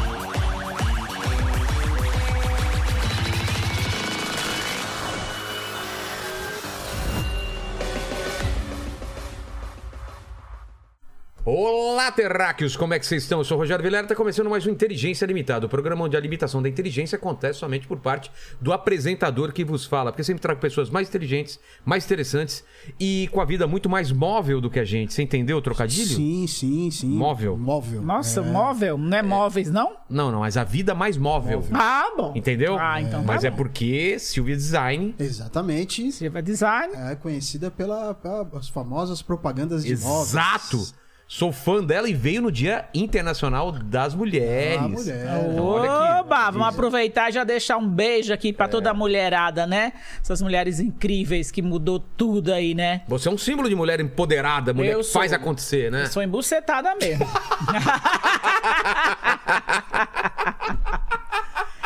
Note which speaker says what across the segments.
Speaker 1: Olá, terráqueos! Como é que vocês estão? Eu sou o Rogério Vilera, está começando mais um Inteligência Limitada, o programa onde a limitação da inteligência acontece somente por parte do apresentador que vos fala, porque eu sempre trago pessoas mais inteligentes, mais interessantes e com a vida muito mais móvel do que a gente. Você entendeu o trocadilho?
Speaker 2: Sim, sim, sim.
Speaker 1: Móvel.
Speaker 2: Móvel.
Speaker 3: Nossa, móvel? Não é móveis, não?
Speaker 1: Não, não, mas a vida mais móvel.
Speaker 3: Ah, bom.
Speaker 1: Entendeu?
Speaker 3: Ah, então
Speaker 1: Mas
Speaker 3: tá
Speaker 1: é
Speaker 3: bom.
Speaker 1: porque Silvia Design.
Speaker 2: Exatamente.
Speaker 3: Silva Design.
Speaker 2: É conhecida pela- pelas famosas propagandas de móveis.
Speaker 1: Exato! Sou fã dela e veio no Dia Internacional das Mulheres.
Speaker 2: Ah, mulher.
Speaker 3: Tá
Speaker 1: Então, olha aqui. É.
Speaker 3: Oba, vamos aproveitar e já deixar um beijo aqui pra toda a mulherada, né? Essas mulheres incríveis que mudou tudo aí, né?
Speaker 1: Você é um símbolo de mulher empoderada, mulher
Speaker 3: Eu
Speaker 1: que
Speaker 3: sou.
Speaker 1: faz acontecer, né?
Speaker 3: Eu sou embucetada mesmo.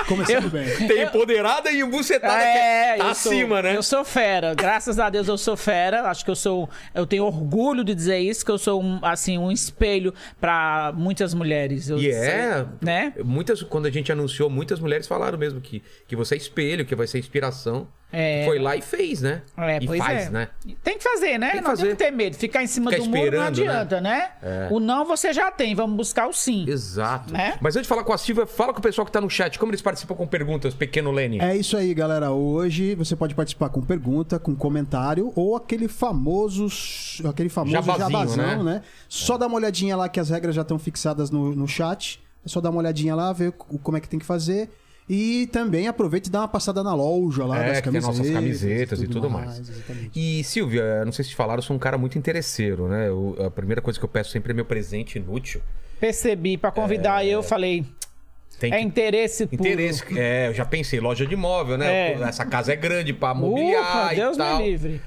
Speaker 2: Começando bem.
Speaker 1: Tem empoderada e embucetada
Speaker 3: É,
Speaker 1: que tá
Speaker 3: eu sou-
Speaker 1: acima, né?
Speaker 3: Eu sou fera, graças a Deus eu sou fera. Acho que eu sou, eu tenho orgulho de dizer isso, que eu sou um, assim um espelho pra muitas mulheres. Eu
Speaker 1: E é,
Speaker 3: sei, né?
Speaker 1: Muitas, quando a gente anunciou, muitas mulheres falaram mesmo que, que você é espelho, que vai ser inspiração.
Speaker 3: É.
Speaker 1: Foi lá e fez, né?
Speaker 3: É,
Speaker 1: e
Speaker 3: pois
Speaker 1: faz,
Speaker 3: é.
Speaker 1: né?
Speaker 3: Tem que fazer, né?
Speaker 1: Tem que
Speaker 3: não
Speaker 1: fazer.
Speaker 3: tem que ter medo. Ficar em cima
Speaker 1: Ficar
Speaker 3: do muro não
Speaker 1: esperando, né?
Speaker 3: adianta, né? O não você já tem, vamos buscar o sim.
Speaker 1: Exato.
Speaker 3: Né?
Speaker 1: Mas antes de falar com a Silvia, fala com o pessoal que tá no chat. Como eles participam com perguntas, pequeno Lenny?
Speaker 2: É isso aí, galera. Hoje você pode participar com pergunta, com comentário ou aquele famoso aquele famoso
Speaker 1: Jabazinho, né?
Speaker 2: jabazão, né? Só dá uma olhadinha lá que as regras já estão fixadas no, no chat. É só dar uma olhadinha lá, ver o- como é que tem que fazer. E também aproveita e dá uma passada na loja lá
Speaker 1: É,
Speaker 2: das
Speaker 1: que tem
Speaker 2: camisetas.
Speaker 1: nossas camisetas e tudo mais.
Speaker 2: exatamente.
Speaker 1: E Silvia, não sei se te falaram, eu sou um cara muito interesseiro, né? Eu- a primeira coisa que eu peço sempre é meu presente inútil.
Speaker 3: Percebi, pra convidar eu, falei,
Speaker 1: É. Tem
Speaker 3: é interesse puro.
Speaker 1: interesse. É, eu já pensei, loja de imóvel, né?
Speaker 3: É.
Speaker 1: Essa casa é grande pra mobiliar
Speaker 3: Ufa,
Speaker 1: e
Speaker 3: Deus
Speaker 1: tal.
Speaker 3: me livre.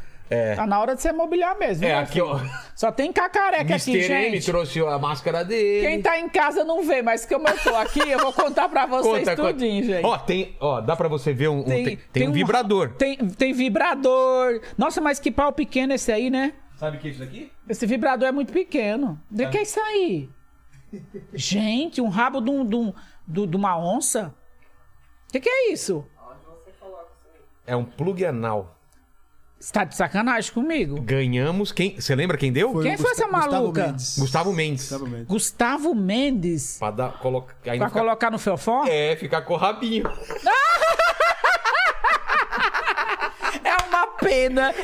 Speaker 3: Tá na hora de você mobiliar mesmo.
Speaker 1: É,
Speaker 3: né?
Speaker 1: aqui, ó.
Speaker 3: Só tem cacareca
Speaker 1: Mr.
Speaker 3: aqui,
Speaker 1: M
Speaker 3: assim, gente.
Speaker 1: trouxe a máscara dele.
Speaker 3: Quem tá em casa não vê, mas como eu tô aqui, eu vou contar pra vocês tudinho, gente.
Speaker 1: Ó, tem, ó, dá pra você ver um, um- tem, tem um
Speaker 3: ra-
Speaker 1: vibrador.
Speaker 3: tá- Tem, tem vibrador. Nossa, mas que pau pequeno esse aí, né?
Speaker 1: Sabe o que é isso daqui?
Speaker 3: Esse vibrador é muito pequeno. De que é isso aí? Gente, um rabo de, um, de, um- do- de uma onça? O que, que é isso?
Speaker 1: É um plug anal.
Speaker 3: Você tá de sacanagem comigo?
Speaker 1: Ganhamos quem? Você lembra quem deu?
Speaker 2: Foi
Speaker 3: Quem
Speaker 2: o
Speaker 3: foi essa
Speaker 2: Gustavo
Speaker 3: maluca?
Speaker 2: Mendes.
Speaker 1: Gustavo Mendes.
Speaker 2: Gustavo Mendes.
Speaker 3: Gustavo Mendes?
Speaker 1: Pra dar, coloca, ainda
Speaker 3: Pra
Speaker 1: fica-
Speaker 3: colocar no fiofó? É.
Speaker 1: É, ficar com o rabinho.
Speaker 3: É uma pena. que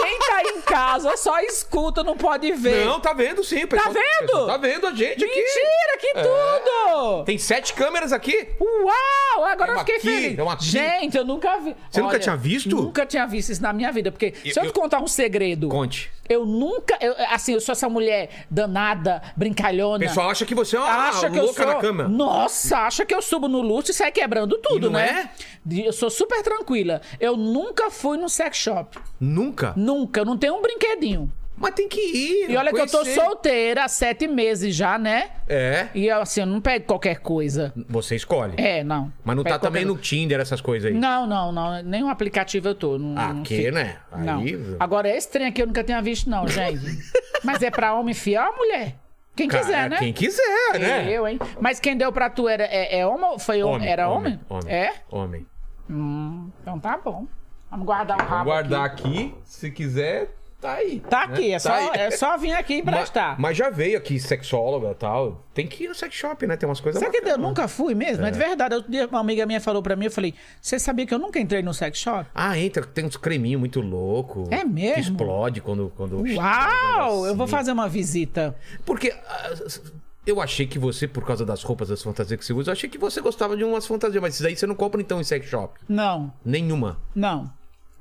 Speaker 3: Quem tá em casa só escuta, não pode ver.
Speaker 1: Não, tá vendo sim. pessoal-
Speaker 3: vendo?
Speaker 1: pessoal Tá vendo a gente aqui.
Speaker 3: Mentira, que tudo!
Speaker 1: Tem sete câmeras aqui.
Speaker 3: Uau!
Speaker 1: É
Speaker 3: Agora eu
Speaker 1: uma
Speaker 3: fiquei
Speaker 1: aqui,
Speaker 3: feliz.
Speaker 1: é uma aqui.
Speaker 3: Gente, eu nunca vi.
Speaker 1: Você nunca tinha visto?
Speaker 3: Nunca tinha visto isso na minha vida. Porque, se
Speaker 1: Eu-
Speaker 3: eu,
Speaker 1: eu-
Speaker 3: te contar um segredo.
Speaker 1: Conte.
Speaker 3: Eu nunca. eu- assim, eu sou essa mulher danada, brincalhona.
Speaker 1: O pessoal acha que você é uma
Speaker 3: acha que eu
Speaker 1: louca
Speaker 3: sou...
Speaker 1: na cama.
Speaker 3: Nossa, acha que eu subo no luxo e sai quebrando tudo,
Speaker 1: E não é?
Speaker 3: né? Eu sou super tranquila. Eu nunca fui num sex shop.
Speaker 1: Nunca.
Speaker 3: Nunca. Eu não tenho um brinquedinho.
Speaker 1: Mas tem que ir.
Speaker 3: E olha que eu tô
Speaker 1: conhecer.
Speaker 3: solteira há sete meses já, né?
Speaker 1: É.
Speaker 3: E assim, eu não pego qualquer coisa.
Speaker 1: Você escolhe.
Speaker 3: É, não.
Speaker 1: Mas não tá
Speaker 3: Pego qualquer
Speaker 1: também no Tinder, essas coisas aí.
Speaker 3: Não, não, não. Nenhum aplicativo eu tô. Não,
Speaker 1: Ah,
Speaker 3: não
Speaker 1: que,
Speaker 3: fico.
Speaker 1: né? Aí-
Speaker 3: Não. Agora, esse trem aqui eu nunca tinha visto, não, gente. Mas é pra homem fiel ou mulher? Quem
Speaker 1: Cara,
Speaker 3: quiser, né?
Speaker 1: Quem quiser, né?
Speaker 3: Eu, hein? Mas quem deu pra tu era, é, é homem ou foi homem? Era homem? É?
Speaker 1: Homem.
Speaker 3: Hum, então tá bom. Vamos guardar o
Speaker 1: Vou
Speaker 3: rabo
Speaker 1: guardar
Speaker 3: aqui.
Speaker 1: aqui. Se quiser, tá aí.
Speaker 3: Ah, Tá
Speaker 1: né?
Speaker 3: aqui, é,
Speaker 1: Tá
Speaker 3: só,
Speaker 1: aí.
Speaker 3: é só vir aqui
Speaker 1: Mas,
Speaker 3: emprestar.
Speaker 1: mas já veio aqui sexóloga e tal. Tem que ir no sex shop, né? Tem umas coisas
Speaker 3: Sabe que eu
Speaker 1: bacanas.
Speaker 3: nunca fui mesmo? É, de verdade. Outro dia uma amiga minha falou pra mim, eu falei, você sabia que eu nunca entrei no sex shop?
Speaker 1: Ah, entra. Tem uns creminhos muito louco.
Speaker 3: É mesmo?
Speaker 1: Que explode quando... quando um
Speaker 3: Uau! Eu vou
Speaker 1: Assim.
Speaker 3: fazer uma visita.
Speaker 1: Porque... ah, Eu achei que você, por causa das roupas, das fantasias que você usa, eu achei que você gostava de umas fantasias, mas isso daí você não compra então em sex shop.
Speaker 3: Não,
Speaker 1: Nenhuma.
Speaker 3: não.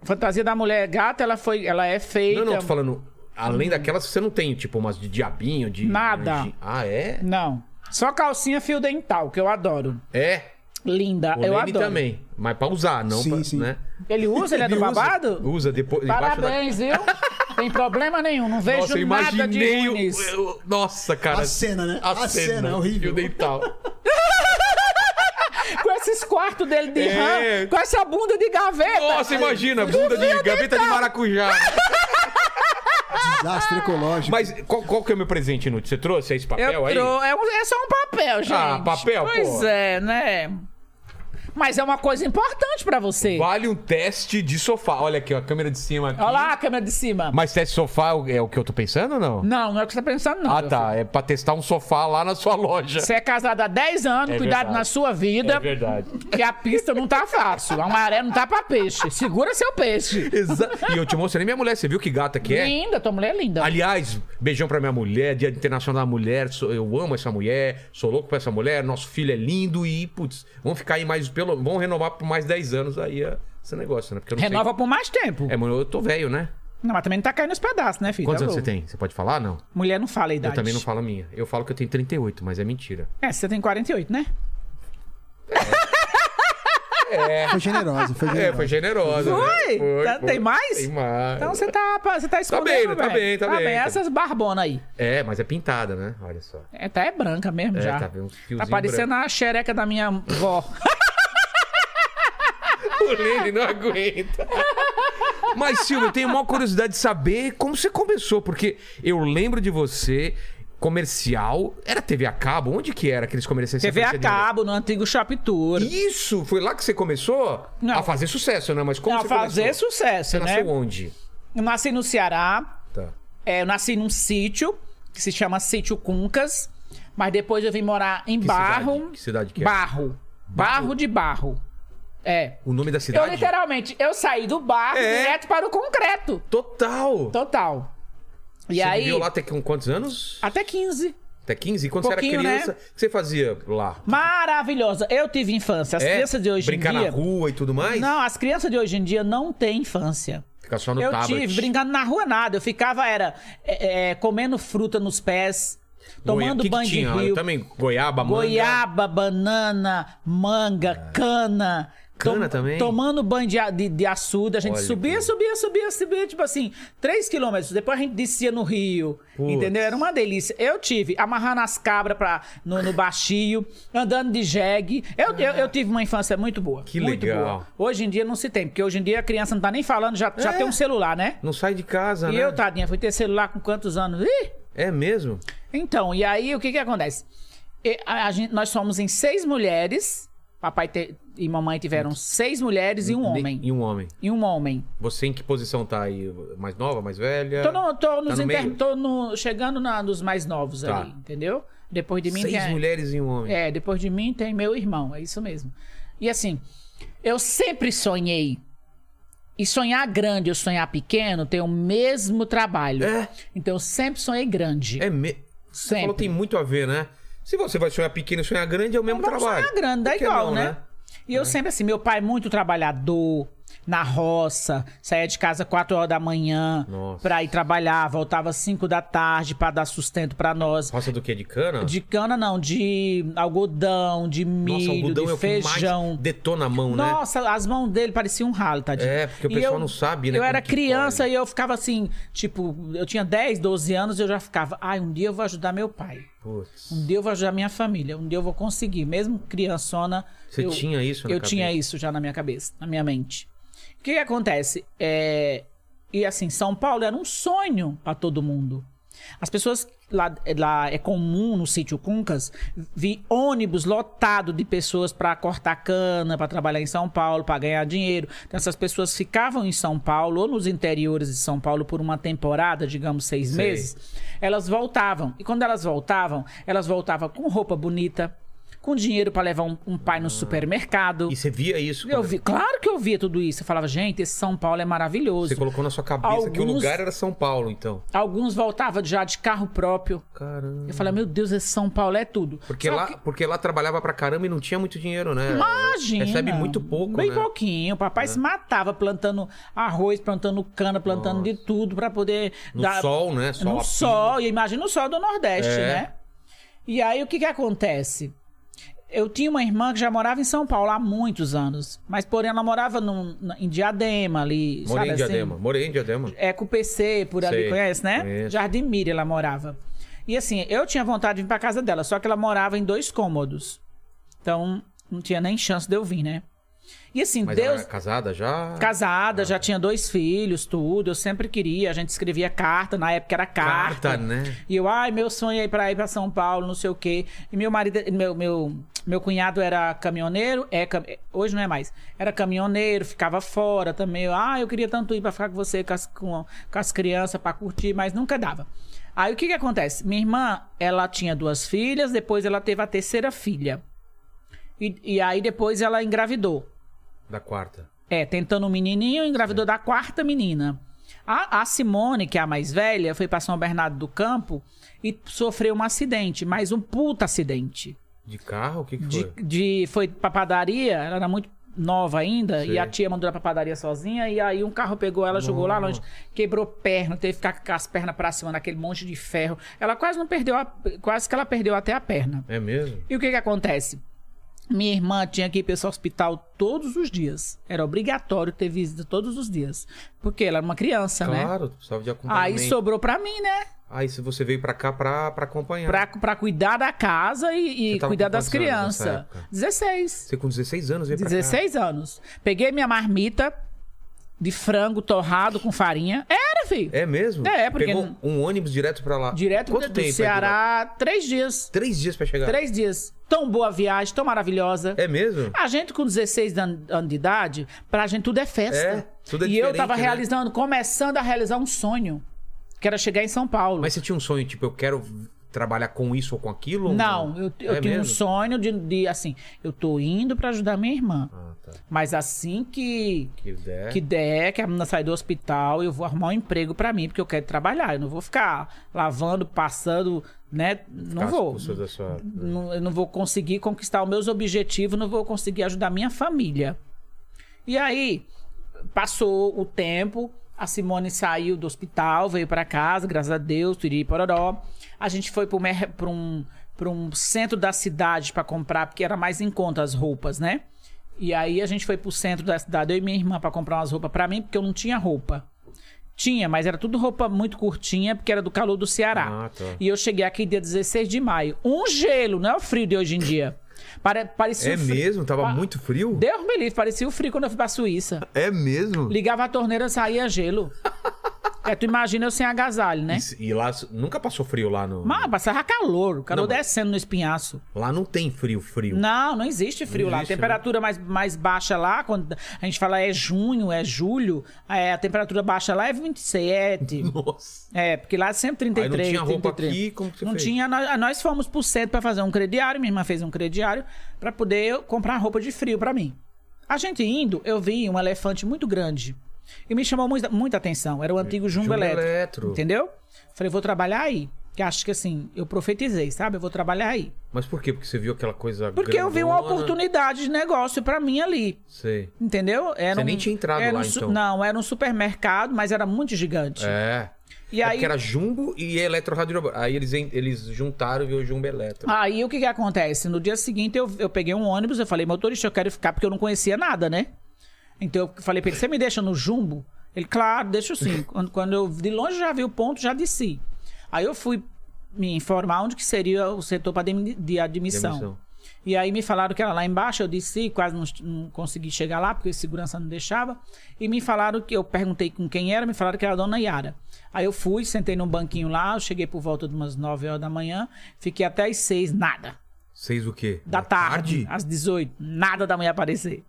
Speaker 3: Fantasia da mulher é gata, ela foi, ela é feita.
Speaker 1: Não, não, tô falando. Além daquelas, você não tem, tipo, umas de diabinho, de.
Speaker 3: Nada.
Speaker 1: de- Ah, é?
Speaker 3: Não. Só calcinha fio dental, que eu adoro.
Speaker 1: É.
Speaker 3: Linda,
Speaker 1: O
Speaker 3: eu
Speaker 1: Leme
Speaker 3: adoro.
Speaker 1: também. Mas pra usar, não
Speaker 2: Sim,
Speaker 1: pra.
Speaker 2: sim.
Speaker 1: Né?
Speaker 3: Ele usa, ele é do
Speaker 1: usa,
Speaker 3: babado?
Speaker 1: Usa depois. embaixo da-
Speaker 3: Parabéns, viu? Tem problema nenhum, não vejo
Speaker 1: Nossa, eu
Speaker 3: nada de
Speaker 1: imaginei.
Speaker 3: ruim
Speaker 1: o-
Speaker 3: nisso.
Speaker 1: eu- Nossa, cara.
Speaker 2: A cena, né?
Speaker 1: A,
Speaker 2: A
Speaker 1: cena.
Speaker 2: cena, horrível.
Speaker 1: E o dental.
Speaker 3: Com esses quartos dele de rã
Speaker 1: É.
Speaker 3: com essa bunda de gaveta.
Speaker 1: Nossa, imagina, bunda de gaveta de maracujá.
Speaker 2: Desastre ecológico.
Speaker 1: Mas qual, qual que é o meu presente, Inútil? Você trouxe esse papel
Speaker 3: Eu
Speaker 1: aí?
Speaker 3: trou- é, um- é só um papel, gente.
Speaker 1: Ah, papel,
Speaker 3: Pois
Speaker 1: pô.
Speaker 3: é, né? Mas é uma coisa importante pra você.
Speaker 1: Vale um teste de sofá. Olha aqui, ó, a câmera de cima aqui.
Speaker 3: Olha lá a câmera de cima.
Speaker 1: Mas teste de sofá é o- é o que eu tô pensando ou não?
Speaker 3: Não, não é o que você tá pensando, não.
Speaker 1: ah,
Speaker 3: meu
Speaker 1: tá. É pra testar um sofá lá na sua loja.
Speaker 3: Você é casado há 10 anos,
Speaker 1: É
Speaker 3: cuidado
Speaker 1: verdade.
Speaker 3: na sua vida.
Speaker 1: É verdade.
Speaker 3: Que a pista não tá fácil. A maré não tá pra peixe. Segura seu peixe.
Speaker 1: Exa- E eu te mostrei minha mulher, você viu que gata que é?
Speaker 3: Linda, tua mulher é linda.
Speaker 1: Aliás, beijão pra minha mulher, Dia Internacional da Mulher, sou- eu amo essa mulher, sou louco pra essa mulher, nosso filho é lindo e, putz, vamos ficar aí mais, pelo, vamos renovar por mais 10 anos aí é, esse negócio, né? Porque eu não
Speaker 3: Renova por mais tempo.
Speaker 1: sei... É, mano, eu tô velho, né?
Speaker 3: Não, mas também não tá caindo os pedaços, né, filho?
Speaker 1: Quantos
Speaker 3: Tá
Speaker 1: anos você
Speaker 3: louco.
Speaker 1: tem? Você pode falar? Não.
Speaker 3: Mulher não fala a idade.
Speaker 1: Eu também não falo a minha. Eu falo que eu tenho 38, mas é mentira.
Speaker 3: É, você tem 48, né?
Speaker 2: Foi generosa, foi generosa.
Speaker 1: É, foi generosa.
Speaker 3: Foi?
Speaker 1: Né?
Speaker 3: Tá- tem mais?
Speaker 1: Tem mais.
Speaker 3: Então você tá, você tá escondendo,
Speaker 1: bem, tá
Speaker 3: velho.
Speaker 1: bem, tá bem, tá
Speaker 3: Essas barbonas aí.
Speaker 1: É, mas é pintada, né? Olha só.
Speaker 3: É, tá é branca mesmo
Speaker 1: É,
Speaker 3: já.
Speaker 1: tá
Speaker 3: Tá,
Speaker 1: vendo? Um fiozinho
Speaker 3: parecendo a xereca da minha vó.
Speaker 1: O Lene não aguenta. Mas, Silvio, eu tenho maior curiosidade de saber como você começou, porque eu lembro de você, comercial, era TV a cabo? Onde que era aqueles comerciais? que você
Speaker 3: TV a
Speaker 1: fazia dinheiro?
Speaker 3: cabo, no antigo Shop Tour.
Speaker 1: Isso, foi lá que você começou
Speaker 3: Não.
Speaker 1: a fazer sucesso, né? Mas como
Speaker 3: Não,
Speaker 1: você
Speaker 3: fazer
Speaker 1: começou?
Speaker 3: sucesso,
Speaker 1: Você
Speaker 3: né?
Speaker 1: nasceu onde?
Speaker 3: Eu nasci no Ceará,
Speaker 1: Tá.
Speaker 3: é, eu nasci num sítio, que se chama Sítio Cuncas, mas depois eu vim morar em
Speaker 1: Que
Speaker 3: Barro.
Speaker 1: cidade? Que cidade que é?
Speaker 3: Barro. Barro de Barro. É.
Speaker 1: O nome da
Speaker 3: Eu
Speaker 1: cidade?
Speaker 3: literalmente, eu saí do barro
Speaker 1: É.
Speaker 3: direto para o concreto.
Speaker 1: Total.
Speaker 3: Total. E
Speaker 1: você
Speaker 3: aí,
Speaker 1: viveu lá até com quantos anos?
Speaker 3: até 15.
Speaker 1: Até 15? E quando você era
Speaker 3: Pouquinho,
Speaker 1: criança,
Speaker 3: né?
Speaker 1: o que você fazia lá?
Speaker 3: Maravilhosa. Eu tive infância. As
Speaker 1: É?
Speaker 3: crianças de hoje
Speaker 1: Brincar
Speaker 3: em dia.
Speaker 1: na rua e tudo mais?
Speaker 3: Não, as crianças de hoje em dia não têm infância.
Speaker 1: Ficar só no
Speaker 3: eu
Speaker 1: tablet.
Speaker 3: tive brincando na rua nada. Eu ficava, era é, é, comendo fruta nos pés, tomando
Speaker 1: Goiaba.
Speaker 3: banho
Speaker 1: que
Speaker 3: de
Speaker 1: que tinha?
Speaker 3: rio,
Speaker 1: Eu também, goiaba, manga. É.
Speaker 3: goiaba, banana, manga, cana.
Speaker 1: Cana também?
Speaker 3: Tomando banho de, a- de, de açude, a gente
Speaker 1: Olha
Speaker 3: subia,
Speaker 1: que-
Speaker 3: subia, subia, subia, tipo assim, 3 quilômetros. Depois a gente descia no rio,
Speaker 1: Putz.
Speaker 3: entendeu? Era uma delícia. Eu tive amarrando as cabras pra, no, no baixio, andando de jegue. Eu, eu, eu tive uma infância muito boa.
Speaker 1: Que
Speaker 3: muito
Speaker 1: legal.
Speaker 3: boa. Hoje em dia não se tem, porque hoje em dia a criança não tá nem falando, já, já
Speaker 1: É.
Speaker 3: tem um celular, né?
Speaker 1: Não sai de casa,
Speaker 3: E
Speaker 1: né?
Speaker 3: eu, tadinha, fui ter celular com quantos anos? Ih!
Speaker 1: É mesmo?
Speaker 3: Então, e aí o que que acontece? E a- a gente- nós somos em seis mulheres. Papai te- e mamãe tiveram seis mulheres e um homem.
Speaker 1: E um homem.
Speaker 3: E um homem.
Speaker 1: Você em que posição tá aí? Mais nova, mais velha?
Speaker 3: Tô, no, tô, nos
Speaker 1: Tá no
Speaker 3: inter-
Speaker 1: meio?
Speaker 3: tô no- chegando na- nos mais novos
Speaker 1: Tá.
Speaker 3: aí, entendeu? Depois de mim
Speaker 1: Seis
Speaker 3: tem.
Speaker 1: mulheres e um homem.
Speaker 3: É, depois de mim tem meu irmão, é isso mesmo. E assim, eu sempre sonhei. E sonhar grande ou sonhar pequeno tem o mesmo trabalho.
Speaker 1: É?
Speaker 3: Então eu sempre sonhei grande.
Speaker 1: É me... Você
Speaker 3: Sempre.
Speaker 1: falou tem muito a ver, né? Se você vai sonhar pequeno e sonhar grande, é o mesmo
Speaker 3: Vamos
Speaker 1: trabalho.
Speaker 3: sonhar grande, dá
Speaker 1: Por que
Speaker 3: igual,
Speaker 1: não, É.
Speaker 3: né? E eu sempre assim, meu pai muito trabalhador, na roça, saía de casa 4 horas da manhã
Speaker 1: Nossa.
Speaker 3: pra ir trabalhar, voltava às 5 da tarde pra dar sustento pra nós.
Speaker 1: Roça do que? De cana?
Speaker 3: De cana não, de algodão, de
Speaker 1: Nossa, o
Speaker 3: milho,
Speaker 1: algodão é
Speaker 3: de
Speaker 1: o que mais
Speaker 3: feijão.
Speaker 1: detona a mão, né?
Speaker 3: Nossa, as mãos dele pareciam um ralo, tadinho.
Speaker 1: É, porque o
Speaker 3: E
Speaker 1: pessoal
Speaker 3: eu-
Speaker 1: não sabe, né,
Speaker 3: Eu
Speaker 1: como
Speaker 3: era
Speaker 1: que
Speaker 3: criança
Speaker 1: pode.
Speaker 3: e eu ficava assim, tipo, eu tinha 10, 12 anos e eu já ficava, ai, um dia eu vou ajudar meu pai.
Speaker 1: Putz.
Speaker 3: Um dia eu vou ajudar minha família, um dia eu vou conseguir. Mesmo criançona.
Speaker 1: Você
Speaker 3: eu,
Speaker 1: tinha isso na
Speaker 3: Eu tinha
Speaker 1: cabeça?
Speaker 3: isso já na minha cabeça, na minha mente. O que, que acontece? É, E assim, São Paulo era um sonho para todo mundo. As pessoas lá, lá é comum no sítio Cuncas vi ônibus lotado de pessoas para cortar cana, para trabalhar em São Paulo, para ganhar dinheiro. Então, essas pessoas ficavam em São Paulo ou nos interiores de São Paulo por uma temporada, digamos seis
Speaker 1: Sei.
Speaker 3: meses. Elas voltavam. E quando elas voltavam, elas voltavam com roupa bonita, com dinheiro para levar um, um pai no supermercado.
Speaker 1: E você via Ah, isso?
Speaker 3: Eu
Speaker 1: quando-
Speaker 3: vi, claro que eu via tudo isso. Eu falava, gente, esse São Paulo é maravilhoso.
Speaker 1: Você colocou na sua cabeça que o
Speaker 3: Alguns-
Speaker 1: lugar era São Paulo, então.
Speaker 3: Alguns voltavam já de carro próprio.
Speaker 1: Caramba.
Speaker 3: Eu falava, meu Deus, esse São Paulo é tudo.
Speaker 1: Porque
Speaker 3: Só
Speaker 1: lá,
Speaker 3: que-
Speaker 1: porque lá trabalhava pra caramba e não tinha muito dinheiro, né?
Speaker 3: Imagina.
Speaker 1: Recebe muito pouco,
Speaker 3: Bem
Speaker 1: né?
Speaker 3: pouquinho. O papai se matava plantando arroz, plantando cana, plantando de tudo para poder
Speaker 1: No
Speaker 3: dar.
Speaker 1: sol, né? Sol,
Speaker 3: no
Speaker 1: a
Speaker 3: sol. E imagina o sol do Nordeste,
Speaker 1: É.
Speaker 3: né? E aí o que que acontece? Eu tinha uma irmã que já morava em São Paulo há muitos anos. Mas, porém, ela morava num- na- em Diadema
Speaker 1: Morei
Speaker 3: ali.
Speaker 1: em
Speaker 3: sabe assim?
Speaker 1: Diadema. Morei em Diadema.
Speaker 3: É com o PC por ali,
Speaker 1: Sei,
Speaker 3: conhece, né?
Speaker 1: conheço.
Speaker 3: Jardim Mira ela morava. E assim, eu tinha vontade de vir pra casa dela, só que ela morava em dois cômodos. Então, não tinha nem chance de eu vir, né? E assim,
Speaker 1: Mas ela
Speaker 3: Deus.
Speaker 1: era casada já?
Speaker 3: Casada, já tinha dois filhos, tudo. Eu sempre queria, a gente escrevia carta, na época era carta.
Speaker 1: Carta, né?
Speaker 3: E eu, ai, meu sonho é ir pra, ir pra São Paulo, não sei o quê. E meu marido, meu, meu, meu cunhado era caminhoneiro, é, cam- hoje não é mais. Era caminhoneiro, ficava fora também. Eu, ah, eu queria tanto ir pra ficar com você, com as, com, com as crianças, pra curtir, mas nunca dava. Aí o que que acontece? Minha irmã, ela tinha duas filhas, depois ela teve a terceira filha. E, e aí depois ela engravidou.
Speaker 1: Da quarta.
Speaker 3: É, tentando um menininho, engravidou da quarta menina. A, a Simone, que é a mais velha, foi pra São Bernardo do Campo e sofreu um acidente, mas um puta acidente.
Speaker 1: De carro? O que, que
Speaker 3: De,
Speaker 1: foi?
Speaker 3: de- foi pra padaria, ela era muito nova ainda,
Speaker 1: Sim.
Speaker 3: e a tia mandou ela pra padaria sozinha, e aí um carro pegou ela, jogou lá longe, quebrou perna, teve que ficar com as pernas pra cima naquele monte de ferro. Ela quase não perdeu, a- quase que ela perdeu até a perna.
Speaker 1: É mesmo?
Speaker 3: E o que que acontece? Minha irmã tinha que ir para esse hospital todos os dias. Era obrigatório ter visita todos os dias. Porque ela era uma criança, né?
Speaker 1: Claro, precisava de acompanhamento.
Speaker 3: Aí sobrou pra mim, né?
Speaker 1: Aí se você veio pra cá pra, pra acompanhar.
Speaker 3: Pra, pra cuidar da casa e,
Speaker 1: Você
Speaker 3: e
Speaker 1: tava
Speaker 3: cuidar
Speaker 1: com
Speaker 3: das
Speaker 1: quantos anos nessa
Speaker 3: crianças.
Speaker 1: época?
Speaker 3: 16.
Speaker 1: Você com 16 anos veio pra cá.
Speaker 3: 16 anos. Peguei minha marmita de frango torrado com farinha. Era, filho.
Speaker 1: É mesmo?
Speaker 3: É, porque-
Speaker 1: Pegou um ônibus direto pra lá.
Speaker 3: Direto
Speaker 1: Quanto
Speaker 3: do
Speaker 1: tempo é de lá?
Speaker 3: Ceará, três dias.
Speaker 1: Três dias pra chegar.
Speaker 3: Três dias. Tão boa viagem, tão maravilhosa.
Speaker 1: É mesmo?
Speaker 3: A gente com 16 an- anos de idade, pra gente tudo é festa.
Speaker 1: É, tudo é
Speaker 3: e eu
Speaker 1: diferente,
Speaker 3: tava
Speaker 1: né?
Speaker 3: realizando, começando a realizar um sonho, que era chegar em São Paulo.
Speaker 1: Mas você tinha um sonho, tipo, eu quero trabalhar com isso ou com aquilo? ou
Speaker 3: não, eu, eu
Speaker 1: É
Speaker 3: tinha um
Speaker 1: mesmo?
Speaker 3: sonho de, de, assim, eu tô indo pra ajudar minha irmã.
Speaker 1: Ah, tá.
Speaker 3: Mas assim que
Speaker 1: Que der.
Speaker 3: que der, que a menina sair do hospital, eu vou arrumar um emprego pra mim, porque eu quero trabalhar, eu não vou ficar lavando, passando, né? Não
Speaker 1: As
Speaker 3: vou.
Speaker 1: custas da sua-
Speaker 3: não, eu não vou conseguir conquistar os meus objetivos, não vou conseguir ajudar minha família. E aí, passou o tempo, a Simone saiu do hospital, veio pra casa, graças a Deus, tiri pororó. A gente foi pro mer- pra um, pra um centro da cidade pra comprar, porque era mais em conta as roupas, né? E aí a gente foi pro centro da cidade, eu e minha irmã, pra comprar umas roupas pra mim, porque eu não tinha roupa. Tinha, mas era tudo roupa muito curtinha, porque era do calor do Ceará.
Speaker 1: Ah, tá.
Speaker 3: E eu cheguei aqui dia 16 de maio. Um gelo, não é o frio de hoje em dia. Pare- parecia
Speaker 1: É
Speaker 3: o frio-
Speaker 1: mesmo? Tava
Speaker 3: Pa-
Speaker 1: muito frio?
Speaker 3: Deus me livre, parecia o frio quando eu fui pra Suíça.
Speaker 1: É mesmo?
Speaker 3: Ligava a torneira, saía gelo. é, tu imagina eu sem agasalho, né?
Speaker 1: E, e lá nunca passou frio lá no.
Speaker 3: Mas passava calor, o
Speaker 1: Não,
Speaker 3: calor
Speaker 1: mas-
Speaker 3: descendo no espinhaço.
Speaker 1: Lá não tem frio, frio.
Speaker 3: Não, não existe frio
Speaker 1: Não
Speaker 3: lá.
Speaker 1: existe, né?
Speaker 3: a temperatura mais, mais baixa lá, quando a gente fala é junho, é julho, é, a temperatura baixa lá é 27.
Speaker 1: Nossa.
Speaker 3: É, porque lá é sempre 33,
Speaker 1: Aí não tinha roupa
Speaker 3: 33.
Speaker 1: aqui, como que você
Speaker 3: Não
Speaker 1: fez?
Speaker 3: tinha, nós, ah, nós fomos pro centro pra fazer um crediário, minha irmã fez um crediário, pra poder eu comprar roupa de frio pra mim. A gente indo, eu vi um elefante muito grande. E me chamou muita, muita atenção, era o antigo Jumbo,
Speaker 1: Jumbo
Speaker 3: Eletro,
Speaker 1: Eletro.
Speaker 3: Entendeu? Falei, vou trabalhar aí. Que acho que assim, eu profetizei, sabe? Eu vou trabalhar aí.
Speaker 1: Mas por quê? Porque você viu aquela coisa.
Speaker 3: Porque eu vi uma
Speaker 1: grandona?
Speaker 3: oportunidade de negócio pra mim ali.
Speaker 1: Sei.
Speaker 3: Entendeu? Era
Speaker 1: Você nem tinha entrado
Speaker 3: era
Speaker 1: lá,
Speaker 3: um su-
Speaker 1: então.
Speaker 3: Não, era um supermercado, mas era muito gigante.
Speaker 1: É.
Speaker 3: E
Speaker 1: é
Speaker 3: aí-
Speaker 1: Porque era Jumbo e Eletro Rádio Aí eles, en- eles juntaram e viu o Jumbo Eletro.
Speaker 3: Aí o que que acontece? No dia seguinte eu, eu peguei um ônibus, eu falei, motorista, eu quero ficar porque eu não conhecia nada, né? Então eu falei pra ele, você me deixa no jumbo? Ele, claro, deixa sim. quando, quando eu de longe já vi o ponto, já desci. Aí eu fui me informar onde que seria o setor pra demi- de admissão.
Speaker 1: Demissão.
Speaker 3: E aí me falaram que era lá embaixo, eu disse, quase não, não consegui chegar lá, porque segurança não deixava. E me falaram que eu perguntei com quem era, me falaram que era a dona Yara. Aí eu fui, sentei num banquinho lá, eu cheguei por volta de umas 9 horas da manhã, fiquei até as 6, nada.
Speaker 1: Vocês o quê? É
Speaker 3: Da tarde, Ah, às 18, nada da manhã aparecer.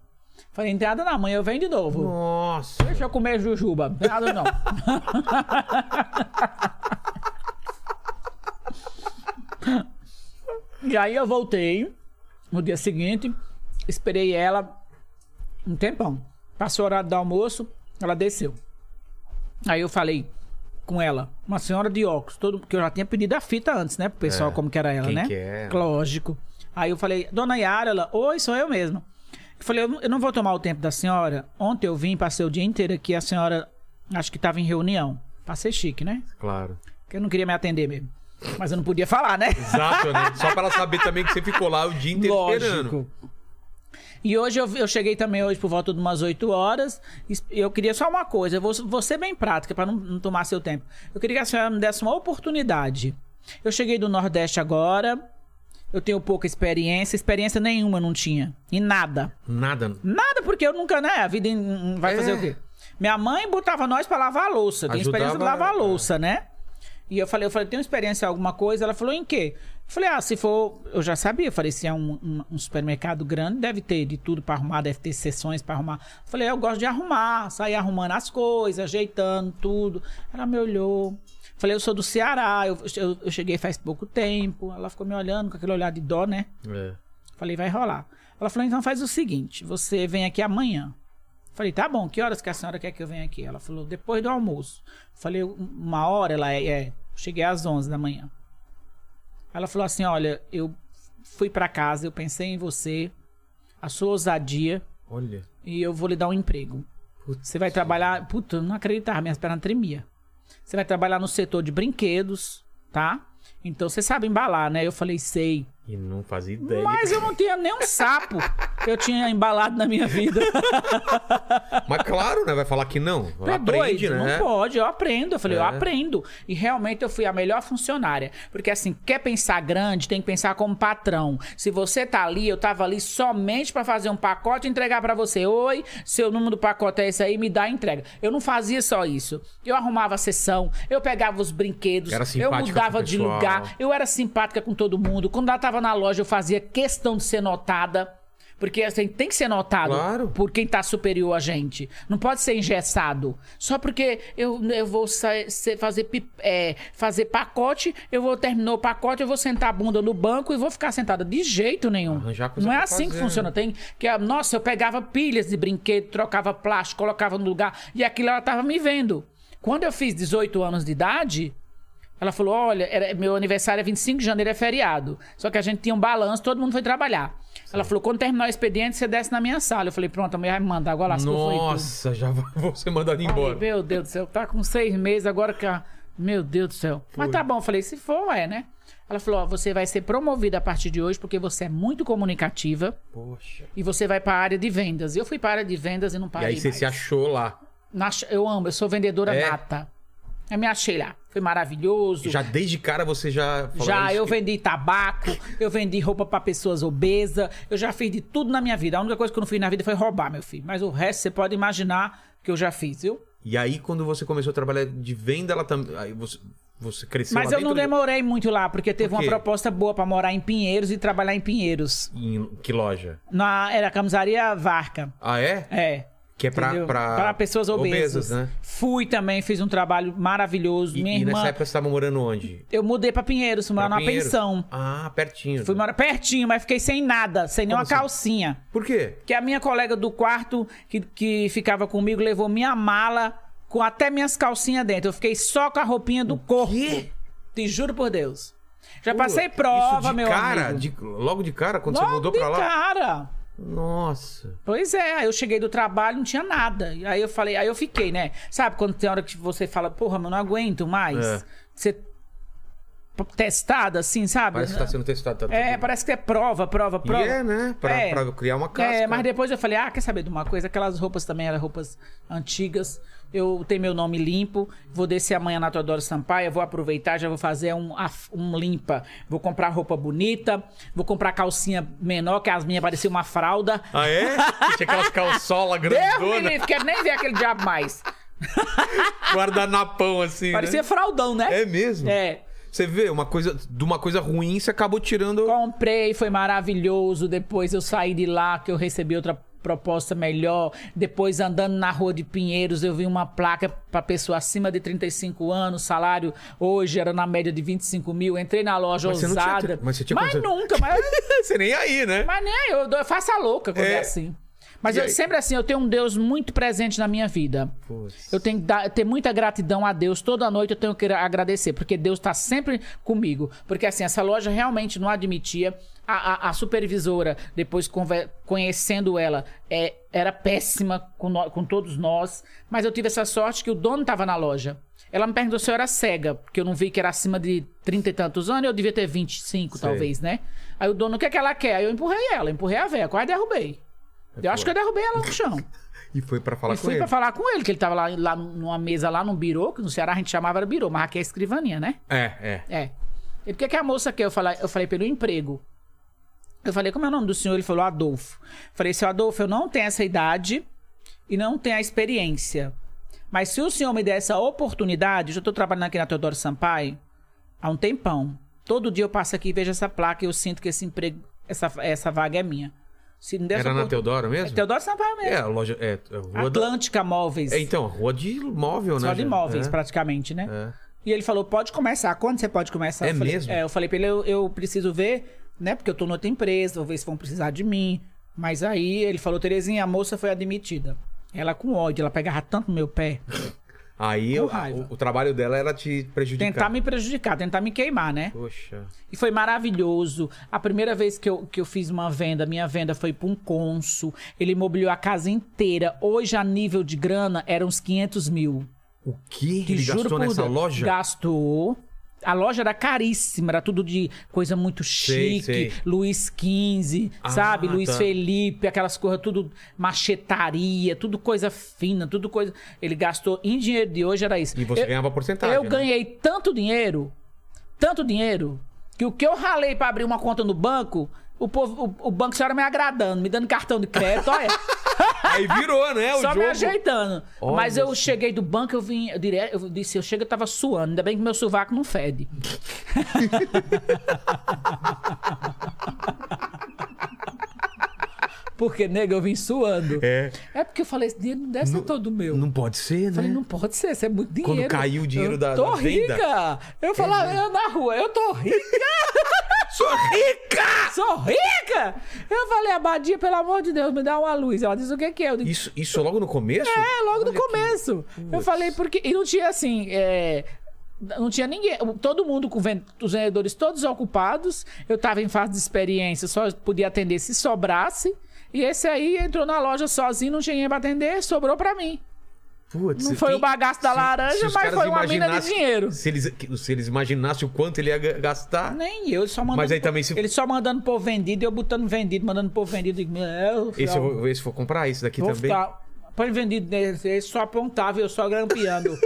Speaker 3: Falei, não tem nada na manhã, eu venho de novo.
Speaker 1: Nossa.
Speaker 3: Deixa eu comer jujuba. Não tem Nada não. e aí eu voltei no dia seguinte, esperei ela um tempão. Passou o horário do almoço, ela desceu. Aí eu falei com ela, uma senhora de óculos, todo, que eu já tinha pedido a fita antes, né? Pro pessoal
Speaker 1: É,
Speaker 3: como que era ela,
Speaker 1: quem
Speaker 3: né?
Speaker 1: que é?
Speaker 3: Lógico. Aí eu falei, dona Yara, ela, oi, sou eu mesma. Eu falei, eu não- eu não vou tomar o tempo da senhora. Ontem eu vim, passei o dia inteiro aqui, a senhora acho que tava em reunião. Passei chique, né?
Speaker 1: Claro.
Speaker 3: Porque eu não queria me atender mesmo. Mas eu não podia falar, né?
Speaker 1: Exato, né? Só pra ela saber também que você ficou lá o dia inteiro esperando.
Speaker 3: Lógico. E hoje eu, eu cheguei também hoje por volta de umas 8 horas. Es- Eu queria só uma coisa, eu vou, vou ser bem prática para não, não tomar seu tempo. Eu queria que a senhora me desse uma oportunidade. Eu cheguei do Nordeste agora. Eu tenho pouca experiência, experiência nenhuma eu não tinha. Em nada.
Speaker 1: Nada.
Speaker 3: Nada, porque eu nunca, né? A vida em- em- vai
Speaker 1: É.
Speaker 3: fazer o quê? Minha mãe botava nós pra lavar a louça. Tem
Speaker 1: Ajudava,
Speaker 3: experiência pra lavar
Speaker 1: é.
Speaker 3: a louça, né? E eu falei, eu falei, tem experiência em alguma coisa? Ela falou, em quê? Eu falei, ah, se for. Eu já sabia. Eu falei, se é um, um- um supermercado grande, deve ter de tudo pra arrumar, deve ter sessões pra arrumar. Eu falei, eu gosto de arrumar, sair arrumando as coisas, ajeitando tudo. Ela me olhou. Eu Falei, eu sou do Ceará, eu- eu- eu cheguei faz pouco tempo. Ela ficou me olhando com aquele olhar de dó, né?
Speaker 1: É.
Speaker 3: Falei, vai rolar. Ela falou, então faz o seguinte, você vem aqui amanhã. Falei, tá bom, que horas que a senhora quer que eu venha aqui? Ela falou, depois do almoço. Falei, "Um, uma hora? Ela é, é. Cheguei às 11 da manhã. Ela falou assim, olha, eu fui pra casa, eu pensei em você, a sua ousadia,
Speaker 1: Olha.
Speaker 3: e eu vou lhe dar um emprego.
Speaker 1: Putz.
Speaker 3: Você vai trabalhar. Puta, eu não acreditava, minhas pernas tremia. Você vai trabalhar no setor de brinquedos, tá? Então você sabe embalar, né? Eu falei, sei.
Speaker 1: E não fazia ideia.
Speaker 3: Mas
Speaker 1: Mas,
Speaker 3: eu não tinha nem um sapo que eu tinha embalado na minha vida.
Speaker 1: claro, né? Vai falar que não.
Speaker 3: É
Speaker 1: Aprende,
Speaker 3: doido,
Speaker 1: né?
Speaker 3: Não pode, eu aprendo. Eu falei, eu
Speaker 1: É.
Speaker 3: aprendo. E realmente eu fui a melhor funcionária. Porque assim, quer pensar grande, tem que pensar como patrão. Se você tá ali, eu tava ali somente pra fazer um pacote e entregar pra você. Oi, seu número do pacote é esse aí, me dá a entrega. Eu não fazia só isso. Eu arrumava a sessão, eu pegava os brinquedos,
Speaker 1: Era
Speaker 3: eu
Speaker 1: simpática com o
Speaker 3: mudava de
Speaker 1: pessoal.
Speaker 3: lugar, eu era simpática com todo mundo. Quando ela tava na loja, eu fazia questão de ser notada. Porque assim, tem que ser notado
Speaker 1: Claro.
Speaker 3: por quem tá superior a gente. Não pode ser engessado. Só porque eu, eu vou sa- ser- fazer, pi- é, fazer pacote, eu vou terminar o pacote, eu vou sentar a bunda no banco e vou ficar sentada. De jeito nenhum.
Speaker 1: Arranjar coisa
Speaker 3: Não é
Speaker 1: pra
Speaker 3: assim que
Speaker 1: fazer,
Speaker 3: funciona.
Speaker 1: né?
Speaker 3: Tem que, ah, nossa, eu pegava pilhas de brinquedo, trocava plástico, colocava no lugar. E aquilo ela tava me vendo. Quando eu fiz 18 anos de idade, ela falou: olha, era- meu aniversário é 25 de janeiro, é feriado. Só que a gente tinha um balanço, todo mundo foi trabalhar. Ela falou: quando terminar o expediente, você desce na minha sala. Eu falei: pronto, a mulher vai me mandar, agora lascou, foi tudo.
Speaker 1: Nossa, já vou ser mandado
Speaker 3: Falei,
Speaker 1: embora.
Speaker 3: Meu Deus do céu, tá com seis meses agora que a... Meu Deus do céu. Mas tá bom, eu falei, se for, é, né? Ela falou, ó, você vai ser promovida a partir de hoje porque você é muito comunicativa
Speaker 1: Poxa.
Speaker 3: e você vai pra área de vendas. E eu fui pra área de vendas e não
Speaker 1: E
Speaker 3: parei
Speaker 1: aí você
Speaker 3: mais.
Speaker 1: se achou lá.
Speaker 3: Na- Eu amo, eu sou vendedora
Speaker 1: É?
Speaker 3: nata. Eu me achei lá. Foi maravilhoso.
Speaker 1: Já desde cara você já. falou, "É
Speaker 3: Já
Speaker 1: isso
Speaker 3: eu
Speaker 1: que-
Speaker 3: vendi tabaco, eu vendi roupa pra pessoas obesas, eu já fiz de tudo na minha vida. A única coisa que eu não fiz na vida foi roubar, meu filho. Mas o resto você pode imaginar que eu já fiz, viu?
Speaker 1: E aí, quando você começou a trabalhar de venda, ela também. Aí você, você cresceu
Speaker 3: Mas
Speaker 1: lá
Speaker 3: eu não
Speaker 1: dentro
Speaker 3: demorei muito lá, porque teve
Speaker 1: Por
Speaker 3: uma
Speaker 1: quê?
Speaker 3: proposta boa pra morar em Pinheiros e trabalhar em Pinheiros.
Speaker 1: de- Em que loja?
Speaker 3: Na, era a camisaria Varca.
Speaker 1: Ah, é?
Speaker 3: É.
Speaker 1: Que é pra,
Speaker 3: entendeu?
Speaker 1: pra...
Speaker 3: Pra pessoas obesas.
Speaker 1: né?
Speaker 3: Fui também, fiz um trabalho maravilhoso.
Speaker 1: E,
Speaker 3: Minha
Speaker 1: e
Speaker 3: irmã.
Speaker 1: nessa época você tava morando onde?
Speaker 3: Eu mudei pra Pinheiros, fui morar
Speaker 1: Pra
Speaker 3: numa
Speaker 1: Pinheiros?
Speaker 3: pensão.
Speaker 1: Ah, pertinho.
Speaker 3: Fui morar pertinho, mas fiquei sem nada, sem nenhuma
Speaker 1: assim?
Speaker 3: calcinha.
Speaker 1: Por quê?
Speaker 3: que a minha colega do quarto que, que ficava comigo levou minha mala com até minhas calcinhas dentro. Eu fiquei só com a roupinha do corpo. Te juro por Deus. Já passei
Speaker 1: Pô,
Speaker 3: prova,
Speaker 1: isso de
Speaker 3: meu
Speaker 1: cara,
Speaker 3: amigo.
Speaker 1: de- logo de cara, quando você
Speaker 3: Logo
Speaker 1: mudou
Speaker 3: de
Speaker 1: pra lá?
Speaker 3: cara.
Speaker 1: Nossa.
Speaker 3: Pois é, aí eu cheguei do trabalho, não tinha nada. E Aí eu falei, aí eu fiquei, né? Sabe quando tem hora que você fala, porra, mas eu não aguento mais.
Speaker 1: É.
Speaker 3: Você p- testada assim, sabe?
Speaker 1: Parece que tá sendo testado. Tá
Speaker 3: É, parece que é prova, prova,
Speaker 1: E
Speaker 3: prova.
Speaker 1: é, né? Pra,
Speaker 3: É.
Speaker 1: pra criar uma casca.
Speaker 3: É, mas depois eu falei, ah, quer saber de uma coisa? Aquelas roupas também eram roupas antigas. Eu tenho meu nome limpo, vou descer amanhã na Teodoro Sampaio, vou aproveitar, já vou fazer um, af- um limpa. Vou comprar roupa bonita, vou comprar calcinha menor, que as minhas pareciam uma fralda.
Speaker 1: Ah, é? Tinha aquelas calçolas
Speaker 3: Deus me
Speaker 1: grandonas,
Speaker 3: livre, quero nem ver aquele diabo mais.
Speaker 1: guardanapão assim, né?
Speaker 3: Parecia fraldão, né?
Speaker 1: É mesmo?
Speaker 3: É.
Speaker 1: Você vê, uma coisa, de uma coisa ruim, você acabou tirando...
Speaker 3: Comprei, foi maravilhoso. Depois eu saí de lá, que eu recebi outra proposta melhor. Depois, andando na rua de Pinheiros, eu vi uma placa para pessoa acima de 35 anos. Salário hoje era na média de 25 mil. Entrei na loja
Speaker 1: Mas você não tinha
Speaker 3: ousada.
Speaker 1: tre- mas você tinha quantos anos?
Speaker 3: nunca, mas,
Speaker 1: Você nem aí, né?
Speaker 3: mas nem eu, eu dou- eu faço a louca quando é,
Speaker 1: É.
Speaker 3: assim. Mas
Speaker 1: E
Speaker 3: eu,
Speaker 1: aí?
Speaker 3: sempre assim, eu tenho um Deus muito presente na minha vida.
Speaker 1: Putz.
Speaker 3: Eu tenho que dar- ter muita gratidão a Deus. Toda noite eu tenho que agradecer, porque Deus está sempre comigo. Porque assim, essa loja realmente não admitia. A, a- a supervisora, depois conver- conhecendo ela, é, era péssima com, nó- com todos nós. Mas eu tive essa sorte que o dono estava na loja. Ela me perguntou se eu era cega, porque eu não vi que era acima de 30 e tantos anos, eu devia ter 25,
Speaker 1: Sei.
Speaker 3: talvez, né? Aí o dono, o que é que ela quer? Aí eu empurrei ela, empurrei a véia, quase derrubei. Eu acho que eu derrubei ela no chão.
Speaker 1: E foi pra falar
Speaker 3: E
Speaker 1: com
Speaker 3: fui
Speaker 1: ele.
Speaker 3: pra falar com ele, que ele tava lá, lá numa mesa lá num birô, que no Ceará a gente chamava era birô, mas aqui é escrivaninha, né?
Speaker 1: É, é.
Speaker 3: É. Ele, o que, que a moça quer? Eu falei, eu falei pelo emprego. Eu falei, como é o nome do senhor? Ele falou, Adolfo. Falei, seu Adolfo, eu não tenho essa idade e não tenho a experiência. Mas se o senhor me der essa oportunidade, eu já estou trabalhando aqui na Teodoro Sampaio há um tempão. Todo dia eu passo aqui e vejo essa placa e eu sinto que esse emprego, essa, essa vaga é minha. Se me der essa
Speaker 1: Era na
Speaker 3: oportun-
Speaker 1: Teodoro
Speaker 3: É
Speaker 1: mesmo?
Speaker 3: Teodoro Sampaio mesmo.
Speaker 1: É, a loja. É, a rua da-
Speaker 3: Atlântica Móveis.
Speaker 1: É, então, a rua de móvel, né?
Speaker 3: Só de
Speaker 1: gente?
Speaker 3: imóveis,
Speaker 1: é.
Speaker 3: praticamente, né?
Speaker 1: É.
Speaker 3: E ele falou, pode começar. Quando você pode começar?
Speaker 1: É
Speaker 3: eu falei,
Speaker 1: mesmo?
Speaker 3: eu falei pra ele, eu, eu preciso ver, né? Porque eu tô noutra empresa, vou ver se vão precisar de mim. Mas aí ele falou, Terezinha, a moça foi admitida. Ela com ódio, ela pegava tanto no meu pé.
Speaker 1: Aí
Speaker 3: Com
Speaker 1: o-
Speaker 3: raiva.
Speaker 1: o, o trabalho dela era te prejudicar.
Speaker 3: Tentar me prejudicar, tentar me queimar, né?
Speaker 1: Poxa.
Speaker 3: E foi maravilhoso. A primeira vez que eu, que eu fiz uma venda, minha venda foi para um cônsul. Ele mobiliou a casa inteira. Hoje, a nível de grana, eram uns 500 mil.
Speaker 1: O que
Speaker 3: Que
Speaker 1: ele
Speaker 3: juro
Speaker 1: gastou
Speaker 3: por
Speaker 1: nessa
Speaker 3: Deus,
Speaker 1: loja?
Speaker 3: Gastou. A loja era caríssima, era tudo de coisa muito
Speaker 1: Sei,
Speaker 3: chique.
Speaker 1: sei.
Speaker 3: Luiz XV,
Speaker 1: Ah,
Speaker 3: sabe? Luiz
Speaker 1: tá.
Speaker 3: Felipe, aquelas coisas, tudo machetaria, tudo coisa fina, tudo coisa. Ele gastou em dinheiro de hoje, era isso.
Speaker 1: E você
Speaker 3: Eu-
Speaker 1: ganhava porcentagem.
Speaker 3: eu
Speaker 1: né?
Speaker 3: ganhei tanto dinheiro, tanto dinheiro, que o que eu ralei pra abrir uma conta no banco, o, povo, o, o banco só era me agradando, me dando cartão de crédito, olha,
Speaker 1: Aí virou, né? O
Speaker 3: só me
Speaker 1: jogo.
Speaker 3: ajeitando.
Speaker 1: Olha
Speaker 3: Mas eu
Speaker 1: só.
Speaker 3: cheguei do banco, eu vim eu direto, eu disse, eu chego, eu tava suando, ainda bem que meu sovaco não fede. Porque, nego, eu vim suando.
Speaker 1: É.
Speaker 3: É porque eu falei, esse dinheiro não deve ser todo meu.
Speaker 1: Não pode ser, né?
Speaker 3: Eu falei, não pode ser, isso é muito dinheiro.
Speaker 1: caiu o dinheiro
Speaker 3: eu
Speaker 1: da-
Speaker 3: tô
Speaker 1: da venda.
Speaker 3: rica. Eu falava, eu na rua, eu tô rica,
Speaker 1: Sou rica!
Speaker 3: sou rica. Eu falei, Abadia, pelo amor de Deus, me dá uma luz. Ela disse, o que que é? Eu disse,
Speaker 1: Isso, isso logo no começo?
Speaker 3: é, logo no começo. Eu falei, porque... E não tinha, assim, é, Não tinha ninguém, todo mundo com ven- os vendedores todos ocupados. Eu tava em fase de experiência, só podia atender se sobrasse. E esse aí entrou na loja sozinho, não tinha ninguém pra atender, sobrou pra mim.
Speaker 1: Putz,
Speaker 3: Não foi o bagaço da laranja,
Speaker 1: os
Speaker 3: mas
Speaker 1: caras
Speaker 3: foi uma mina de
Speaker 1: imaginassem-
Speaker 3: dinheiro.
Speaker 1: Se eles, que- se eles imaginassem o quanto ele ia ga- gastar.
Speaker 3: Nem eu, ele só mandando.
Speaker 1: Mas aí também se-
Speaker 3: Ele só mandando pô vendido, eu botando vendido, mandando pô vendido. e- É, eu-
Speaker 1: Esse eu,
Speaker 3: eu
Speaker 1: vou- esse eu vou comprar, esse daqui
Speaker 3: vou
Speaker 1: também.
Speaker 3: ficar. Põe vendido nesse, ele só apontava e eu só grampeando.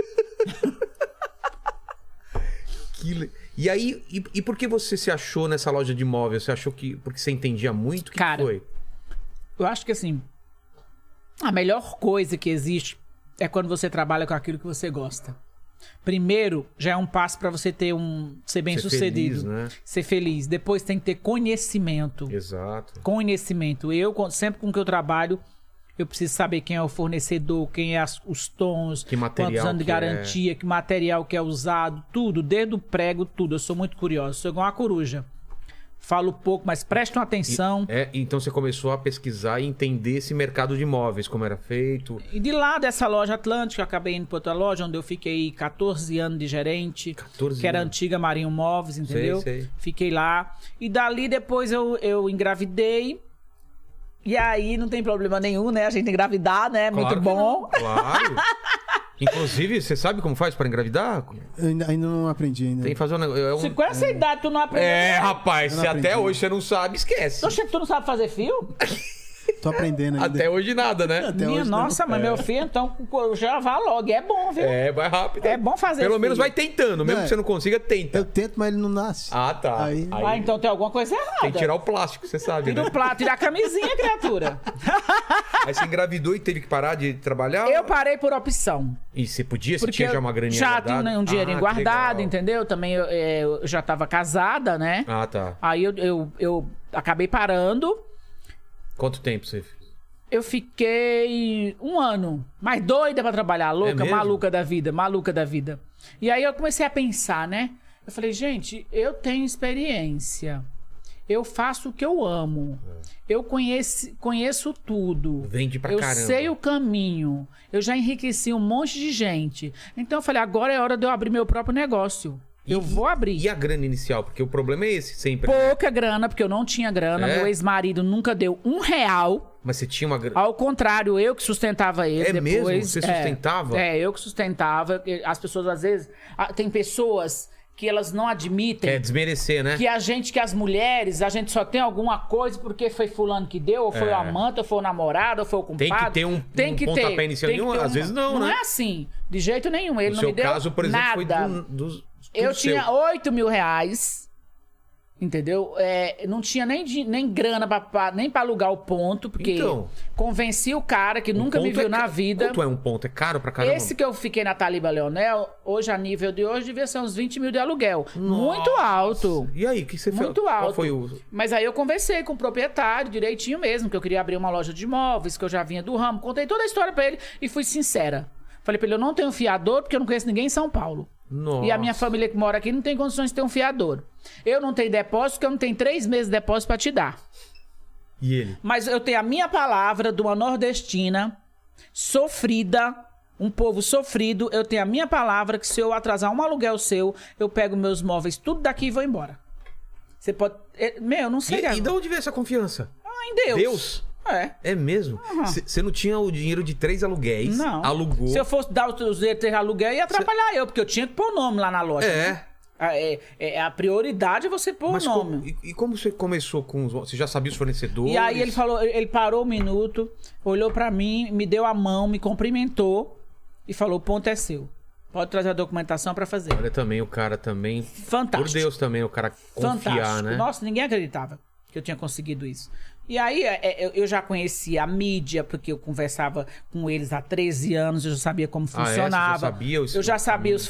Speaker 1: Que le- E aí, e, e por que você se achou nessa loja de imóvel? Você achou que. Porque você entendia muito? O que
Speaker 3: Cara,
Speaker 1: foi?
Speaker 3: eu acho que assim. A melhor coisa que existe é quando você trabalha com aquilo que você gosta. Primeiro, já é um passo pra você ter um. ser bem
Speaker 1: Ser
Speaker 3: sucedido.
Speaker 1: feliz, né?
Speaker 3: Ser feliz. Depois tem que ter conhecimento.
Speaker 1: Exato.
Speaker 3: conhecimento. Eu, con- sempre com que eu trabalho, eu preciso saber quem é o fornecedor, quem é as- os tons,
Speaker 1: Que material
Speaker 3: quantos anos de
Speaker 1: que é.
Speaker 3: garantia, que material que é usado, tudo, desde o prego, tudo. Eu sou muito curioso, sou igual uma coruja. Falo pouco, mas prestam atenção.
Speaker 1: É, então você começou a pesquisar e entender esse mercado de imóveis, como era feito.
Speaker 3: E de lá dessa loja Atlântica, eu acabei indo para outra loja, onde eu fiquei 14 anos de gerente.
Speaker 1: 14
Speaker 3: Que era
Speaker 1: anos.
Speaker 3: antiga Marinho Móveis, entendeu?
Speaker 1: sei.
Speaker 3: Fiquei lá. E dali depois eu, eu engravidei. E aí não tem problema nenhum, né? A gente engravidar, né?
Speaker 1: Claro
Speaker 3: Muito
Speaker 1: que
Speaker 3: bom.
Speaker 1: não, Claro. Inclusive, você sabe como faz pra engravidar?
Speaker 2: Eu Ainda, ainda não aprendi ainda.
Speaker 1: Tem que fazer um negócio. É, um-
Speaker 3: Se com essa idade tu não aprendeu.
Speaker 1: É, rapaz,
Speaker 2: Eu não
Speaker 1: se até
Speaker 2: aprendi.
Speaker 1: hoje você não sabe, esquece.
Speaker 3: Tu acha que tu não sabe fazer fio?
Speaker 2: Tô aprendendo ainda.
Speaker 1: Até hoje nada, né?
Speaker 2: Até
Speaker 3: Minha
Speaker 2: hoje não.
Speaker 3: nossa, mas meu filho, então já vá logo. E É bom, viu?
Speaker 1: É, vai rápido.
Speaker 3: É bom fazer
Speaker 1: Pelo
Speaker 3: filho.
Speaker 1: menos vai tentando. Mesmo
Speaker 2: Não,
Speaker 3: é.
Speaker 1: que você não consiga, tenta.
Speaker 2: Eu tento, mas ele não nasce.
Speaker 1: Ah, tá.
Speaker 2: Aí-
Speaker 3: Ah, então tem alguma coisa errada.
Speaker 1: Tem que tirar o plástico, você sabe, né?
Speaker 3: Tira o plato, tira a camisinha, criatura.
Speaker 1: Aí você engravidou e teve que parar de trabalhar?
Speaker 3: Eu parei por opção.
Speaker 1: E você podia? Você
Speaker 3: Porque
Speaker 1: tinha já
Speaker 3: eu
Speaker 1: uma graninha
Speaker 3: já
Speaker 1: guardada?
Speaker 3: tinha um dinheirinho
Speaker 1: Ah, que
Speaker 3: guardado,
Speaker 1: legal.
Speaker 3: entendeu? Também eu, é, eu já tava casada, né?
Speaker 1: Ah, tá.
Speaker 3: Aí eu, eu, eu acabei parando.
Speaker 1: Quanto tempo você...
Speaker 3: Eu fiquei um ano, mas doida pra trabalhar, louca,
Speaker 1: É mesmo?
Speaker 3: maluca da vida, maluca da vida. E aí eu comecei a pensar, né? Eu falei, gente, eu tenho experiência. Eu faço o que eu amo. Eu conheço, conheço tudo.
Speaker 1: É. Vende pra
Speaker 3: eu
Speaker 1: caramba.
Speaker 3: sei o caminho. Eu já enriqueci um monte de gente. Então eu falei, agora é hora de eu abrir meu próprio negócio. eu
Speaker 1: E-
Speaker 3: vou abrir
Speaker 1: E a grana inicial? Porque o problema é esse sempre.
Speaker 3: pouca grana, porque eu não tinha grana.
Speaker 1: É?
Speaker 3: Meu ex-marido nunca deu um real.
Speaker 1: Mas você tinha uma grana...
Speaker 3: Ao contrário, eu que sustentava ele.
Speaker 1: É
Speaker 3: depois,
Speaker 1: mesmo? Você
Speaker 3: É.
Speaker 1: sustentava?
Speaker 3: É, eu que sustentava. As pessoas, às vezes, ah, tem pessoas que elas não admitem.
Speaker 1: É desmerecer, né?
Speaker 3: Que a gente, que as mulheres, a gente só tem alguma coisa porque foi fulano que deu, ou foi
Speaker 1: É.
Speaker 3: o amante, ou foi o namorado, ou foi o
Speaker 1: Tem que
Speaker 3: compadre.
Speaker 1: ter um- um pontapé inicial.
Speaker 3: que
Speaker 1: Nenhum-
Speaker 3: ter
Speaker 1: às vezes não,
Speaker 3: Não
Speaker 1: né?
Speaker 3: é assim, de jeito nenhum. Ele
Speaker 1: no
Speaker 3: não
Speaker 1: seu
Speaker 3: me deu
Speaker 1: um caso, por exemplo,
Speaker 3: nada.
Speaker 1: foi do, dos- tudo
Speaker 3: Eu tinha
Speaker 1: seu.
Speaker 3: 8 mil reais Entendeu? É, não tinha nem, din- nem grana pra, pra- nem pra alugar o ponto, porque
Speaker 1: Então.
Speaker 3: convenci o cara que
Speaker 1: Um
Speaker 3: nunca me
Speaker 1: ponto
Speaker 3: viu
Speaker 1: é
Speaker 3: na
Speaker 1: ca-
Speaker 3: vida.
Speaker 1: Quanto é um ponto? É caro pra caramba.
Speaker 3: Esse que eu fiquei na Taliba Leonel, hoje a nível de hoje devia ser uns 20 mil de aluguel. Muito alto.
Speaker 1: E aí, é o que você fez?
Speaker 3: Muito
Speaker 1: Qual
Speaker 3: alto.
Speaker 1: foi o...
Speaker 3: Mas aí eu conversei com o proprietário direitinho mesmo, que eu queria abrir uma loja de imóveis, que eu já vinha do ramo. Contei toda a história pra ele e fui sincera. Falei pra ele, eu não tenho fiador porque eu não conheço ninguém em São Paulo.
Speaker 1: Nossa.
Speaker 3: E a minha família que mora aqui não tem condições de ter um fiador. Eu não tenho depósito, porque eu não tenho três meses de depósito pra te dar.
Speaker 1: E ele?
Speaker 3: Mas eu tenho a minha palavra de uma nordestina sofrida, um povo sofrido. Eu tenho a minha palavra que se eu atrasar um aluguel seu, eu pego meus móveis tudo daqui e vou embora. Você pode. é, Meu, eu não
Speaker 1: E,
Speaker 3: sei.
Speaker 1: e
Speaker 3: Gabi.
Speaker 1: de onde veio essa confiança?
Speaker 3: Ah, em Deus.
Speaker 1: Deus?
Speaker 3: É.
Speaker 1: É mesmo? Você não tinha o dinheiro de três aluguéis.
Speaker 3: Não.
Speaker 1: Alugou.
Speaker 3: Se eu fosse dar os os três aluguel, ia atrapalhar eu, porque eu tinha que pôr o nome lá na loja.
Speaker 1: É.
Speaker 3: né? Ah, É, é- a prioridade é você pôr
Speaker 1: Mas
Speaker 3: o nome.
Speaker 1: como, e, e como você começou com os... Você já sabia os fornecedores?
Speaker 3: E aí ele falou, ele parou um minuto, olhou pra mim, me deu a mão, me cumprimentou e falou: "O ponto é seu. Pode trazer a documentação pra fazer".
Speaker 1: Olha também, o cara também...
Speaker 3: Fantástico.
Speaker 1: Por Deus também, o cara confiar,
Speaker 3: Fantástico.
Speaker 1: né?
Speaker 3: Nossa, ninguém acreditava que eu tinha conseguido isso. E aí é, é, eu- eu já conhecia a mídia, porque eu conversava com eles há 13 anos, eu já sabia como
Speaker 1: Ah, é? Você já
Speaker 3: funcionava.
Speaker 1: sabia os-
Speaker 3: eu já sabia os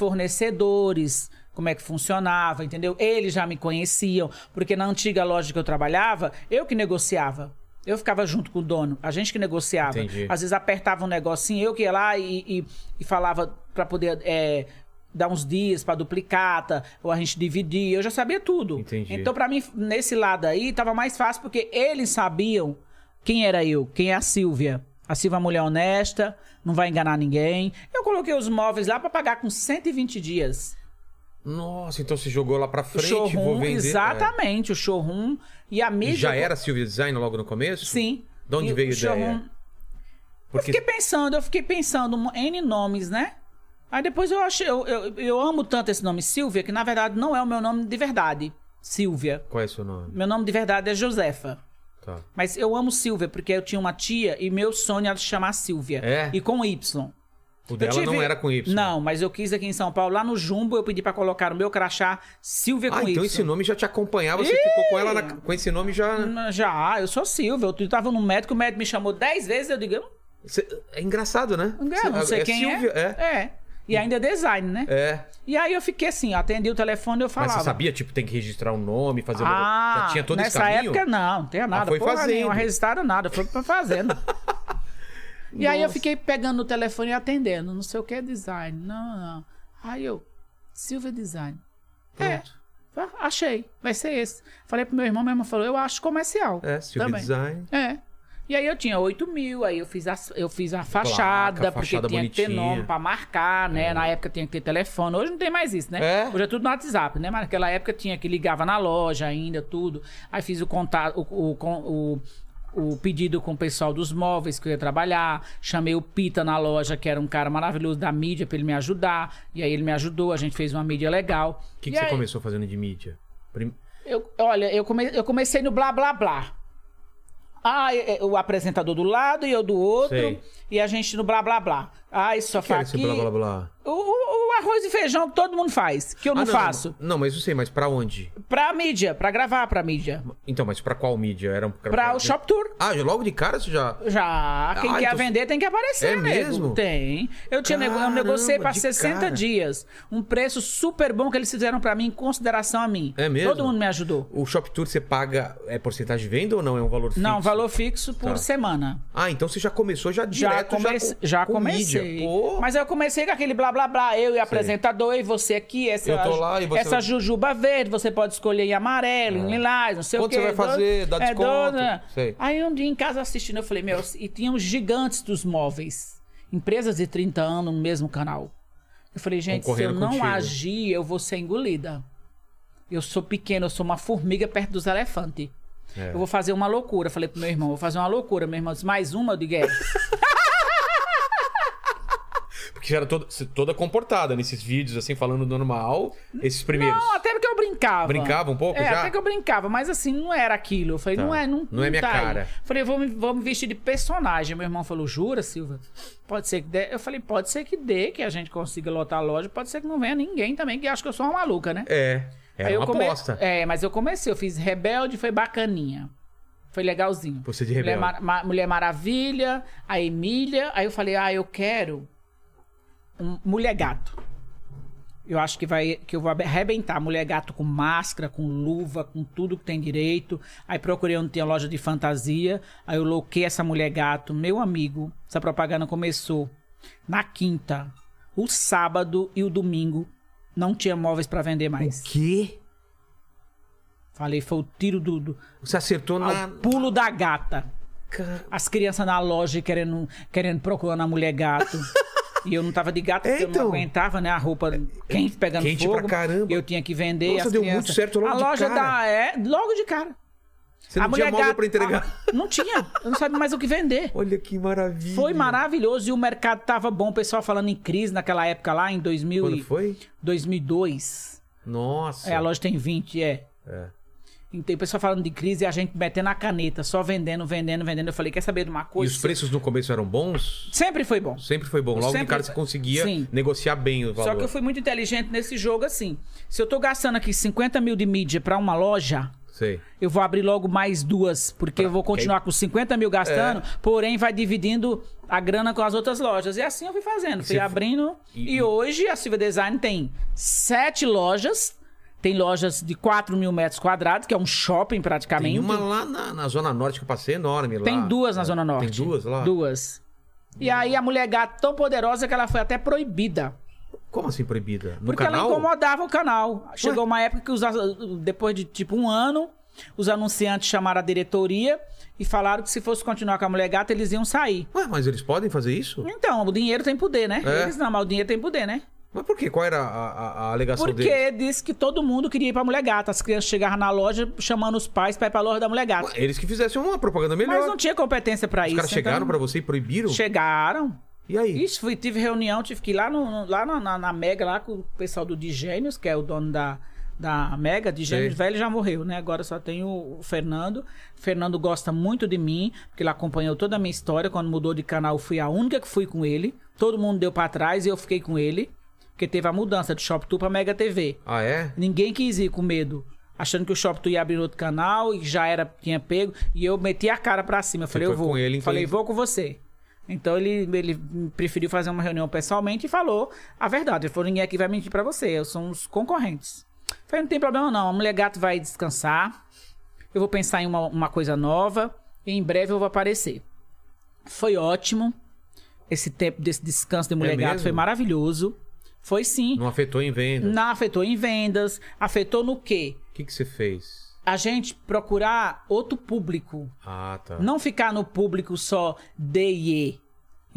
Speaker 3: fornecedores, como é que funcionava, entendeu? Eles já me conheciam, porque na antiga loja que eu trabalhava, eu que negociava. Eu ficava junto com o dono, a gente que negociava.
Speaker 1: Entendi.
Speaker 3: Às vezes apertava um negocinho, eu que ia lá e, e- e falava pra poder é, dar uns dias pra duplicata, ou a gente dividia, eu já sabia tudo.
Speaker 1: Entendi.
Speaker 3: Então, pra mim, nesse lado aí, tava mais fácil, porque eles sabiam quem era eu, quem é a Silvia. A Silvia é uma mulher honesta, não vai enganar ninguém. Eu coloquei os móveis lá pra pagar com 120 dias.
Speaker 1: Nossa, então você jogou lá pra
Speaker 3: O
Speaker 1: frente, vou
Speaker 3: showroom,
Speaker 1: vender.
Speaker 3: exatamente, o showroom. E a
Speaker 1: É.
Speaker 3: mídia.
Speaker 1: E já era Silvia Design logo no começo?
Speaker 3: Sim.
Speaker 1: De onde
Speaker 3: E
Speaker 1: veio a
Speaker 3: o
Speaker 1: ideia?
Speaker 3: showroom-
Speaker 1: Porque...
Speaker 3: Eu fiquei pensando, eu fiquei pensando, um- N nomes, né? Aí depois eu achei, eu, eu, eu amo tanto esse nome Silvia, que na verdade não é o meu nome de verdade, Silvia.
Speaker 1: Qual é o seu nome?
Speaker 3: Meu nome de verdade é Josefa.
Speaker 1: Tá.
Speaker 3: Mas eu amo Silvia, porque eu tinha uma tia e meu sonho era chamar Silvia.
Speaker 1: É?
Speaker 3: E com Y.
Speaker 1: O
Speaker 3: Eu
Speaker 1: dela não
Speaker 3: tive-
Speaker 1: era com Y.
Speaker 3: Não, mas eu quis aqui em São Paulo, lá no Jumbo, eu pedi pra colocar o meu crachá Silvia
Speaker 1: Ah,
Speaker 3: com
Speaker 1: então
Speaker 3: Y.
Speaker 1: esse nome já te acompanhava, você ficou com ela na- com esse nome
Speaker 3: Hum.
Speaker 1: já.
Speaker 3: Já, ah, eu sou Silvia. Eu tava no médico, o médico me chamou dez vezes, eu digo, eu
Speaker 1: Cê- É engraçado, né?
Speaker 3: não, ganho, não
Speaker 1: Cê-
Speaker 3: sei quem
Speaker 1: Silvia, é.
Speaker 3: é. É. E ainda é design, né?
Speaker 1: É.
Speaker 3: E aí eu fiquei assim, ó, atendi o telefone e eu falava.
Speaker 1: Mas você sabia, tipo, tem que registrar o nome, fazer o.
Speaker 3: Ah,
Speaker 1: Já tinha todo
Speaker 3: nessa
Speaker 1: esse caminho?
Speaker 3: época né? não, não tinha nada.
Speaker 1: Ah, foi
Speaker 3: porra
Speaker 1: fazendo.
Speaker 3: nenhuma, registrada nada, foi pra fazendo. e aí eu fiquei pegando o telefone e atendendo, não sei o que, design, não, não. Aí eu, Silvia Design. É,
Speaker 1: Pronto.
Speaker 3: fa- achei, vai ser esse. Falei pro meu irmão, meu irmão falou, eu acho comercial.
Speaker 1: É, Silvia
Speaker 3: Também.
Speaker 1: Design.
Speaker 3: É. E aí eu tinha 8 mil, aí eu fiz a, eu fiz a fachada,
Speaker 1: Placa,
Speaker 3: porque
Speaker 1: fachada
Speaker 3: tinha que ter
Speaker 1: bonitinha.
Speaker 3: nome pra marcar, né? Na época tinha que ter telefone. Hoje não tem mais isso, né?
Speaker 1: É?
Speaker 3: Hoje é tudo no WhatsApp, né? Mas naquela época tinha que ligava na loja ainda, tudo. Aí fiz o contato, o, o, con- o, o pedido com o pessoal dos móveis que eu ia trabalhar. Chamei o Pita na loja, que era um cara maravilhoso da mídia, pra ele me ajudar. E aí ele me ajudou, a gente fez uma mídia legal.
Speaker 1: O que,
Speaker 3: E
Speaker 1: que você
Speaker 3: aí-
Speaker 1: começou fazendo de mídia? Prim-
Speaker 3: eu- olha, eu, come- eu comecei no blá blá blá. Ah, e- e- o apresentador do lado e eu do outro.
Speaker 1: Sei.
Speaker 3: E a gente no blá blá blá. Ah, isso só
Speaker 1: que era
Speaker 3: faz
Speaker 1: esse
Speaker 3: aqui.
Speaker 1: blá blá blá?
Speaker 3: O, o- o arroz e feijão que todo mundo faz, que eu não,
Speaker 1: Ah,
Speaker 3: faço.
Speaker 1: Não, mas eu sei, mas pra onde?
Speaker 3: Pra mídia, pra gravar pra mídia.
Speaker 1: Então, mas pra qual mídia? Era um...
Speaker 3: Pra o Shop Tour.
Speaker 1: Ah, já- logo de cara você já.
Speaker 3: Já, quem
Speaker 1: Ah,
Speaker 3: quer
Speaker 1: então-
Speaker 3: vender tem que aparecer
Speaker 1: É
Speaker 3: nego.
Speaker 1: mesmo?
Speaker 3: Tem. Eu tinha nego- eu
Speaker 1: Caramba,
Speaker 3: negociei pra
Speaker 1: de
Speaker 3: 60
Speaker 1: cara.
Speaker 3: dias. Um preço super bom que eles fizeram pra mim em consideração a mim.
Speaker 1: É mesmo?
Speaker 3: Todo mundo me ajudou.
Speaker 1: O Shop Tour você paga é porcentagem de venda ou não? É um valor fixo?
Speaker 3: Não, valor fixo por
Speaker 1: Tá.
Speaker 3: semana.
Speaker 1: Ah, então você já começou já
Speaker 3: Já,
Speaker 1: direto
Speaker 3: comece,
Speaker 1: com-
Speaker 3: já
Speaker 1: com
Speaker 3: comecei.
Speaker 1: mídia. Pô,
Speaker 3: Mas eu comecei com aquele blá blá blá, eu e o apresentador, e você aqui, essa,
Speaker 1: Eu tô lá e você- É.
Speaker 3: essa jujuba verde, você pode escolher em amarelo, em lilás, não sei
Speaker 1: Quanto
Speaker 3: o quê.
Speaker 1: você vai fazer? Dá desconto?
Speaker 3: né?
Speaker 1: Sei.
Speaker 3: Aí um dia em casa assistindo, eu falei, meu, e tinha os gigantes dos móveis. Empresas de 30 anos no mesmo canal. Eu falei, gente, se eu
Speaker 1: Concorrendo
Speaker 3: não
Speaker 1: contigo.
Speaker 3: agir, eu vou ser engolida. Eu sou pequeno, eu sou uma formiga perto dos elefantes.
Speaker 1: É.
Speaker 3: Eu vou fazer uma loucura. Falei pro meu irmão, vou fazer uma loucura. Meu irmão disse, mais uma? Eu digo, é.
Speaker 1: porque você era toda, você- toda comportada nesses vídeos, assim, falando normal. Esses primeiros.
Speaker 3: Não, até porque eu brincava.
Speaker 1: Brincava um pouco
Speaker 3: é,
Speaker 1: já?
Speaker 3: até que eu brincava, mas assim, não era aquilo. Eu falei,
Speaker 1: Tá.
Speaker 3: não é, não,
Speaker 1: Não é minha
Speaker 3: tá aí.
Speaker 1: cara.
Speaker 3: Falei, vou me, vou me vestir de personagem. Meu irmão falou, jura, Silva? Pode ser que dê. Eu falei, pode ser que dê, que a gente consiga lotar a loja, pode ser que não venha ninguém também, que acha que eu sou uma maluca, né?
Speaker 1: É. Era
Speaker 3: eu
Speaker 1: uma
Speaker 3: come-
Speaker 1: aposta.
Speaker 3: É, mas eu comecei, eu fiz Rebelde, foi bacaninha. Foi legalzinho.
Speaker 1: Você de
Speaker 3: Mulher,
Speaker 1: rebelde.
Speaker 3: Mar- Ma- Mulher Maravilha, a Emília. Aí eu falei, ah, eu quero um Mulher Gato. Eu acho que, vai, que eu vou abe- arrebentar Mulher Gato com máscara, com luva, com tudo que tem direito. Aí procurei onde tinha loja de fantasia. Aí eu loquei essa Mulher Gato. Meu amigo, essa propaganda começou na quinta, o sábado e o domingo. Não tinha móveis pra vender mais.
Speaker 1: Que?
Speaker 3: Falei, foi o tiro do. do
Speaker 1: Você acertou na.
Speaker 3: ao pulo da gata.
Speaker 1: Ca-
Speaker 3: As crianças na loja querendo, querendo procurando a mulher gato. e eu não tava de gato,
Speaker 1: É,
Speaker 3: porque eu
Speaker 1: então. É,
Speaker 3: não aguentava, né? A roupa quente pegando
Speaker 1: Quente
Speaker 3: fogo.
Speaker 1: pra caramba.
Speaker 3: Eu tinha que vender.
Speaker 1: Nossa,
Speaker 3: as
Speaker 1: deu
Speaker 3: crianças.
Speaker 1: muito certo logo
Speaker 3: a
Speaker 1: de
Speaker 3: loja
Speaker 1: cara.
Speaker 3: Da, é, logo de cara.
Speaker 1: Você não
Speaker 3: a
Speaker 1: tinha
Speaker 3: mulher
Speaker 1: móvel
Speaker 3: gato-
Speaker 1: pra entregar.
Speaker 3: a- não tinha. Eu não sabia mais o que vender.
Speaker 1: Olha que maravilha.
Speaker 3: Foi maravilhoso e o mercado tava bom. O pessoal falando em crise naquela época lá, em 2000
Speaker 1: Quando
Speaker 3: e-
Speaker 1: foi?
Speaker 3: 2002.
Speaker 1: Nossa.
Speaker 3: É, a loja tem 20, é.
Speaker 1: É.
Speaker 3: E Tem pessoa falando de crise e a gente metendo a caneta, só vendendo, vendendo, vendendo. Eu falei, quer saber de uma
Speaker 1: E
Speaker 3: coisa?
Speaker 1: os preços no começo eram bons?
Speaker 3: Sempre foi bom.
Speaker 1: Sempre foi bom. Logo de
Speaker 3: Sempre-
Speaker 1: cara você conseguia
Speaker 3: Sim.
Speaker 1: negociar bem o valor.
Speaker 3: Só que eu fui muito inteligente nesse jogo, assim. Se eu tô gastando aqui 50 mil de mídia pra uma loja,
Speaker 1: Sei.
Speaker 3: eu vou abrir logo mais duas, porque eu vou continuar com 50 mil
Speaker 1: É.
Speaker 3: gastando, porém vai dividindo a grana com as outras lojas. E assim eu fui fazendo, fui
Speaker 1: você-
Speaker 3: abrindo. E, hoje a Silvia Design tem sete lojas. Tem lojas de 4 mil metros quadrados, que é um shopping praticamente.
Speaker 1: Tem uma lá na, na Zona Norte que eu passei enorme lá. É.
Speaker 3: Tem duas na Zona Norte.
Speaker 1: Tem duas lá?
Speaker 3: Duas. E aí a mulher gata tão poderosa que ela foi até proibida.
Speaker 1: Como assim proibida? No
Speaker 3: porque
Speaker 1: canal?
Speaker 3: ela incomodava o canal. Chegou uma época que os, depois de tipo um ano, os anunciantes chamaram a diretoria e falaram que se fosse continuar com a mulher gata, eles iam sair.
Speaker 1: Ué, mas eles podem fazer isso?
Speaker 3: Então, o dinheiro tem poder, né?
Speaker 1: É.
Speaker 3: Eles não, mas o dinheiro tem poder, né?
Speaker 1: Mas por quê? Qual era a, a- a alegação
Speaker 3: Porque
Speaker 1: deles?
Speaker 3: disse que todo mundo queria ir pra mulher gata. As crianças chegavam na loja chamando os pais pra ir pra loja da mulher gata.
Speaker 1: Ué, Eles que fizessem uma propaganda melhor.
Speaker 3: Mas não tinha competência pra
Speaker 1: Os
Speaker 3: isso.
Speaker 1: caras chegaram
Speaker 3: então-
Speaker 1: pra você e proibiram?
Speaker 3: Chegaram.
Speaker 1: E aí?
Speaker 3: Isso, fui, tive reunião, tive que ir lá, no, no- lá na, na- na Mega, lá com o pessoal do Digênios, que é o dono da, da Mega. Digênios
Speaker 1: Sei.
Speaker 3: velho já morreu, né? Agora só tem o, o Fernando. Fernando gosta muito de mim, porque ele acompanhou toda a minha história. Quando mudou de canal, eu fui a única que fui com ele. Todo mundo deu pra trás e eu fiquei com ele. Porque teve a mudança de Shop Tu pra Mega TV.
Speaker 1: Ah, é?
Speaker 3: Ninguém quis ir com medo. Achando que o Shop Tu ia abrir outro canal e já era, tinha pego. E eu meti a cara pra cima. Eu falei,
Speaker 1: foi
Speaker 3: eu vou.
Speaker 1: com ele, então
Speaker 3: falei,
Speaker 1: ele-
Speaker 3: vou com você. Então ele, ele preferiu fazer uma reunião pessoalmente e falou a verdade. Ele falou: ninguém aqui vai mentir pra você, eu sou uns concorrentes. Eu Falei, não tem problema não, a mulher gato vai descansar. Eu vou pensar em uma, uma coisa nova e em breve eu vou aparecer. Foi ótimo. Esse tempo desse descanso de mulher gato
Speaker 1: É mesmo?
Speaker 3: foi maravilhoso. Foi sim.
Speaker 1: Não afetou em venda.
Speaker 3: Não afetou em vendas, afetou no quê?
Speaker 1: O que, que você fez?
Speaker 3: A gente procurar outro público.
Speaker 1: Ah, tá.
Speaker 3: Não ficar no público só D e E.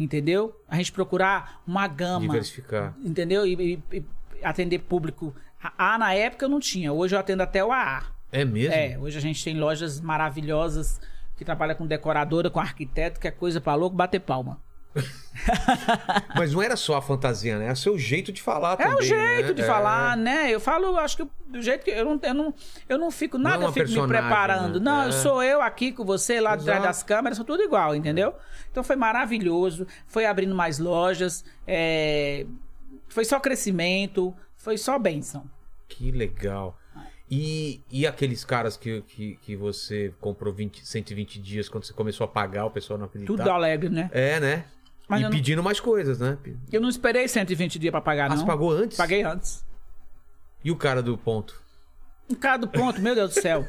Speaker 3: Entendeu? A gente procurar uma gama.
Speaker 1: Diversificar.
Speaker 3: Entendeu? E, e- e atender público. A A na época eu não tinha. Hoje eu atendo até o AA.
Speaker 1: É mesmo?
Speaker 3: É, hoje a gente tem lojas maravilhosas que trabalha com decoradora, com arquiteto, que é coisa pra louco bater palma.
Speaker 1: Mas não era só a fantasia, né? É o seu jeito de falar
Speaker 3: É
Speaker 1: também.
Speaker 3: o jeito
Speaker 1: né?
Speaker 3: de
Speaker 1: É.
Speaker 3: falar, né? Eu falo, acho que do jeito que eu não, eu não, eu não fico nada,
Speaker 1: Não é uma
Speaker 3: eu fico me
Speaker 1: personagem,
Speaker 3: preparando.
Speaker 1: né?
Speaker 3: Não,
Speaker 1: É.
Speaker 3: eu sou eu aqui com você lá de trás
Speaker 1: Exato.
Speaker 3: das câmeras, sou tudo igual, entendeu? Então foi maravilhoso, foi abrindo mais lojas, é, foi só crescimento, foi só bênção.
Speaker 1: Que legal. E, e aqueles caras que, que, que você comprou 20, 120 dias quando você começou a pagar, o pessoal não acreditava.
Speaker 3: Tudo alegre, né?
Speaker 1: É, né?
Speaker 3: Mas
Speaker 1: e
Speaker 3: eu não-
Speaker 1: pedindo mais coisas, né?
Speaker 3: Eu não esperei 120 dias pra pagar,
Speaker 1: Ah,
Speaker 3: não.
Speaker 1: você pagou antes?
Speaker 3: Paguei antes.
Speaker 1: E o cara do ponto?
Speaker 3: Em cada ponto, meu Deus do céu.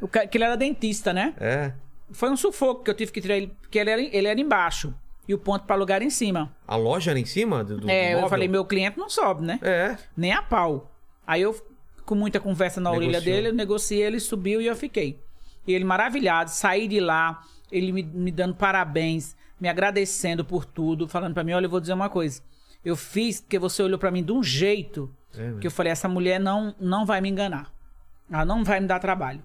Speaker 3: O ca- que ele era dentista, né?
Speaker 1: É.
Speaker 3: Foi um sufoco que eu tive que tirar ele, porque ele era, ele era embaixo. E o ponto pra alugar era em cima.
Speaker 1: A loja era em cima do, do
Speaker 3: É, eu
Speaker 1: móvel?
Speaker 3: falei, meu cliente não sobe, né?
Speaker 1: É.
Speaker 3: Nem a pau. Aí eu, com muita conversa na orelha
Speaker 1: Negociou.
Speaker 3: dele, eu negociei, ele subiu e eu fiquei. E ele maravilhado, saí de lá, ele me, me dando parabéns, me agradecendo por tudo, falando pra mim, olha, eu vou dizer uma coisa. Eu fiz porque você olhou pra mim de um jeito
Speaker 1: É mesmo.
Speaker 3: que eu falei, essa mulher não, não vai me enganar. Ela não vai me dar trabalho.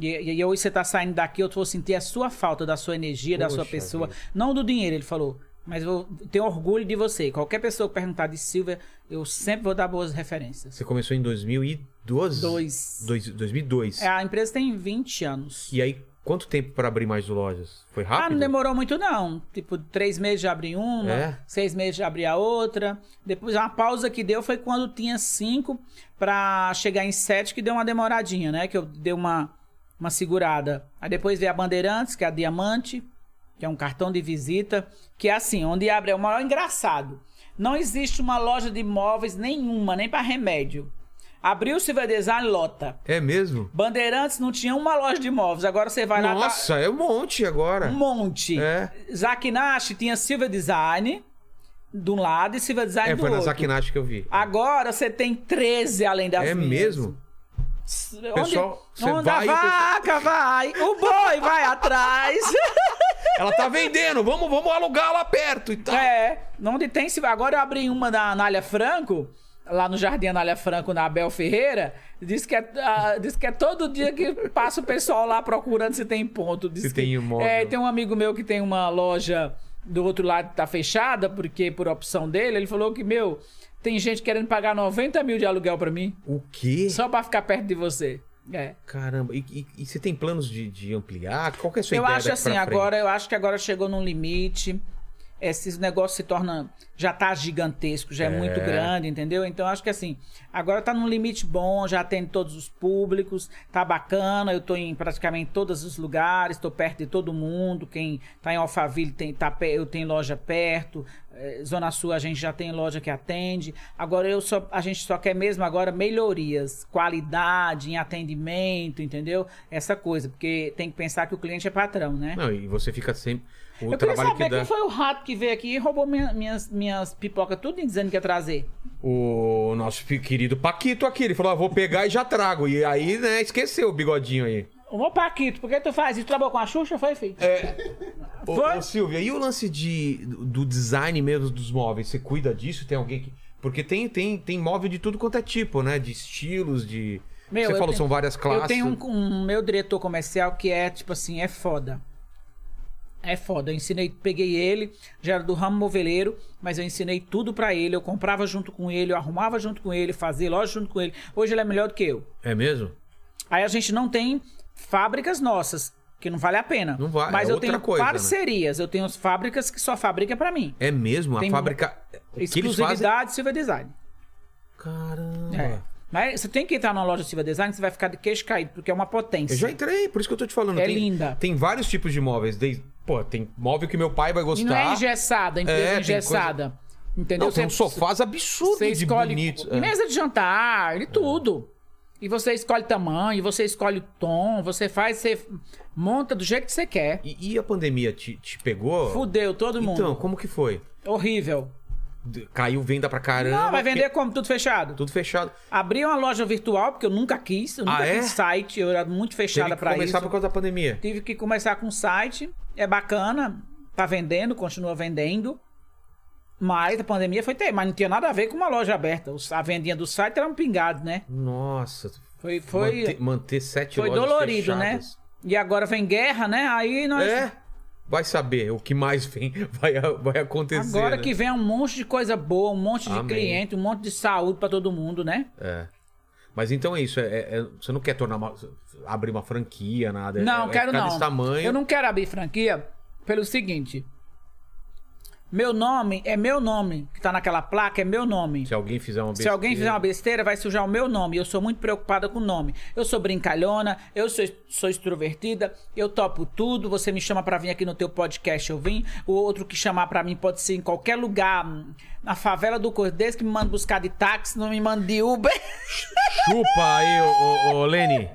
Speaker 3: E, e, e hoje você tá saindo daqui, eu vou sentir a sua falta, da sua energia, da sua
Speaker 1: Poxa
Speaker 3: pessoa.
Speaker 1: vida.
Speaker 3: Não do dinheiro, ele falou. Mas eu tenho orgulho de você. Qualquer pessoa que perguntar de Silvia, eu sempre vou dar boas referências.
Speaker 1: Você começou em 2012?
Speaker 3: Dois.
Speaker 1: Dois- 2002.
Speaker 3: É, A empresa tem 20 anos.
Speaker 1: E aí, Quanto tempo pra abrir mais lojas? Foi
Speaker 3: Ah,
Speaker 1: rápido?
Speaker 3: não demorou muito não. Tipo, três meses já abri uma,
Speaker 1: É?
Speaker 3: seis meses já abri a outra. Depois, uma pausa que deu foi quando tinha cinco pra chegar em sete, que deu uma demoradinha, né? Que eu dei uma, uma segurada. Aí depois veio a Bandeirantes, que é a Diamante, que é um cartão de visita. Que é assim, onde abre é o maior engraçado. Não existe uma loja de imóveis nenhuma, nem pra remédio. Abriu o Silver Design, lota.
Speaker 1: É mesmo?
Speaker 3: Bandeirantes não tinha uma loja de imóveis. Agora você vai lá... tá-
Speaker 1: Nossa, é um monte agora.
Speaker 3: um monte.
Speaker 1: É.
Speaker 3: Zack Nash tinha Silver Design de um lado e Silver Design
Speaker 1: É,
Speaker 3: do
Speaker 1: foi na
Speaker 3: outro. Ah,
Speaker 1: Zaquinache que eu vi.
Speaker 3: Agora você tem 13 além das
Speaker 1: É
Speaker 3: minhas.
Speaker 1: mesmo?
Speaker 3: Onde,
Speaker 1: Pessoal, você
Speaker 3: onde
Speaker 1: vai e o
Speaker 3: a vaca vai, o boi vai atrás.
Speaker 1: Ela tá vendendo, vamos, vamos alugar lá perto e tal.
Speaker 3: É, onde tem se Agora eu abri uma na Anália Franco, lá no Jardim Anália Franco, na Abel Ferreira. Diz que, é, ah, diz que é todo dia que passa o pessoal lá procurando se tem ponto. Diz
Speaker 1: Se
Speaker 3: que-
Speaker 1: tem imóvel.
Speaker 3: É, tem um amigo meu que tem uma loja do outro lado que tá fechada, porque por opção dele, ele falou que, meu, tem gente querendo pagar 90 mil de aluguel pra mim,
Speaker 1: O quê?
Speaker 3: só pra ficar perto de você. É.
Speaker 1: Caramba, e, e- e você tem planos de, de ampliar? Qual que é a sua
Speaker 3: eu
Speaker 1: ideia
Speaker 3: acho
Speaker 1: daqui pra
Speaker 3: assim,
Speaker 1: frente?
Speaker 3: agora, eu acho que agora chegou num limite. Esse negócio se torna. Já tá gigantesco, já é, muito grande, entendeu? Então acho que assim, agora tá num limite bom, já atende todos os públicos, tá bacana, eu tô em praticamente todos os lugares, tô perto de todo mundo. Quem tá em Alphaville tem, tá, pe- eu tenho loja perto, eh, Zona Sul a gente já tem loja que atende. Agora eu só, a gente só quer mesmo agora melhorias, qualidade em atendimento, entendeu? Essa coisa, porque tem que pensar que o cliente é patrão, né?
Speaker 1: Não, e você fica sempre. O
Speaker 3: eu queria
Speaker 1: trabalho
Speaker 3: saber
Speaker 1: que dá.
Speaker 3: quem foi o rato que veio aqui e roubou minha- minhas, minhas pipocas tudo e dizendo que ia trazer.
Speaker 1: O nosso querido Paquito aqui, ele falou: ah, vou pegar e já trago. E aí, né, esqueceu o bigodinho aí.
Speaker 3: Ô meu Paquito, por que tu faz isso? Tu trabalhou com a Xuxa, foi, filho?
Speaker 1: É, Ô,
Speaker 3: Foi?
Speaker 1: ô, Silvia, e o lance de, do design mesmo dos móveis? Você cuida disso? Tem alguém que. Porque tem, tem, tem móvel de tudo quanto é tipo, né? De estilos, de.
Speaker 3: Meu,
Speaker 1: você
Speaker 3: eu
Speaker 1: falou,
Speaker 3: tenho-
Speaker 1: são várias classes.
Speaker 3: Eu tenho um, um meu diretor comercial que é, tipo assim, é foda. É foda. Eu ensinei, peguei ele, já era do ramo moveleiro, mas eu ensinei tudo pra ele. Eu comprava junto com ele, eu arrumava junto com ele, fazia loja junto com ele. Hoje ele é melhor do que eu.
Speaker 1: É mesmo?
Speaker 3: Aí a gente não tem fábricas nossas, que não vale a pena.
Speaker 1: Não vale,
Speaker 3: Mas
Speaker 1: é
Speaker 3: eu
Speaker 1: outra
Speaker 3: tenho
Speaker 1: coisa, né?
Speaker 3: parcerias, eu tenho as fábricas que só fabrica pra mim.
Speaker 1: É mesmo?
Speaker 3: Tem
Speaker 1: a fábrica. o que eles fazem. Ah.
Speaker 3: Exclusividade Silva Design.
Speaker 1: Caramba.
Speaker 3: É. Mas você tem que entrar numa loja Silva Design, você vai ficar de queixo caído, porque é uma potência.
Speaker 1: Eu já entrei, por isso que eu tô te falando.
Speaker 3: É
Speaker 1: tem,
Speaker 3: linda.
Speaker 1: Tem vários tipos de móveis. desde- Pô, tem móvel que meu pai vai
Speaker 3: E
Speaker 1: gostar.
Speaker 3: não é engessada, a empresa
Speaker 1: tá? É, tem
Speaker 3: é, engessada. Entendeu?
Speaker 1: Não, são
Speaker 3: Você-
Speaker 1: sofás absurdos
Speaker 3: você
Speaker 1: de
Speaker 3: escolhe
Speaker 1: bonitos. É.
Speaker 3: mesa de jantar, de tudo. E você escolhe tamanho, você escolhe tom, você faz, você monta do jeito que você quer.
Speaker 1: E, e a pandemia te, te pegou?
Speaker 3: Fudeu todo mundo.
Speaker 1: Então, como que foi?
Speaker 3: Horrível.
Speaker 1: D- Caiu venda pra caramba.
Speaker 3: Não, vai
Speaker 1: porque-
Speaker 3: vender como? Tudo fechado?
Speaker 1: Tudo fechado.
Speaker 3: Abri uma loja virtual, porque eu nunca quis, eu nunca
Speaker 1: Ah, é?
Speaker 3: quis site, eu era muito
Speaker 1: Teve
Speaker 3: fechada
Speaker 1: que
Speaker 3: pra
Speaker 1: começar
Speaker 3: isso.
Speaker 1: por causa da pandemia.
Speaker 3: Tive que começar com site, é bacana, tá vendendo, continua vendendo. Mas a pandemia foi ter, mas não tinha nada a ver com uma loja aberta. Os- A vendinha do site era um pingado, né?
Speaker 1: Nossa.
Speaker 3: Foi, foi,
Speaker 1: Manter, manter sete
Speaker 3: foi
Speaker 1: lojas
Speaker 3: dolorido,
Speaker 1: fechadas.
Speaker 3: né? E agora vem guerra, né? Aí nós.
Speaker 1: É. Vai saber o que mais vem, vai, vai acontecer.
Speaker 3: agora
Speaker 1: né?
Speaker 3: que vem um monte de coisa boa, um monte de
Speaker 1: Amém.
Speaker 3: cliente, um monte de saúde pra todo mundo, né?
Speaker 1: É. Mas então é isso. é- é- você não quer tornar uma- abrir uma franquia, nada. é-
Speaker 3: Não,
Speaker 1: é,
Speaker 3: quero
Speaker 1: ficar
Speaker 3: não.
Speaker 1: Desse tamanho.
Speaker 3: Eu não quero abrir franquia pelo seguinte. Meu nome é meu nome, que tá naquela placa, é meu nome.
Speaker 1: Se alguém fizer uma
Speaker 3: Se
Speaker 1: besteira.
Speaker 3: alguém fizer uma besteira, vai sujar o meu nome. Eu sou muito preocupada com o nome. Eu sou brincalhona, eu sou, sou extrovertida, eu topo tudo. Você me chama pra vir aqui no teu podcast, eu vim. O outro que chamar pra mim pode ser em qualquer lugar. hum, Na favela do Cordês, que me manda buscar de táxi, não me manda de Uber.
Speaker 1: Chupa aí, ô, ô, ô, Lene.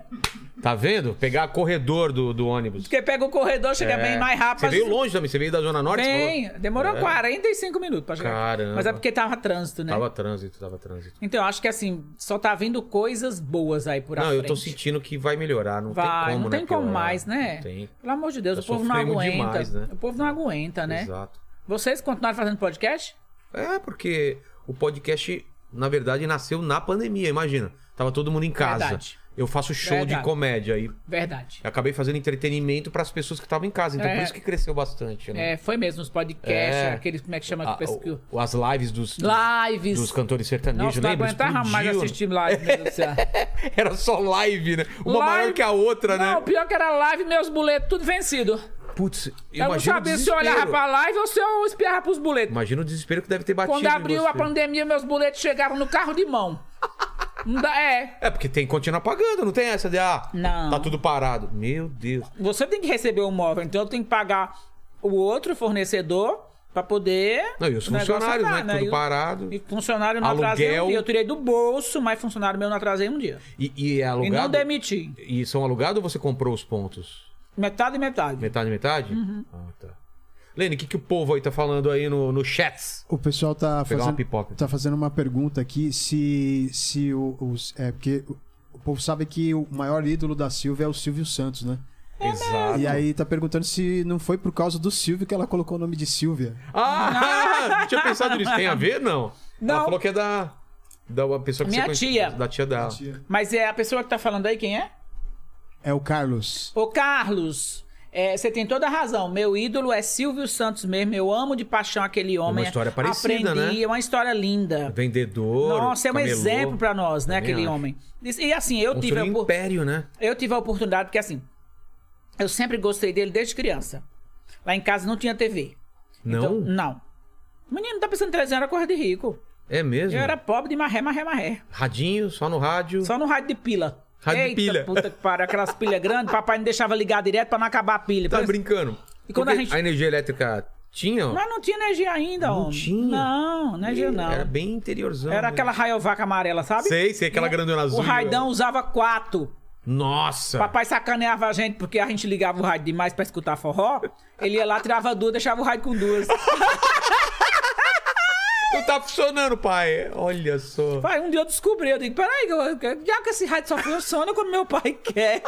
Speaker 1: Tá vendo? Pegar corredor do, do ônibus.
Speaker 3: Porque pega o corredor, chega bem mais rápido.
Speaker 1: É. Você veio longe também, você veio da Zona Norte? você
Speaker 3: Bem,
Speaker 1: falou?
Speaker 3: demorou
Speaker 1: É.
Speaker 3: 45 minutos pra chegar. aqui.
Speaker 1: Caramba.
Speaker 3: Mas é porque tava trânsito, né?
Speaker 1: Tava trânsito, tava trânsito.
Speaker 3: Então, eu acho que assim, só tá vindo coisas boas aí por
Speaker 1: não,
Speaker 3: aí.
Speaker 1: eu tô sentindo que vai melhorar. Não
Speaker 3: Vai,
Speaker 1: tem como,
Speaker 3: não
Speaker 1: né,
Speaker 3: tem como
Speaker 1: piorar.
Speaker 3: mais, né?
Speaker 1: Não tem.
Speaker 3: Pelo amor de Deus,
Speaker 1: Nós
Speaker 3: o povo não
Speaker 1: sofremos
Speaker 3: aguenta.
Speaker 1: demais, né?
Speaker 3: O povo não aguenta, né?
Speaker 1: Exato.
Speaker 3: Vocês continuaram fazendo podcast?
Speaker 1: É, porque o podcast, na verdade, nasceu na pandemia, imagina. Tava todo mundo em casa.
Speaker 3: Verdade.
Speaker 1: Eu faço show de
Speaker 3: Verdade.
Speaker 1: comédia aí.
Speaker 3: Verdade.
Speaker 1: Eu acabei fazendo entretenimento pras pessoas que estavam em casa, então
Speaker 3: É.
Speaker 1: por isso que cresceu bastante, né?
Speaker 3: É, foi mesmo, os podcasts,
Speaker 1: É.
Speaker 3: aqueles, como é que chama?
Speaker 1: Ah,
Speaker 3: que pesqui-
Speaker 1: o- as lives dos,
Speaker 3: Lives.
Speaker 1: dos cantores sertanejos,
Speaker 3: Nossa, não
Speaker 1: lembra?
Speaker 3: aguentava mais
Speaker 1: Explodiu.
Speaker 3: assistir live, meu Deus do céu.
Speaker 1: Era só live, né? Uma maior
Speaker 3: Live-
Speaker 1: que a outra,
Speaker 3: Não,
Speaker 1: né?
Speaker 3: pior que era live, meus boletos, tudo vencido.
Speaker 1: Putz,
Speaker 3: Eu não
Speaker 1: imagina o
Speaker 3: sabia se eu
Speaker 1: desespero.
Speaker 3: olhava pra live ou se eu espiava pros boletos.
Speaker 1: Imagina o desespero que deve ter batido
Speaker 3: Quando
Speaker 1: em
Speaker 3: abriu
Speaker 1: você.
Speaker 3: a pandemia, meus boletos chegavam no carro de mão. Não dá- é.
Speaker 1: É, porque tem que continuar pagando, não tem essa de, ah,
Speaker 3: Não.
Speaker 1: tá tudo parado. Meu Deus.
Speaker 3: Você tem que receber o móvel, então eu tenho que pagar o outro fornecedor pra poder.
Speaker 1: Não, e os
Speaker 3: o negócio
Speaker 1: funcionários,
Speaker 3: andar,
Speaker 1: né? Tudo
Speaker 3: E o-
Speaker 1: parado.
Speaker 3: E funcionário não atrasei
Speaker 1: Aluguel.
Speaker 3: um dia. Eu tirei do bolso, mas funcionário meu não atrasei um dia.
Speaker 1: E, e é
Speaker 3: E não
Speaker 1: alugado?
Speaker 3: demiti.
Speaker 1: E são alugados ou você comprou os pontos?
Speaker 3: Metade e metade.
Speaker 1: Metade, metade?
Speaker 3: Uhum.
Speaker 1: Ah, tá. Lene, o que, que o povo aí tá falando aí no, no chat?
Speaker 2: O pessoal tá
Speaker 1: pegar uma
Speaker 2: fazendo,
Speaker 1: pipoca.
Speaker 2: tá fazendo uma pergunta aqui se, se o- os. É, porque o- o povo sabe que o maior ídolo da Silvia é o Silvio Santos, né?
Speaker 3: É
Speaker 1: Exato.
Speaker 2: E aí tá perguntando se não foi por causa do Silvio que ela colocou o nome de Silvia.
Speaker 1: Ah, não tinha pensado nisso. Tem a ver, não?
Speaker 3: Não.
Speaker 1: Ela falou que é da... Da uma pessoa que
Speaker 3: Minha
Speaker 1: você conhece-
Speaker 3: tia.
Speaker 1: Da tia dela.
Speaker 3: Mas é a pessoa que tá falando aí, quem é?
Speaker 2: É o Carlos.
Speaker 3: Ô, Carlos, é, você tem toda a razão. Meu ídolo é Silvio Santos mesmo. Eu amo de paixão aquele homem.
Speaker 1: história parecida,
Speaker 3: Aprendi,
Speaker 1: né?
Speaker 3: é uma história linda.
Speaker 1: Vendedor,
Speaker 3: Nossa, é um
Speaker 1: camelô.
Speaker 3: exemplo pra nós, né,
Speaker 1: Também
Speaker 3: aquele
Speaker 1: acho.
Speaker 3: homem. E assim, eu tive,
Speaker 1: Construiu
Speaker 3: a
Speaker 1: um
Speaker 3: opor-
Speaker 1: império, né?
Speaker 3: eu tive a oportunidade, porque assim, eu sempre gostei dele desde criança. Lá em casa não tinha TV.
Speaker 1: Não?
Speaker 3: não. Menino, tá pensando em televisão, era coisa de rico.
Speaker 1: É mesmo?
Speaker 3: Eu era pobre de marré, marré, marré.
Speaker 1: Radinho, só no rádio.
Speaker 3: Só no rádio de pila.
Speaker 1: Rádio de
Speaker 3: Eita,
Speaker 1: pilha.
Speaker 3: puta que pariu, aquelas pilhas grandes, papai não deixava ligar direto pra não acabar a pilha.
Speaker 1: Tá
Speaker 3: Pensa-
Speaker 1: brincando?
Speaker 3: Então, E quando
Speaker 1: Porque
Speaker 3: a gente-
Speaker 1: energia elétrica tinha... ó,
Speaker 3: Mas não tinha energia ainda,
Speaker 1: Não
Speaker 3: homem.
Speaker 1: tinha?
Speaker 3: Não, energia não.
Speaker 1: Era
Speaker 3: Era,
Speaker 1: bem interiorzão. né?
Speaker 3: aquela raiovaca amarela, sabe?
Speaker 1: Sei, sei, aquela grandona azul.
Speaker 3: O Raidão usava quatro.
Speaker 1: Nossa!
Speaker 3: Papai sacaneava a gente porque a gente ligava o rádio demais pra escutar forró. Ele ia lá, tirava duas, deixava o rádio com duas.
Speaker 1: Não tá funcionando, pai. Olha só.
Speaker 3: Pai, um dia eu descobri, eu digo, peraí, que eu- já que esse rádio só funciona quando meu pai quer.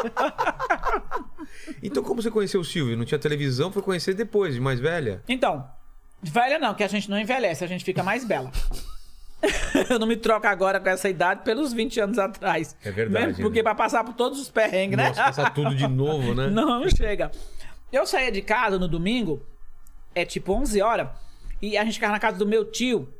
Speaker 1: Então, como você conheceu o Silvio? Não tinha televisão, foi conhecer depois, de mais velha.
Speaker 3: Então, velha não, que a gente não envelhece, a gente fica mais bela. Eu não me troco agora com essa idade pelos 20 anos atrás.
Speaker 1: É verdade,
Speaker 3: Mesmo porque
Speaker 1: né?
Speaker 3: pra passar por todos os perrengues, né?
Speaker 1: Nossa, passar tudo de novo, né?
Speaker 3: Não, não chega. Eu saía de casa no domingo, é tipo 11 horas, e a gente ficava na casa do meu tio,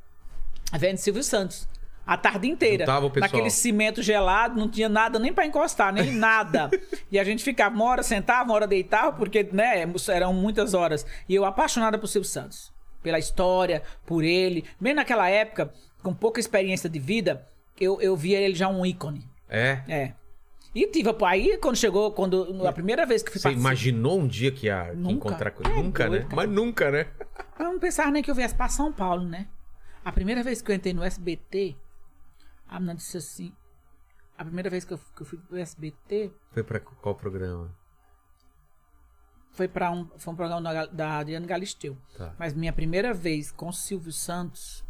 Speaker 3: vendo Silvio Santos. A tarde inteira.
Speaker 1: Juntava o pessoal.
Speaker 3: Naquele cimento gelado, não tinha nada nem pra encostar, nem nada. e a gente ficava uma hora sentava, uma hora deitava, porque, né, eram muitas horas. E eu apaixonada por Silvio Santos. Pela história, por ele. Mesmo naquela época, com pouca experiência de vida, eu, eu via ele já um ícone.
Speaker 1: É.
Speaker 3: É. E tive, pô, aí quando chegou, quando a primeira vez que fui
Speaker 1: Você
Speaker 3: participar.
Speaker 1: imaginou um dia que ia que
Speaker 3: Nunca.
Speaker 1: encontrar com
Speaker 3: É
Speaker 1: Nunca, né?
Speaker 3: doido, cara.
Speaker 1: Mas nunca, né?
Speaker 3: Eu não pensava nem que eu viesse pra São Paulo, né? A primeira vez que eu entrei no SBT, a menina disse assim. A primeira vez que eu, que eu fui pro SBT
Speaker 1: Foi pra qual programa?
Speaker 3: foi para um, foi um programa da, da Adriana Galisteu.
Speaker 1: Tá.
Speaker 3: Mas minha primeira vez com o Silvio Santos,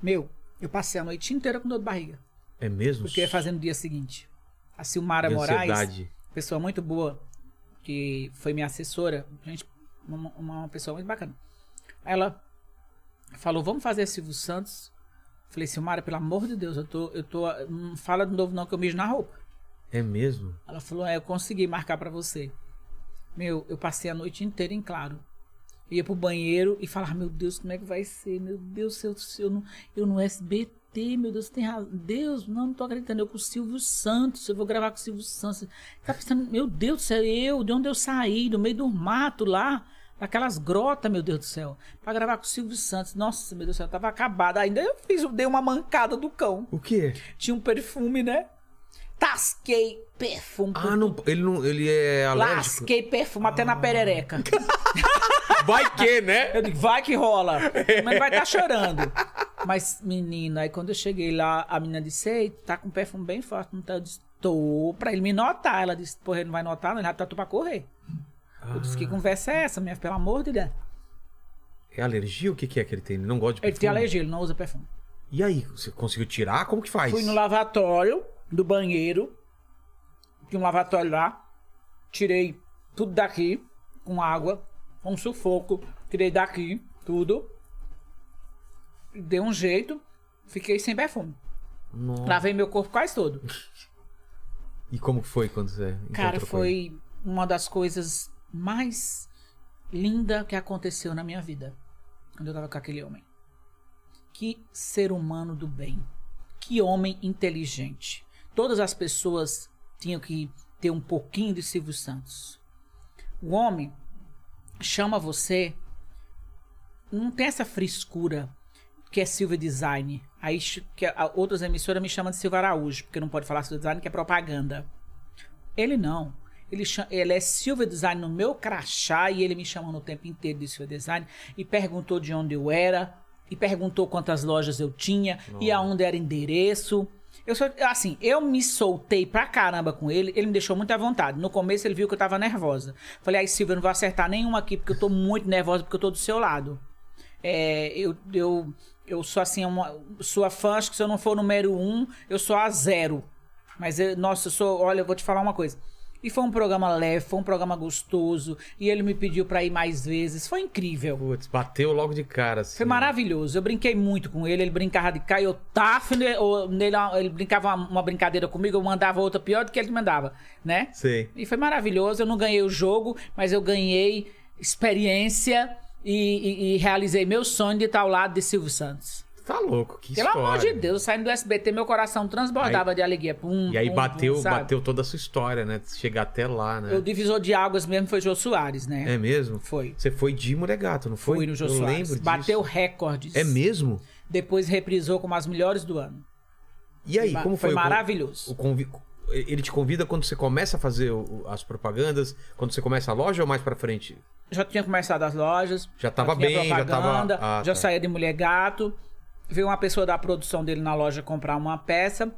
Speaker 3: meu, eu passei a noite inteira com dor de barriga.
Speaker 1: É mesmo?
Speaker 3: Porque eu ia fazer no dia seguinte. A Silmara
Speaker 1: De
Speaker 3: Moraes.
Speaker 1: ansiedade.
Speaker 3: pessoa muito boa, que foi minha assessora, gente, uma, uma pessoa muito bacana. Ela falou, vamos fazer Silvio Santos. Falei, Silmara, pelo amor de Deus, eu tô, eu tô, não fala de novo não que eu mijo na roupa.
Speaker 1: É mesmo?
Speaker 3: Ela falou, é, eu consegui marcar pra você. Meu, eu passei a noite inteira em claro. Eu ia pro banheiro e falava, meu Deus, como é que vai ser? Meu Deus, se eu, se eu, não, eu no SBT, meu Deus, tem razão. Deus, não, não tô acreditando. Eu com o Silvio Santos, eu vou gravar com o Silvio Santos. Tá pensando, meu Deus do céu, eu, de onde eu saí? Do meio do mato lá, daquelas grotas, meu Deus do céu. Pra gravar com o Silvio Santos. Nossa, meu Deus do céu, eu tava acabada. Ainda eu fiz, eu dei uma mancada do cão.
Speaker 1: O quê?
Speaker 3: Tinha um perfume, né? Tasquei perfume. por
Speaker 1: Ah, não. Ele, não, ele é alérgico.
Speaker 3: Lasquei perfume até na perereca.
Speaker 1: Vai que, né?
Speaker 3: Eu digo, vai que rola. Mas vai estar chorando. Mas, menina, aí quando eu cheguei lá, a menina disse: Ei, tu tá com perfume bem forte. Não tá? Eu disse: Tô, pra ele me notar. Ela disse: Porra, ele não vai notar, não. Ele já tá tu pra correr. Eu disse:
Speaker 1: Ah.
Speaker 3: Que conversa é essa, minha? Pelo amor de Deus.
Speaker 1: É alergia? O que, que é que ele tem? Ele não gosta de
Speaker 3: Ele
Speaker 1: perfume?
Speaker 3: tem alergia, ele não usa perfume.
Speaker 1: E aí, você conseguiu tirar? Como que faz?
Speaker 3: Fui no lavatório do banheiro. Tinha um lavatório lá. Tirei tudo daqui, com água, com um sufoco. Tirei daqui, tudo. Dei um jeito, fiquei sem perfume.
Speaker 1: Nossa.
Speaker 3: Lavei meu corpo quase todo.
Speaker 1: E como foi quando você encontrou
Speaker 3: Cara,
Speaker 1: com ele?
Speaker 3: foi uma das coisas mais linda que aconteceu na minha vida. Quando eu tava com aquele homem. Que ser humano do bem. Que homem inteligente. Todas as pessoas tinham que ter um pouquinho de Silvio Santos. O homem chama você. Não tem essa frescura que é Silvio Design. Aí ch- que a- outras emissoras me chamam de Silvio Araújo, porque não pode falar Silvio Design, que é propaganda. Ele não. Ele, cha- ele é Silvia Design no meu crachá e ele me chamando o tempo inteiro de Silvia Design e perguntou de onde eu era e perguntou quantas lojas eu tinha e aonde era endereço. Eu só, assim, eu me soltei pra caramba com ele, ele me deixou muito à vontade. No começo ele viu que eu tava nervosa. Falei, ai Silvia, eu não vou acertar nenhuma aqui porque eu tô muito nervosa porque eu tô do seu lado. É, eu, eu, eu sou assim, uma, sua fã, acho que se eu não for número um, eu sou a zero. Mas, eu, nossa, eu sou. Olha, eu vou te falar uma coisa. E foi um programa leve, foi um programa gostoso. E ele me pediu pra ir mais vezes. Foi incrível.
Speaker 1: Putz, bateu logo de cara, assim.
Speaker 3: Foi maravilhoso. Eu brinquei muito com ele. Ele brincava de caiotafe, né? Ou nele, ele brincava uma, uma brincadeira comigo. Eu mandava outra pior do que ele mandava, né?
Speaker 1: Sei.
Speaker 3: E foi maravilhoso. Eu não ganhei o jogo, mas eu ganhei experiência e, e- e realizei meu sonho de estar ao lado de Silvio Santos.
Speaker 1: Tá louco, que
Speaker 3: Pelo
Speaker 1: história.
Speaker 3: amor de Deus, saindo do SBT, meu coração transbordava de alegria. Pum,
Speaker 1: E aí
Speaker 3: pum,
Speaker 1: bateu,
Speaker 3: pum, né? sabe?
Speaker 1: bateu toda a sua história, né? Chegar até lá, né?
Speaker 3: O divisor de águas mesmo foi Jô Soares, né?
Speaker 1: É mesmo?
Speaker 3: Foi.
Speaker 1: Você foi de Moregato, não foi?
Speaker 3: Fui no Jô
Speaker 1: Eu
Speaker 3: Soares.
Speaker 1: lembro
Speaker 3: Bateu
Speaker 1: disso.
Speaker 3: recordes.
Speaker 1: É mesmo?
Speaker 3: Depois reprisou como as melhores do ano.
Speaker 1: E aí,
Speaker 3: Ba-
Speaker 1: como foi?
Speaker 3: Foi
Speaker 1: o con-
Speaker 3: maravilhoso.
Speaker 1: O convi... Ele te convida quando você começa a fazer o- o- as propagandas, quando você começa a loja ou mais pra frente?
Speaker 3: Já tinha começado as lojas.
Speaker 1: Já tava
Speaker 3: tinha
Speaker 1: bem, já tava-
Speaker 3: propaganda,
Speaker 1: Ah,
Speaker 3: já
Speaker 1: tá.
Speaker 3: saía de mulher gato. Veio uma pessoa da produção dele na loja comprar uma peça.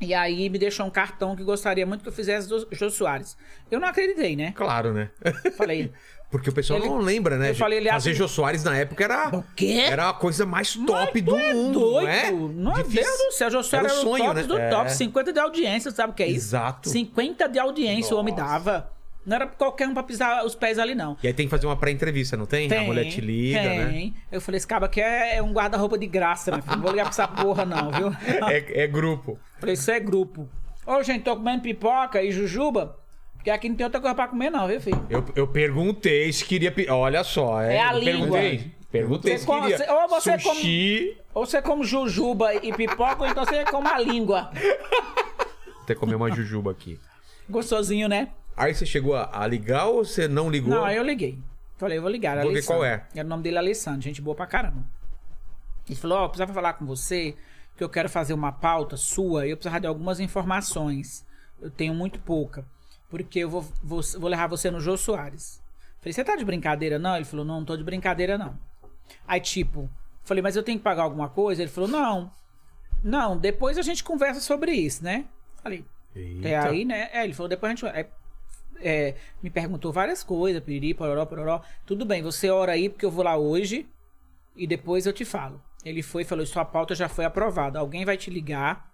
Speaker 3: E aí me deixou um cartão que gostaria muito que eu fizesse do Jô Soares. Eu não acreditei, né?
Speaker 1: Claro, né?
Speaker 3: Falei,
Speaker 1: Porque o pessoal
Speaker 3: Ele-
Speaker 1: não lembra, né?
Speaker 3: Eu falei, ele
Speaker 1: Fazer
Speaker 3: acha-
Speaker 1: Jô Soares na época era...
Speaker 3: o quê?
Speaker 1: Era a coisa mais top
Speaker 3: Mas tu
Speaker 1: do
Speaker 3: é
Speaker 1: mundo,
Speaker 3: doido.
Speaker 1: não é?
Speaker 3: Meu
Speaker 1: Difícil.
Speaker 3: Deus do céu, Jô Soares
Speaker 1: Era
Speaker 3: era
Speaker 1: um
Speaker 3: o
Speaker 1: sonho,
Speaker 3: top
Speaker 1: né?
Speaker 3: do
Speaker 1: É.
Speaker 3: top. 50 de audiência, sabe o que é isso?
Speaker 1: Exato.
Speaker 3: 50 de audiência o homem
Speaker 1: Nossa.
Speaker 3: dava. Não era qualquer um pra pisar os pés ali, não.
Speaker 1: E aí tem que fazer uma pré-entrevista, não tem? A mulher te liga, né?
Speaker 3: tem. Eu falei, esse cabo aqui é um guarda-roupa de graça, meu filho. Não vou ligar pra essa porra, não, viu?
Speaker 1: É, é grupo.
Speaker 3: falei, isso é grupo. Ô, gente, tô comendo pipoca e jujuba, porque aqui não tem outra coisa pra comer, não, viu, filho?
Speaker 1: Eu, eu perguntei se queria. pe- Olha só, é,
Speaker 3: É a
Speaker 1: eu Perguntei,
Speaker 3: língua.
Speaker 1: perguntei
Speaker 3: Você
Speaker 1: se
Speaker 3: come-
Speaker 1: queria.
Speaker 3: você- ou você come-
Speaker 1: sushi.
Speaker 3: Ou você come jujuba e pipoca, ou então você come a língua.
Speaker 1: Até comer uma jujuba aqui.
Speaker 3: Gostosinho, né?
Speaker 1: Aí você chegou a, a ligar ou você não ligou?
Speaker 3: Não, aí eu liguei. Falei, eu vou ligar. era
Speaker 1: Vou ver
Speaker 3: Alessandro.
Speaker 1: qual é.
Speaker 3: Era o nome dele, Alessandro. Gente boa pra caramba. Ele falou, ó, eu precisava falar com você que eu quero fazer uma pauta sua e eu precisava de algumas informações. Eu tenho muito pouca. Porque eu vou, vou, vou levar você no Jô Soares. Falei, você tá de brincadeira, não? Ele falou, não, não tô de brincadeira, não. Aí, tipo, falei, mas eu tenho que pagar alguma coisa? Ele falou, não. Não, depois a gente conversa sobre isso, né? Falei,
Speaker 1: Eita.
Speaker 3: até aí, né? É, ele falou, depois a gente. é, é, me perguntou várias coisas, piriri, pororó, pororó. Tudo bem, você ora aí, porque eu vou lá hoje e depois eu te falo. Ele foi e falou: sua pauta já foi aprovada. Alguém vai te ligar.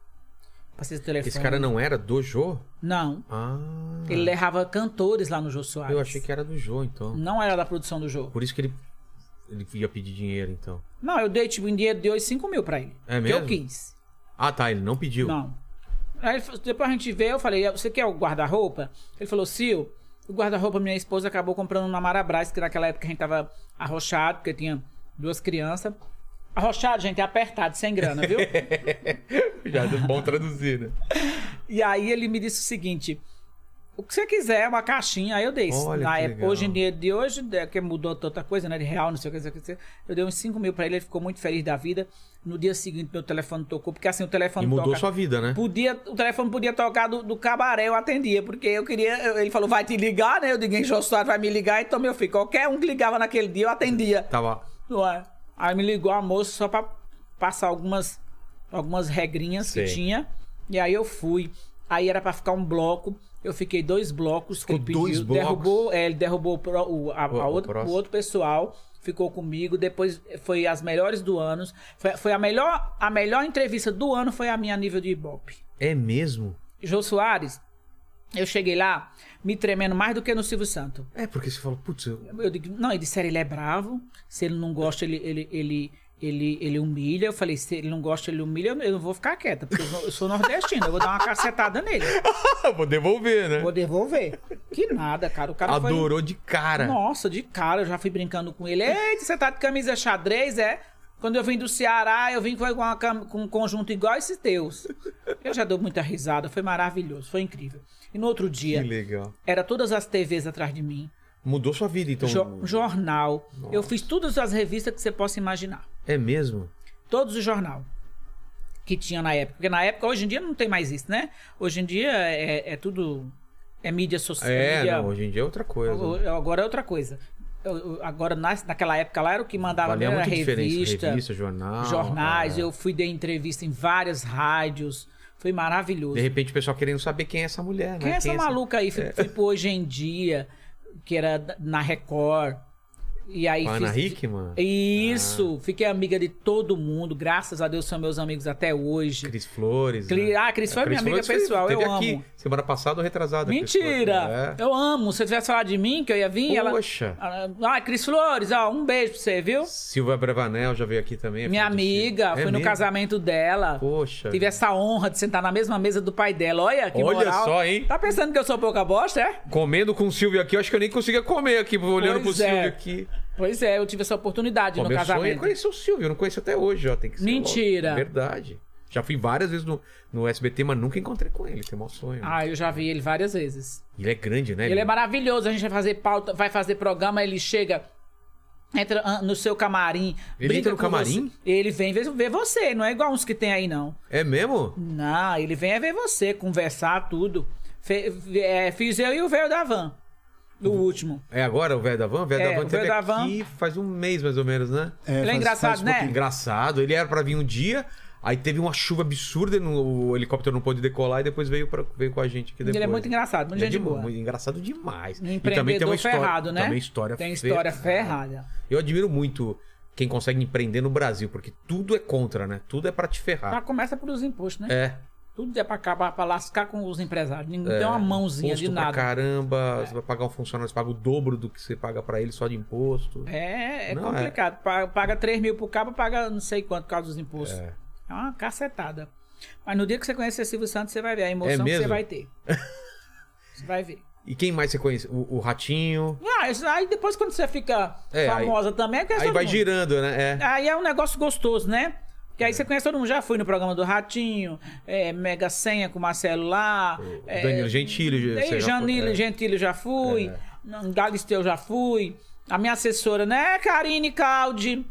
Speaker 3: Passei o telefone.
Speaker 1: Esse cara não era do Jô?
Speaker 3: Não.
Speaker 1: Ah.
Speaker 3: Ele levava cantores lá no Jô Soares.
Speaker 1: Eu achei que era do Jô, então.
Speaker 3: Não era da produção do jogo.
Speaker 1: Por isso que ele, ele ia pedir dinheiro, então.
Speaker 3: Não, eu dei tipo em dinheiro de hoje 5 mil pra ele.
Speaker 1: É
Speaker 3: que
Speaker 1: mesmo?
Speaker 3: eu quis.
Speaker 1: Ah, tá, ele não pediu.
Speaker 3: Não. Aí ele falou- depois a gente veio, eu falei, "É, você quer o guarda-roupa? Ele falou, Sil, o guarda-roupa minha esposa acabou comprando na Marabras, que naquela época a gente tava arrochado, porque tinha duas crianças. Arrochado, gente, é apertado, sem grana, viu?
Speaker 1: Já é bom traduzir, né?
Speaker 3: e aí ele me disse o seguinte, o que você quiser, uma caixinha, aí eu dei.
Speaker 1: Olha
Speaker 3: na
Speaker 1: que
Speaker 3: época,
Speaker 1: legal.
Speaker 3: hoje em dia de hoje, é, que mudou tanta coisa, né, de real, não sei o que, não sei o que, não sei o que. eu dei uns 5 mil pra ele, ele ficou muito feliz da vida. No dia seguinte, meu telefone tocou, porque assim, o telefone
Speaker 1: E mudou
Speaker 3: toca...
Speaker 1: sua vida, né?
Speaker 3: Podia, o telefone podia tocar do, do cabaré, eu atendia, porque eu queria. eu- ele falou, vai te ligar, né? Eu digo, "Hein, Jô Soares vai me ligar, então meu filho, qualquer um que ligava naquele dia, eu atendia.
Speaker 1: Tava.
Speaker 3: Não é? Aí me ligou a moça só pra passar algumas, algumas regrinhas que
Speaker 1: Sei.
Speaker 3: tinha. E aí eu fui. Aí era pra ficar um bloco. Eu fiquei dois blocos que ele
Speaker 1: Ficou
Speaker 3: pediu.
Speaker 1: dois blocos?
Speaker 3: Derrubou, é, ele derrubou o pro- o, a, a
Speaker 1: O- o
Speaker 3: outro,
Speaker 1: próximo.
Speaker 3: o outro pessoal. Ficou comigo. Depois foi as melhores do ano. Foi, foi a, melhor, a melhor entrevista do ano foi a minha a nível de Ibope.
Speaker 1: É mesmo?
Speaker 3: Jô Soares, eu cheguei lá me tremendo mais do que no Silvio Santo.
Speaker 1: É, porque você falou, putz, eu-
Speaker 3: Eu digo, não, e disseram ele é bravo, se ele não gosta, ele, ele, ele, ele, ele humilha. Eu falei, se ele não gosta, ele humilha, eu não vou ficar quieta, porque eu sou- eu sou nordestino, eu vou dar uma cacetada nele.
Speaker 1: Vou devolver, né?
Speaker 3: Vou devolver. Que nada, cara. O cara foi.
Speaker 1: Adorou né? de cara.
Speaker 3: Nossa, de cara, eu já fui brincando com ele. Eita, você tá de camisa xadrez, é? Quando eu vim do Ceará, eu vim com, uma cam- com um conjunto igual esse teus. Eu já dou muita risada, foi maravilhoso, foi incrível. E no outro
Speaker 1: Que
Speaker 3: dia,
Speaker 1: legal.
Speaker 3: era todas as TVs atrás de mim,
Speaker 1: Mudou sua vida, então.
Speaker 3: jo- jornal. Eu fiz todas as revistas que você possa imaginar.
Speaker 1: É mesmo?
Speaker 3: Todos os jornal que tinha na época. Porque na época, hoje em dia não tem mais isso, né? Hoje em dia é, é tudo. É mídia social.
Speaker 1: É,
Speaker 3: mídia-
Speaker 1: não, hoje em dia é outra coisa.
Speaker 3: Agora- Agora é outra coisa. Eu- eu- Agora, nas- naquela época lá, era o que mandava
Speaker 1: Valia
Speaker 3: mesmo,
Speaker 1: muita
Speaker 3: era
Speaker 1: diferença.
Speaker 3: revista,
Speaker 1: Revista, jornal.
Speaker 3: jornais.
Speaker 1: é.
Speaker 3: Eu fui dar entrevista em várias rádios. Foi maravilhoso.
Speaker 1: De repente o pessoal querendo saber quem é essa mulher, né?
Speaker 3: Quem é essa maluca aí? Fui, fui pro Hoje em Dia, que era da- na Record. E aí
Speaker 1: Ana Ah.
Speaker 3: fiz-
Speaker 1: Hickman?
Speaker 3: Isso! Fiquei amiga de todo mundo. Graças a Deus são meus amigos até hoje.
Speaker 1: Cris Flores.
Speaker 3: Cli-
Speaker 1: né?
Speaker 3: Ah, Cris foi minha amiga
Speaker 1: foi-
Speaker 3: pessoal,
Speaker 1: teve
Speaker 3: eu
Speaker 1: aqui
Speaker 3: amo.
Speaker 1: semana passada ou retrasada. Cris
Speaker 3: Mentira!
Speaker 1: Flores.
Speaker 3: Eu amo. Se você tivesse falado de mim, que eu ia vir,
Speaker 1: É.
Speaker 3: ela.
Speaker 1: Poxa.
Speaker 3: Ah, Cris Flores, ó, um beijo pra você, viu?
Speaker 1: Silvia Brevanel já veio aqui também. é
Speaker 3: Minha
Speaker 1: filha do Silvio.
Speaker 3: amiga,
Speaker 1: É
Speaker 3: fui no
Speaker 1: mesmo?
Speaker 3: casamento dela.
Speaker 1: Poxa.
Speaker 3: Tive essa honra de sentar na mesma mesa do pai dela. Olha que
Speaker 1: Olha
Speaker 3: moral.
Speaker 1: só, hein?
Speaker 3: Tá pensando que eu sou pouca bosta, é?
Speaker 1: Comendo com o Silvio aqui, eu acho que eu nem conseguia comer aqui, olhando
Speaker 3: Pois
Speaker 1: pro
Speaker 3: é.
Speaker 1: Silvio aqui.
Speaker 3: Pois é, eu tive essa oportunidade
Speaker 1: Pô,
Speaker 3: no
Speaker 1: meu sonho é
Speaker 3: casamento.
Speaker 1: conhecer o Silvio, eu não conheço até hoje, ó. Tem que ser
Speaker 3: Mentira.
Speaker 1: logo. Verdade. Já fui várias vezes no, no SBT, mas nunca encontrei com ele. Tem mau sonho.
Speaker 3: Ah, eu já vi ele várias vezes.
Speaker 1: Ele é grande, né?
Speaker 3: Ele é maravilhoso, a gente vai fazer pauta, vai fazer programa, ele chega, entra ah, no seu camarim.
Speaker 1: Ele
Speaker 3: brinca
Speaker 1: entra no
Speaker 3: com
Speaker 1: camarim?
Speaker 3: você. Ele vem ver ver você, não é igual uns que tem aí, não.
Speaker 1: É mesmo?
Speaker 3: Não, ele vem é ver você, conversar, tudo. Fe- é, fiz eu e o velho da van, no último.
Speaker 1: É agora o velho da van? O velho
Speaker 3: É,
Speaker 1: da van
Speaker 3: o
Speaker 1: teve
Speaker 3: velho da van.
Speaker 1: aqui faz um mês mais ou menos, né?
Speaker 2: É,
Speaker 3: Ele é engraçado,
Speaker 2: um
Speaker 3: né?
Speaker 2: pouquinho.
Speaker 1: Engraçado. Ele era pra vir um dia, aí teve uma chuva absurda, no, o helicóptero não pôde decolar e depois veio, pra- veio com a gente aqui depois.
Speaker 3: Ele é muito engraçado, muito
Speaker 1: Ele é
Speaker 3: gente
Speaker 1: de-
Speaker 3: boa.
Speaker 1: muito engraçado demais.
Speaker 3: Um
Speaker 1: e também tem
Speaker 3: empreendedor
Speaker 1: uma história,
Speaker 3: ferrado, né?
Speaker 1: Também história
Speaker 3: Tem história ferrada.
Speaker 1: Eu admiro muito quem consegue empreender no Brasil, porque tudo é contra, né? Tudo é pra te
Speaker 3: Já
Speaker 1: ferrar.
Speaker 3: começa pelos impostos, né?
Speaker 1: É.
Speaker 3: Tudo é pra acabar, pra lascar com os empresários. Ninguém tem uma mãozinha
Speaker 1: Imposto
Speaker 3: de
Speaker 1: pra
Speaker 3: nada. É.
Speaker 1: caramba, você vai pagar um funcionário, você paga o dobro do que você paga pra ele só de imposto.
Speaker 3: É, é
Speaker 1: Não,
Speaker 3: complicado. Pa- Paga 3 mil pro cabo, paga não sei quanto por causa dos impostos.
Speaker 1: É.
Speaker 3: É, uma cacetada. Mas no dia que você conhecer Silvio Santos, você vai ver a
Speaker 1: É
Speaker 3: emoção que
Speaker 1: mesmo?
Speaker 3: você vai ter. você vai ver.
Speaker 1: E quem mais você conhece? O, o Ratinho.
Speaker 3: Ah, isso- aí depois quando você fica
Speaker 1: É, aí-
Speaker 3: famosa também, é que é
Speaker 1: Aí
Speaker 3: todo
Speaker 1: vai
Speaker 3: mundo.
Speaker 1: girando, né? É.
Speaker 3: Aí é um negócio gostoso, né? Porque aí você conhece todo mundo. Já fui no programa do Ratinho, é, Mega Senha com o Marcelo lá. é,
Speaker 1: Danilo Gentili. você
Speaker 3: Ei,
Speaker 1: já foi-
Speaker 3: Janilo
Speaker 1: é.
Speaker 3: Gentili eu já fui. Galisteu eu já fui. A minha assessora, né, Karine Caldi?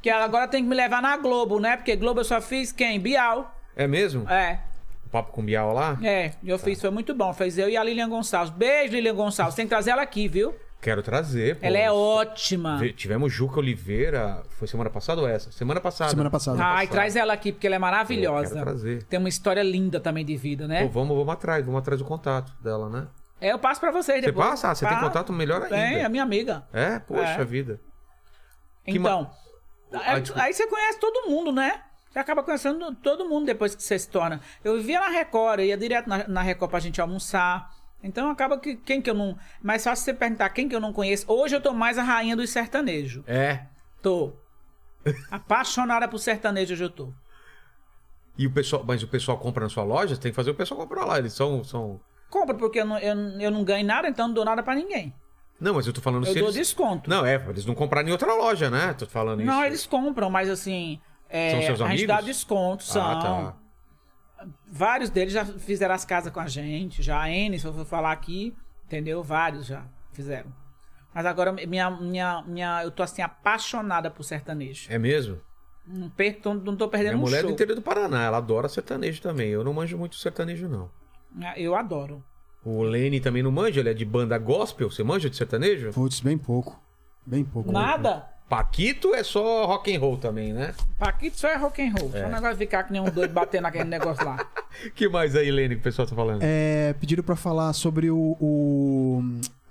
Speaker 3: Que ela agora tem que me levar na Globo, né? Porque Globo eu só fiz quem? Bial.
Speaker 1: É mesmo?
Speaker 3: É,
Speaker 1: O papo com o Bial lá?
Speaker 3: é. Eu fiz, foi muito bom. Fez eu e a Lilian Gonçalves. Beijo, Lilian Gonçalves. Tem que trazer ela aqui, viu?
Speaker 1: Quero trazer. pô.
Speaker 3: Ela é ótima.
Speaker 1: Ve- Tivemos Juca Oliveira. Foi semana passada ou essa? Semana passada.
Speaker 2: Semana passada.
Speaker 3: Ai, traz ela aqui, porque ela é
Speaker 1: Eu quero
Speaker 3: maravilhosa.
Speaker 1: trazer.
Speaker 3: Tem uma história linda também de vida, né?
Speaker 1: Pô, vamos, vamos atrás, vamos atrás do contato dela, né?
Speaker 3: É, eu passo pra vocês
Speaker 1: Você
Speaker 3: depois.
Speaker 1: passa? Ah, você tem
Speaker 3: Pa-
Speaker 1: contato melhor ainda.
Speaker 3: Tem, é minha amiga.
Speaker 1: É, poxa
Speaker 3: É.
Speaker 1: vida. Que
Speaker 3: Então,
Speaker 1: Ah,
Speaker 3: aí-
Speaker 1: desculpa.
Speaker 3: aí você conhece todo mundo, né? Você acaba conhecendo todo mundo depois que você se torna. Eu vivia na Record, eu ia direto na, na Record pra gente almoçar. Então acaba que quem que eu não. Mas só se você perguntar quem que eu não conheço. Hoje eu tô mais a rainha dos sertanejos.
Speaker 1: É.
Speaker 3: Tô. Apaixonada por sertanejo hoje eu tô.
Speaker 1: E o pessoal, mas o pessoal compra na sua loja? Você tem que fazer o pessoal comprar lá. Eles são. são...
Speaker 3: Compra porque eu não, eu, eu não ganho nada, então não dou nada pra ninguém.
Speaker 1: Não, mas eu tô falando
Speaker 3: Eu
Speaker 1: se
Speaker 3: dou
Speaker 1: eles.
Speaker 3: desconto.
Speaker 1: Não, é, eles não compraram em outra loja, né? Tô falando isso.
Speaker 3: Não, eles compram, mas assim. é,
Speaker 1: São seus
Speaker 3: a gente
Speaker 1: amigos?
Speaker 3: dá desconto, são.
Speaker 1: Ah, tá.
Speaker 3: Vários deles já fizeram as casas com a gente, já a N, se eu for falar aqui, entendeu? Vários já fizeram. Mas agora minha, minha, minha, eu tô assim apaixonada por sertanejo.
Speaker 1: É mesmo?
Speaker 3: Não, perco, tô- não tô
Speaker 1: Minha
Speaker 3: perdendo um
Speaker 1: mulher é do
Speaker 3: show.
Speaker 1: interior do Paraná, ela adora sertanejo também. Eu não manjo muito sertanejo, não.
Speaker 3: Né? Eu adoro.
Speaker 1: O Lene também não manja, ele é de banda gospel. Você manja de sertanejo?
Speaker 2: Putz, bem pouco. Bem pouco.
Speaker 3: Nada.
Speaker 1: Paquito é só rock and roll também, né?
Speaker 3: Paquito só é rock and roll. Só um negócio de ficar que nem um doido batendo naquele negócio lá.
Speaker 1: que mais aí, Lene, que o pessoal tá falando?
Speaker 2: É, pediram pra falar sobre o. o,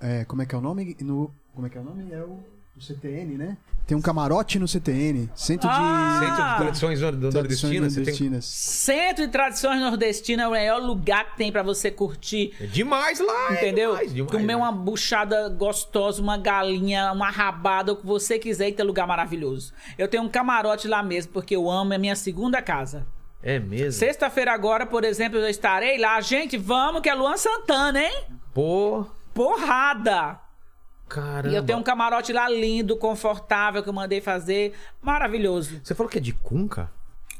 Speaker 2: é, como é que é o nome? No, como é que é o nome? É o. no CTN, né? Tem um camarote no CTN. Centro de.
Speaker 3: Ah!
Speaker 1: Centro de tradições nor-
Speaker 2: Tradições
Speaker 1: nordestinas. Você tem...
Speaker 2: nordestinas.
Speaker 3: Centro de Tradições Nordestinas é o melhor lugar que tem pra você curtir.
Speaker 1: É demais lá, é
Speaker 3: Entendeu?
Speaker 1: Demais, demais,
Speaker 3: Comer
Speaker 1: né?
Speaker 3: uma buchada gostosa, uma galinha, uma rabada, o que você quiser, e ter lugar maravilhoso. Eu tenho um camarote lá mesmo, porque eu amo, é minha segunda casa.
Speaker 1: É mesmo.
Speaker 3: Sexta-feira agora, por exemplo, eu estarei lá. Gente, vamos, que é Luan Santana, hein?
Speaker 1: Pô,
Speaker 3: Porrada!
Speaker 1: caramba.
Speaker 3: E eu tenho um camarote lá lindo, confortável, que eu mandei fazer. Maravilhoso.
Speaker 1: Você falou que é de Cunca?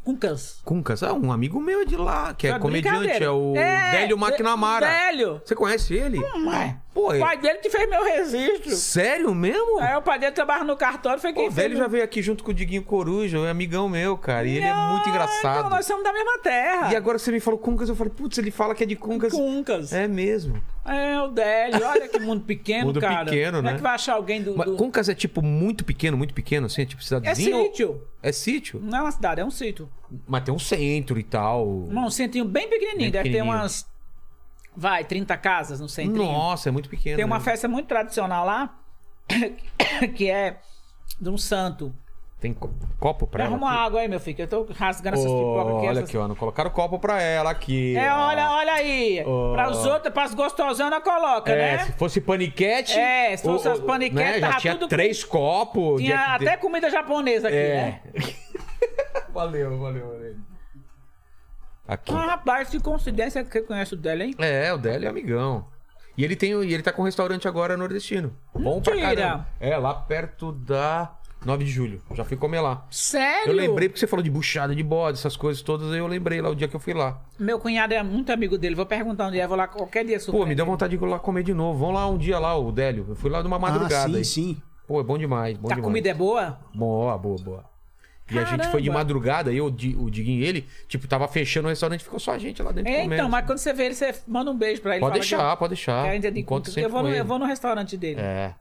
Speaker 3: Com câncer.
Speaker 1: Cuncas, ah, um amigo meu de lá, que é
Speaker 3: Tá
Speaker 1: comediante,
Speaker 3: brincadeira.
Speaker 1: é o
Speaker 3: É,
Speaker 1: Délio McNamara.
Speaker 3: Délio.
Speaker 1: Você conhece ele?
Speaker 3: Ué,
Speaker 1: Pô,
Speaker 3: o
Speaker 1: é-
Speaker 3: pai dele que fez meu registro.
Speaker 1: Sério mesmo?
Speaker 3: Aí o pai dele trabalha no cartório, foi É, quem
Speaker 1: o velho
Speaker 3: fez
Speaker 1: já
Speaker 3: meu-
Speaker 1: veio aqui junto com o Diguinho Coruja, é um amigão meu, cara. E ele é
Speaker 3: Ah,
Speaker 1: muito
Speaker 3: Então
Speaker 1: engraçado.
Speaker 3: nós somos da mesma terra.
Speaker 1: E agora você me falou Cuncas, eu falei, putz, ele fala que é de Cuncas.
Speaker 3: Cuncas. É.
Speaker 1: É mesmo.
Speaker 3: o Délio. Olha que mundo pequeno,
Speaker 1: Mundo
Speaker 3: cara.
Speaker 1: pequeno,
Speaker 3: Como
Speaker 1: né?
Speaker 3: é que vai achar alguém do...
Speaker 1: Mas
Speaker 3: do-
Speaker 1: Cuncas é tipo muito pequeno, muito pequeno, assim, é tipo
Speaker 3: É
Speaker 1: cidadezinho? ou-
Speaker 3: sítio.
Speaker 1: É sítio?
Speaker 3: Não é uma cidade, é um sítio.
Speaker 1: Mas tem um centro e tal.
Speaker 3: Não, um centrinho bem pequenininho.
Speaker 1: Bem
Speaker 3: Deve ter
Speaker 1: pequenininho.
Speaker 3: umas... Vai, 30 casas no centrinho.
Speaker 1: Nossa, é muito pequeno.
Speaker 3: Tem uma
Speaker 1: né?
Speaker 3: festa muito tradicional lá, que é de um santo.
Speaker 1: Tem co- copo pra
Speaker 3: Pra
Speaker 1: ela?
Speaker 3: arruma
Speaker 1: aqui?
Speaker 3: água aí, meu filho, que eu tô rasgando essas
Speaker 1: Ô,
Speaker 3: pipocas aqui.
Speaker 1: olha
Speaker 3: essas-
Speaker 1: aqui, ó. Não colocaram copo pra ela aqui.
Speaker 3: É,
Speaker 1: ó.
Speaker 3: olha, olha aí.
Speaker 1: Ó.
Speaker 3: Para os outros, para as gostosas, não coloca,
Speaker 1: É, se
Speaker 3: né?
Speaker 1: fosse paniquete.
Speaker 3: É, se fosse
Speaker 1: o- o-
Speaker 3: as paniquete,
Speaker 1: né, Já
Speaker 3: tava
Speaker 1: tinha
Speaker 3: tudo com-
Speaker 1: três copos.
Speaker 3: Tinha
Speaker 1: Jack
Speaker 3: até comida japonesa aqui,
Speaker 1: É.
Speaker 3: né?
Speaker 1: valeu, valeu, valeu. Aqui.
Speaker 3: Ah, rapaz, que coincidência que eu conheço dela, hein?
Speaker 1: É, o Délio é amigão. E ele, tem, e ele tá com um restaurante agora nordestino. Bom pra
Speaker 3: Mentira.
Speaker 1: caramba. É, lá perto da 9 de julho. Já fui comer lá.
Speaker 3: Sério?
Speaker 1: Eu lembrei porque você falou de buchada, de bode, essas coisas todas. aí Eu lembrei lá o dia que eu fui lá.
Speaker 3: Meu cunhado é muito amigo dele. Vou perguntar onde é, vou lá qualquer dia.
Speaker 1: Pô, me
Speaker 3: surpreender.
Speaker 1: deu vontade de ir lá comer de novo. Vamos lá um dia lá, o Délio. Eu fui lá numa madrugada.
Speaker 2: Ah, sim,
Speaker 1: aí.
Speaker 2: sim.
Speaker 1: Pô, é bom demais. Bom
Speaker 3: A
Speaker 1: demais.
Speaker 3: comida é boa?
Speaker 1: Boa, boa, boa. E a gente
Speaker 3: Caramba.
Speaker 1: foi de madrugada, eu, o Di- o Diguinho e ele, tipo, tava fechando o restaurante, ficou só a gente lá dentro
Speaker 3: É,
Speaker 1: comendo.
Speaker 3: então, mas quando você vê ele, você manda um beijo pra ele.
Speaker 1: Pode
Speaker 3: fala que eu-
Speaker 1: deixar, pode deixar.
Speaker 3: que a gente é de
Speaker 1: Encontro
Speaker 3: Cuncas.
Speaker 1: sempre
Speaker 3: Eu vou,
Speaker 1: com
Speaker 3: no,
Speaker 1: ele.
Speaker 3: eu vou no restaurante dele.
Speaker 1: É.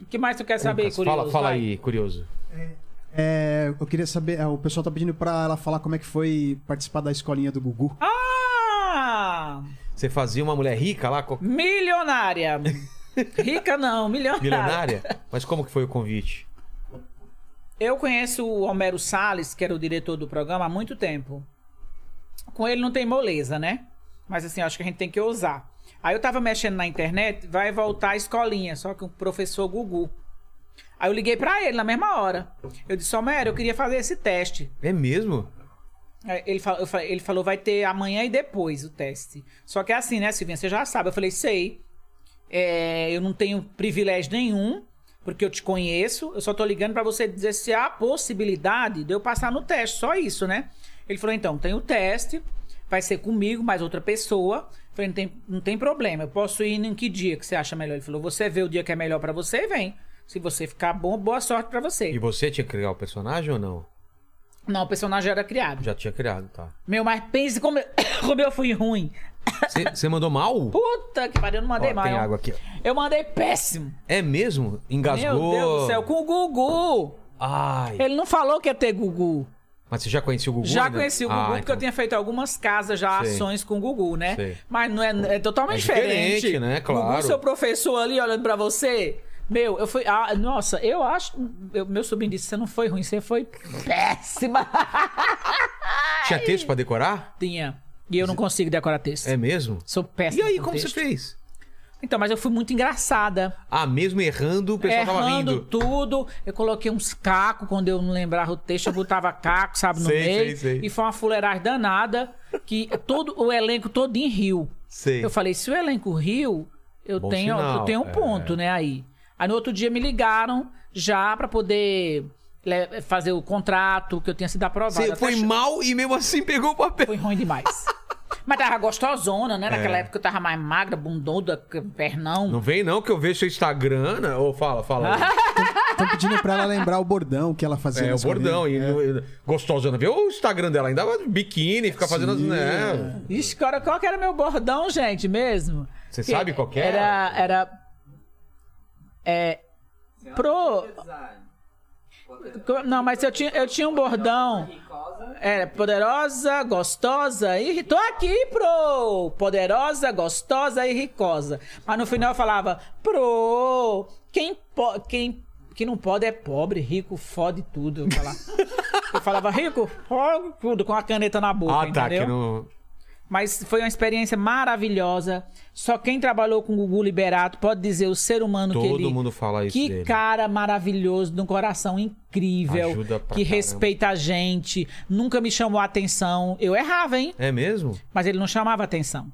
Speaker 3: O que mais tu quer saber,
Speaker 1: Lucas,
Speaker 3: curioso?
Speaker 1: fala fala
Speaker 3: Vai.
Speaker 1: aí, curioso.
Speaker 2: É, eu queria saber, é, o pessoal tá pedindo pra ela falar como é que foi participar da escolinha do Gugu.
Speaker 3: Ah!
Speaker 1: Você fazia uma mulher rica lá, co-
Speaker 3: Milionária. Rica não, milionária.
Speaker 1: milionária? Mas como que foi o convite?
Speaker 3: Eu conheço o Homero Salles, que era o diretor do programa, há muito tempo. Com ele não tem moleza, né? Mas assim, eu acho que a gente tem que ousar. Aí eu tava mexendo na internet, vai voltar a escolinha, só que o professor Gugu. Aí eu liguei pra ele na mesma hora. Eu disse, Homero, eu queria fazer esse teste.
Speaker 1: É mesmo?
Speaker 3: Aí É, Ele, fa- eu fa- ele falou, vai ter amanhã e depois o teste. Só que é assim, né, Silvinha? Você já sabe. Eu falei, sei. É, eu não tenho privilégio nenhum, porque eu te conheço. Eu só tô ligando pra você dizer se há possibilidade de eu passar no teste. Só isso, né? Ele falou, então, tem o teste. Vai ser comigo, mais outra pessoa. Eu falei, não tem, não tem problema. Eu posso ir em que dia que você acha melhor? Ele falou, você vê o dia que é melhor pra você e vem. Se você ficar bom, boa sorte pra você.
Speaker 1: E você tinha que criar o personagem ou não?
Speaker 3: Não, o personagem era criado.
Speaker 1: Já tinha criado, tá.
Speaker 3: Meu, mas pense como eu, como eu fui ruim.
Speaker 1: Você- Você mandou mal?
Speaker 3: Puta que pariu, eu não
Speaker 1: Ó,
Speaker 3: mandei mal.
Speaker 1: tem água aqui. ó.
Speaker 3: Eu mandei péssimo.
Speaker 1: É mesmo? Engasgou?
Speaker 3: Meu Deus do céu, com o Gugu.
Speaker 1: Ai.
Speaker 3: Ele não falou que ia ter Gugu.
Speaker 1: Mas você já conhecia o Gugu?
Speaker 3: já
Speaker 1: ainda?
Speaker 3: conheci o Gugu,
Speaker 1: Ah,
Speaker 3: porque eu
Speaker 1: então.
Speaker 3: tinha feito algumas casas já,
Speaker 1: Sei.
Speaker 3: ações com o Gugu, né?
Speaker 1: Sei.
Speaker 3: Mas não é, é totalmente
Speaker 1: É diferente,
Speaker 3: diferente.
Speaker 1: né? Claro.
Speaker 3: Gugu, seu professor ali olhando pra você. Meu, eu fui. ah, nossa, eu acho. eu- meu sobrinho disse: você não foi ruim, você foi péssima.
Speaker 1: Tinha texto pra decorar?
Speaker 3: Tinha. E eu não consigo decorar texto.
Speaker 1: É mesmo?
Speaker 3: Sou
Speaker 1: E
Speaker 3: péssima.
Speaker 1: aí,
Speaker 3: com
Speaker 1: como você
Speaker 3: texto.
Speaker 1: fez?
Speaker 3: Então, mas eu fui muito engraçada.
Speaker 1: Ah, mesmo errando, o pessoal tava
Speaker 3: errando
Speaker 1: rindo.
Speaker 3: tudo. Eu coloquei uns cacos quando eu não lembrava o texto, eu botava caco, sabe, no
Speaker 1: Sei,
Speaker 3: meio.
Speaker 1: sei, sei.
Speaker 3: E foi uma fuleiragem danada que todo o elenco todinho riu.
Speaker 1: Sei.
Speaker 3: Eu falei, se o elenco riu, eu
Speaker 1: Bom
Speaker 3: tenho,
Speaker 1: sinal,
Speaker 3: eu tenho um
Speaker 1: é.
Speaker 3: ponto, né, aí. Aí no outro dia me ligaram já pra poder le- fazer o contrato que eu tinha sido aprovado.
Speaker 1: Você
Speaker 3: Até
Speaker 1: foi
Speaker 3: ch-
Speaker 1: mal e mesmo assim pegou o papel.
Speaker 3: foi ruim demais. Mas tava gostosona, né? Naquela época eu tava mais magra, bunduda, pernão.
Speaker 1: É. Não vem não que eu vejo seu Instagram, né? Ou fala, fala.
Speaker 2: Estão pedindo pra ela lembrar o bordão que ela fazia
Speaker 1: É,
Speaker 2: na
Speaker 1: o
Speaker 2: escolinha.
Speaker 1: bordão. E, e- gostosona. né? Vê o Instagram dela ainda, biquíni, fica fazendo as...
Speaker 2: Sim.
Speaker 1: Né?
Speaker 3: É. Ixi, cara, qual que era meu bordão, gente, mesmo?
Speaker 1: Você sabe qual que era?
Speaker 3: era? Era. É. Pro. Co- Não, mas eu tinha, eu tinha um bordão. Era poderosa, gostosa e. ri- Tô aqui, pro! Poderosa, gostosa e ricosa. Mas no final eu falava, pro! Quem, po... quem, que não pode é pobre, rico, fode tudo. Eu falava, eu falava rico, fode tudo, com a caneta na boca,
Speaker 1: Ah, tá,
Speaker 3: entendeu?
Speaker 1: que não.
Speaker 3: Mas foi uma experiência maravilhosa. Só quem trabalhou com o Gugu Liberato pode dizer o ser humano que
Speaker 1: Todo
Speaker 3: ele...
Speaker 1: mundo fala isso
Speaker 3: Que
Speaker 1: dele.
Speaker 3: cara maravilhoso, de um coração incrível,
Speaker 1: Ajuda pra
Speaker 3: que
Speaker 1: caramba.
Speaker 3: respeita a gente, nunca me chamou a atenção. Eu errava, hein?
Speaker 1: É mesmo?
Speaker 3: Mas ele não chamava atenção.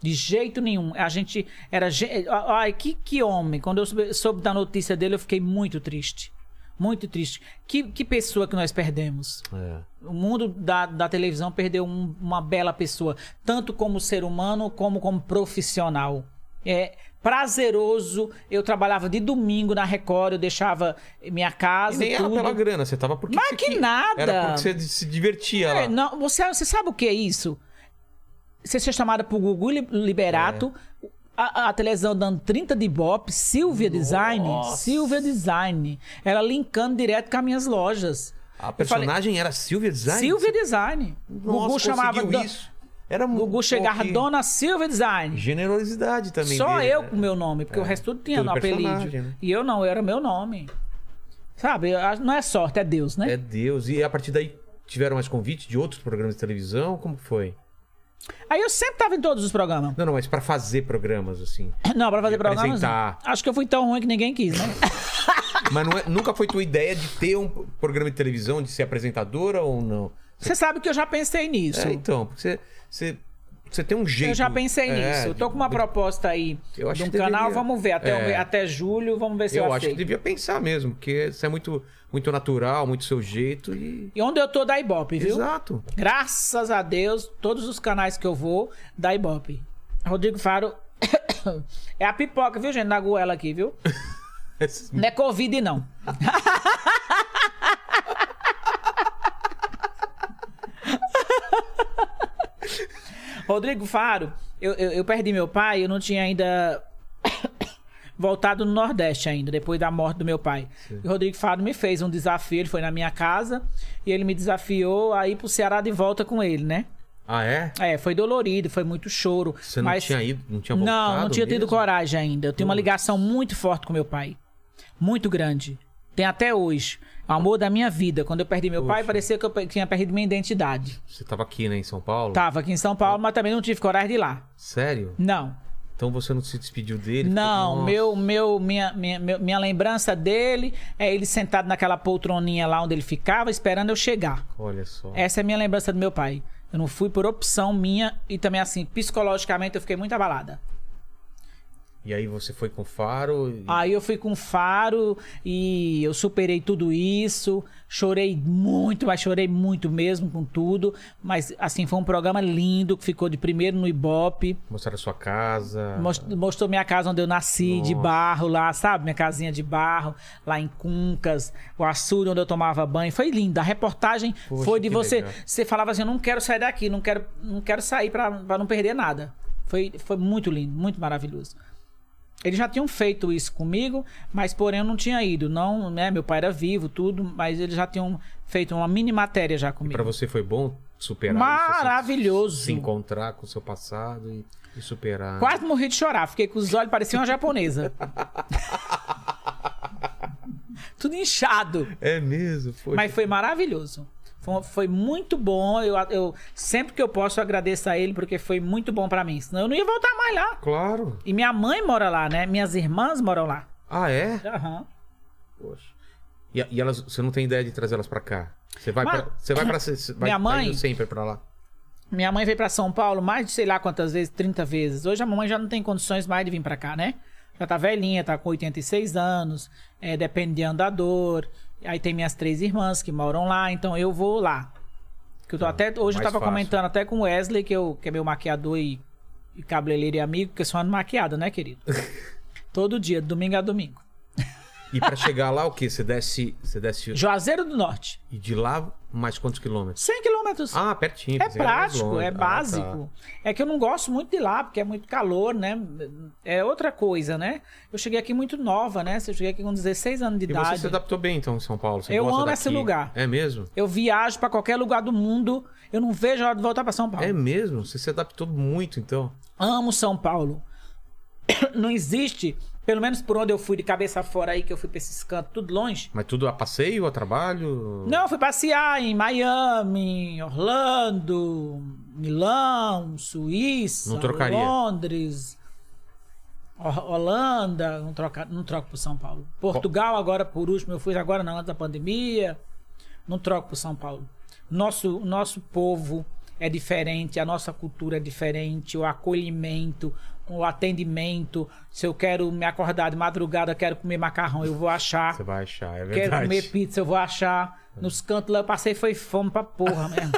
Speaker 3: De jeito nenhum. A gente era. ge- Ai, que, que homem. Quando eu soube, soube da notícia dele, eu fiquei muito triste. Muito triste. Que, que pessoa que nós perdemos.
Speaker 1: É.
Speaker 3: O mundo da, da televisão perdeu um- uma bela pessoa, tanto como ser humano como como profissional. É prazeroso. Eu trabalhava de domingo na Record, eu deixava minha
Speaker 1: E
Speaker 3: casa.
Speaker 1: nem era
Speaker 3: tudo.
Speaker 1: pela grana, você tava porque.
Speaker 3: Mas
Speaker 1: você
Speaker 3: que
Speaker 1: queria-
Speaker 3: nada!
Speaker 1: Era porque você se divertia
Speaker 3: É,
Speaker 1: lá.
Speaker 3: não, você, você sabe o que é isso? Você ser chamada por Gugu Li- Liberato,
Speaker 1: É.
Speaker 3: a, a televisão dando 30 de bop, Silvia Design, Silvia Design. Ela linkando direto com as minhas lojas.
Speaker 1: A
Speaker 3: Eu
Speaker 1: personagem era Silvia Design?
Speaker 3: falei, Silvia Design.
Speaker 1: Nossa,
Speaker 3: Gugu chamava.
Speaker 1: conseguiu
Speaker 3: do-
Speaker 1: isso. Era muito.
Speaker 3: Gugu chegava,
Speaker 1: pô, que
Speaker 3: Dona Silvia Design.
Speaker 1: Generosidade também.
Speaker 3: Só
Speaker 1: dele,
Speaker 3: eu
Speaker 1: né?
Speaker 3: com meu nome, porque o resto tudo tinha
Speaker 1: Tudo
Speaker 3: no apelido.
Speaker 1: personagem, né?
Speaker 3: E eu não, eu era meu nome. Sabe, eu acho- não é sorte, é Deus, né?
Speaker 1: É Deus. E a partir daí tiveram mais convite de outros programas de televisão? Como foi?
Speaker 3: Aí eu sempre tava em todos os programas.
Speaker 1: Não, não, mas pra fazer programas, assim.
Speaker 3: Não, pra fazer
Speaker 1: De
Speaker 3: programas.
Speaker 1: apresentar.
Speaker 3: não. Acho que eu fui tão ruim que ninguém quis, né?
Speaker 1: Mas não é- nunca foi tua ideia de ter um programa de televisão, de ser apresentadora ou não?
Speaker 3: Você sabe que eu já pensei nisso.
Speaker 1: É, então, porque você, você, você tem um jeito.
Speaker 3: eu já pensei
Speaker 1: é,
Speaker 3: nisso. Eu tô
Speaker 1: de-
Speaker 3: com uma proposta aí
Speaker 1: Eu acho
Speaker 3: de um
Speaker 1: que
Speaker 3: canal,
Speaker 1: deveria.
Speaker 3: vamos ver. Até,
Speaker 1: É.
Speaker 3: até julho, vamos ver se eu,
Speaker 1: Eu acho que
Speaker 3: aceito.
Speaker 1: devia pensar mesmo, porque isso é muito, muito natural, muito seu jeito e.
Speaker 3: E onde eu tô, dá Ibope, viu?
Speaker 1: Exato.
Speaker 3: Graças a Deus, todos os canais que eu vou, dá Ibope. Rodrigo Faro. é a pipoca, viu, gente? Na goela aqui, viu? Não é Covid, não. Rodrigo Faro, eu, eu- eu perdi meu pai, eu não tinha ainda voltado no Nordeste ainda, depois da morte do meu pai. E o Rodrigo Faro me fez um desafio, ele foi na minha casa e ele me desafiou a ir pro Ceará de volta com ele, né?
Speaker 1: Ah, é?
Speaker 3: É, foi dolorido, foi muito choro.
Speaker 1: Você não
Speaker 3: mas-
Speaker 1: tinha ido, não tinha voltado?
Speaker 3: não, não tinha tido
Speaker 1: mesmo?
Speaker 3: coragem ainda. Eu tenho uma ligação muito forte com meu pai. Muito grande. Tem até hoje. O amor da minha vida. Quando eu perdi meu pai,
Speaker 1: Poxa.
Speaker 3: parecia que eu pe- tinha perdido minha identidade.
Speaker 1: Você tava aqui, né, em São Paulo?
Speaker 3: Tava aqui em São Paulo, mas também não tive coragem de ir lá.
Speaker 1: Sério?
Speaker 3: Não.
Speaker 1: Então você não se despediu dele?
Speaker 3: Não,
Speaker 1: Ficou-
Speaker 3: meu, meu, minha, minha, meu- minha lembrança dele é ele sentado naquela poltroninha lá onde ele ficava, esperando eu chegar.
Speaker 1: Nossa, Olha só.
Speaker 3: Essa é a minha lembrança do meu pai. Eu não fui por opção minha e também, assim, psicologicamente eu fiquei muito abalada.
Speaker 1: E aí você foi com o Faro? e-
Speaker 3: Aí eu fui com faro e eu superei tudo isso. Chorei muito, mas chorei muito mesmo com tudo. Mas, assim, foi um programa lindo que ficou de primeiro no Ibope.
Speaker 1: Mostraram a sua casa?
Speaker 3: Most- Mostrou minha casa onde eu nasci, de barro lá, sabe? Minha casinha de barro, lá em Cuncas, o açude onde eu tomava banho. Foi lindo. A reportagem
Speaker 1: Poxa,
Speaker 3: foi de
Speaker 1: que
Speaker 3: você.
Speaker 1: legal.
Speaker 3: Você falava assim: eu não quero sair daqui, não quero, não quero sair pra pra não perder nada. Foi, foi muito lindo, muito maravilhoso. Eles já tinham feito isso comigo, mas porém eu não tinha ido. Não, né? Meu pai era vivo, tudo, mas eles já tinham feito uma mini matéria já comigo.
Speaker 1: Pra você foi bom superar isso? assim,
Speaker 3: Maravilhoso.
Speaker 1: Se encontrar com o seu passado e, e superar.
Speaker 3: Ah. Quase morri de chorar, fiquei com os olhos pareciam uma japonesa. Tudo inchado,
Speaker 1: É mesmo, foi.
Speaker 3: mas foi maravilhoso. Foi, foi muito bom. Eu, eu- sempre que eu posso eu agradeço a ele porque foi muito bom pra mim. Senão eu não ia voltar mais lá.
Speaker 1: Claro.
Speaker 3: E minha mãe mora lá, né? Minhas irmãs moram lá.
Speaker 1: Ah, é?
Speaker 3: Aham.
Speaker 1: Poxa. E, e elas, você não tem ideia de trazer elas pra cá? Você vai
Speaker 3: Mas-
Speaker 1: pra. Você vai pra. Você vai,
Speaker 3: Minha
Speaker 1: tá
Speaker 3: mãe-
Speaker 1: indo sempre pra lá.
Speaker 3: Minha mãe veio pra São Paulo mais de sei lá quantas vezes, 30 vezes. Hoje a mamãe já não tem condições mais de vir pra cá, né? Já tá velhinha, tá com 86 anos, é, depende de andador. Aí tem minhas três irmãs que moram lá, então eu vou lá. Que eu tô até, hoje eu
Speaker 1: Ah, mais
Speaker 3: tava
Speaker 1: fácil.
Speaker 3: comentando até com o Wesley, que, eu, que é meu maquiador e, e cabeleireiro e amigo, que eu sou uma maquiada, né, querido? Todo dia, domingo a domingo.
Speaker 1: E pra chegar lá, o quê? Você desce. Você desce.
Speaker 3: Juazeiro do Norte,
Speaker 1: E de lá, mais quantos quilômetros?
Speaker 3: 100 quilômetros.
Speaker 1: Ah, pertinho.
Speaker 3: É
Speaker 1: pensei que era mais
Speaker 3: prático,
Speaker 1: longe.
Speaker 3: é
Speaker 1: Ah, tá.
Speaker 3: básico. É que eu não gosto muito de lá, porque é muito calor, né? É outra coisa, né? Eu cheguei aqui muito nova, né? Eu cheguei aqui com 16 anos de
Speaker 1: E você
Speaker 3: idade.
Speaker 1: se adaptou bem, então, em São Paulo. Você
Speaker 3: Eu
Speaker 1: gosta
Speaker 3: amo
Speaker 1: daqui.
Speaker 3: esse lugar.
Speaker 1: É mesmo?
Speaker 3: Eu viajo pra qualquer lugar do mundo, eu não vejo a hora de voltar pra São Paulo.
Speaker 1: É mesmo? Você se adaptou muito, então.
Speaker 3: Amo São Paulo. Não existe Pelo menos por onde eu fui de cabeça fora aí, que eu fui pra esses cantos, tudo longe.
Speaker 1: Mas tudo a passeio, a trabalho?
Speaker 3: Não, eu fui passear em Miami, em Orlando, Milão, Suíça,
Speaker 1: Não trocaria.
Speaker 3: Londres, Ho- Holanda, não, troca, não troco por São Paulo. Portugal, agora por último, eu fui agora na antes da pandemia, não troco por São Paulo. Nosso, o nosso povo é diferente, a nossa cultura é diferente, o acolhimento, o atendimento. Se eu quero me acordar de madrugada, quero comer macarrão, eu vou achar.
Speaker 1: Você vai achar, é
Speaker 3: Quero
Speaker 1: verdade.
Speaker 3: comer pizza, eu vou achar. Nos cantos lá eu passei, foi fome pra porra mesmo.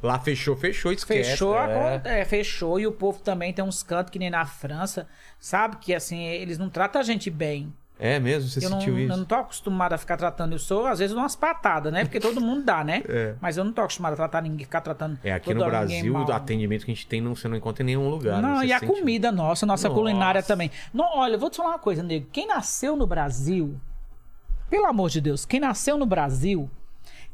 Speaker 1: Lá fechou, fechou, esquece.
Speaker 3: fechou, a
Speaker 1: é.
Speaker 3: conta, é, fechou. E o povo também tem uns cantos que nem na França, sabe? Que assim, eles não tratam a gente bem.
Speaker 1: É mesmo, você
Speaker 3: Eu não,
Speaker 1: sentiu
Speaker 3: eu
Speaker 1: isso?
Speaker 3: não tô acostumado a ficar tratando. Eu sou, às vezes, umas patadas, né? Porque todo mundo dá, né?
Speaker 1: É.
Speaker 3: Mas eu não tô acostumado a tratar ninguém, ficar tratando.
Speaker 1: É, aqui
Speaker 3: toda
Speaker 1: no
Speaker 3: hora ninguém
Speaker 1: Brasil,
Speaker 3: mal.
Speaker 1: o atendimento que a gente tem, não, você não encontra em nenhum lugar. né?
Speaker 3: Não,
Speaker 1: Você
Speaker 3: e a
Speaker 1: sente-
Speaker 3: comida nossa, nossa
Speaker 1: Nossa.
Speaker 3: culinária também. Não, olha, eu vou te falar uma coisa, nego. Quem nasceu no Brasil, pelo amor de Deus, quem nasceu no Brasil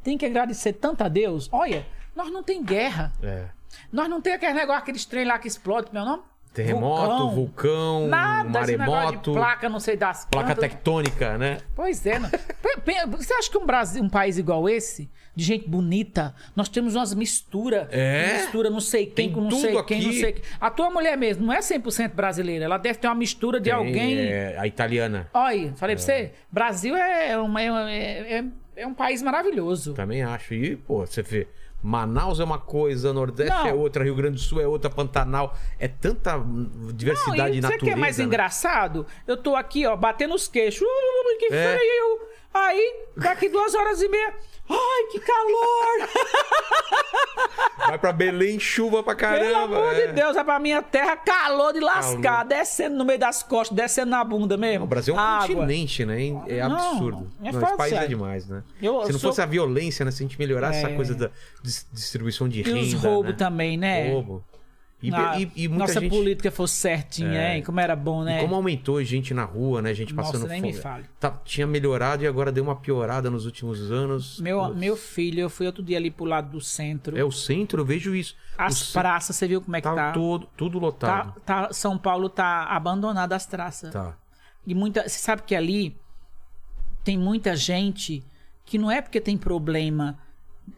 Speaker 3: tem que agradecer tanto a Deus. Olha, nós não tem guerra.
Speaker 1: É.
Speaker 3: Nós não tem aquele negócio, aqueles trem lá que explode, meu nome?
Speaker 1: Terremoto, vulcão,
Speaker 3: nada, esse negócio de
Speaker 1: maremoto,
Speaker 3: placa, não sei das
Speaker 1: placa
Speaker 3: quantas.
Speaker 1: tectônica, né?
Speaker 3: Pois é. não. Pe- pe- Você acha que um, Brasil, um país igual esse, de gente bonita, nós temos umas misturas.
Speaker 1: É?
Speaker 3: Mistura não sei quem
Speaker 1: Tem
Speaker 3: com não
Speaker 1: tudo
Speaker 3: sei quem, não
Speaker 1: aqui.
Speaker 3: sei quem. A tua mulher mesmo não é 100% brasileira. Ela deve ter uma mistura de
Speaker 1: Tem,
Speaker 3: alguém.
Speaker 1: é, a italiana.
Speaker 3: Olha, falei pra você, Brasil é, uma- é uma- é- é- é um país maravilhoso.
Speaker 1: Também acho. E, pô, você vê. Manaus é uma coisa, Nordeste
Speaker 3: Não.
Speaker 1: é outra, Rio Grande do Sul é outra, Pantanal. É tanta hum,
Speaker 3: Não,
Speaker 1: diversidade né?
Speaker 3: e
Speaker 1: natural.
Speaker 3: Você quer mais engraçado? Eu tô aqui, ó, batendo os queixos. Uh, que
Speaker 1: É.
Speaker 3: frio! Aí, daqui duas horas e meia. Ai, que calor!
Speaker 1: Vai pra Belém, chuva pra
Speaker 3: Pelo
Speaker 1: caramba.
Speaker 3: amor
Speaker 1: é.
Speaker 3: de Deus, vai pra minha terra, calor de lascar, descendo no meio das costas, descendo na bunda mesmo.
Speaker 1: O Brasil é um
Speaker 3: Água.
Speaker 1: continente, né? É
Speaker 3: Não,
Speaker 1: absurdo.
Speaker 3: é
Speaker 1: Não, esse
Speaker 3: fácil,
Speaker 1: país é
Speaker 3: é.
Speaker 1: demais, né?
Speaker 3: Eu
Speaker 1: Se não
Speaker 3: sou-
Speaker 1: fosse a violência, né? Se a gente melhorasse essa
Speaker 3: É.
Speaker 1: coisa da dis- distribuição de
Speaker 3: E
Speaker 1: renda,
Speaker 3: os roubos
Speaker 1: né?
Speaker 3: também, né?
Speaker 1: Roubo. E,
Speaker 3: Ah,
Speaker 1: e- e muita
Speaker 3: nossa
Speaker 1: gente... É.
Speaker 3: política fosse certinha, hein? Como era bom, né?
Speaker 1: E como aumentou gente na rua, né? Gente
Speaker 3: Nossa,
Speaker 1: passando
Speaker 3: nem
Speaker 1: fome.
Speaker 3: me fale.
Speaker 1: Tá- tinha melhorado e agora deu uma piorada nos últimos anos.
Speaker 3: Meu,
Speaker 1: Putz.
Speaker 3: meu filho, eu fui outro dia ali pro lado do centro.
Speaker 1: É o centro, eu vejo isso. o
Speaker 3: As
Speaker 1: centro
Speaker 3: praças, você viu como é que
Speaker 1: tá,
Speaker 3: tá?
Speaker 1: todo, tudo
Speaker 3: Tá-
Speaker 1: lotado.
Speaker 3: tá- São Paulo tá abandonado as traças.
Speaker 1: Tá.
Speaker 3: E muita, você sabe que ali tem muita gente que não é porque tem problema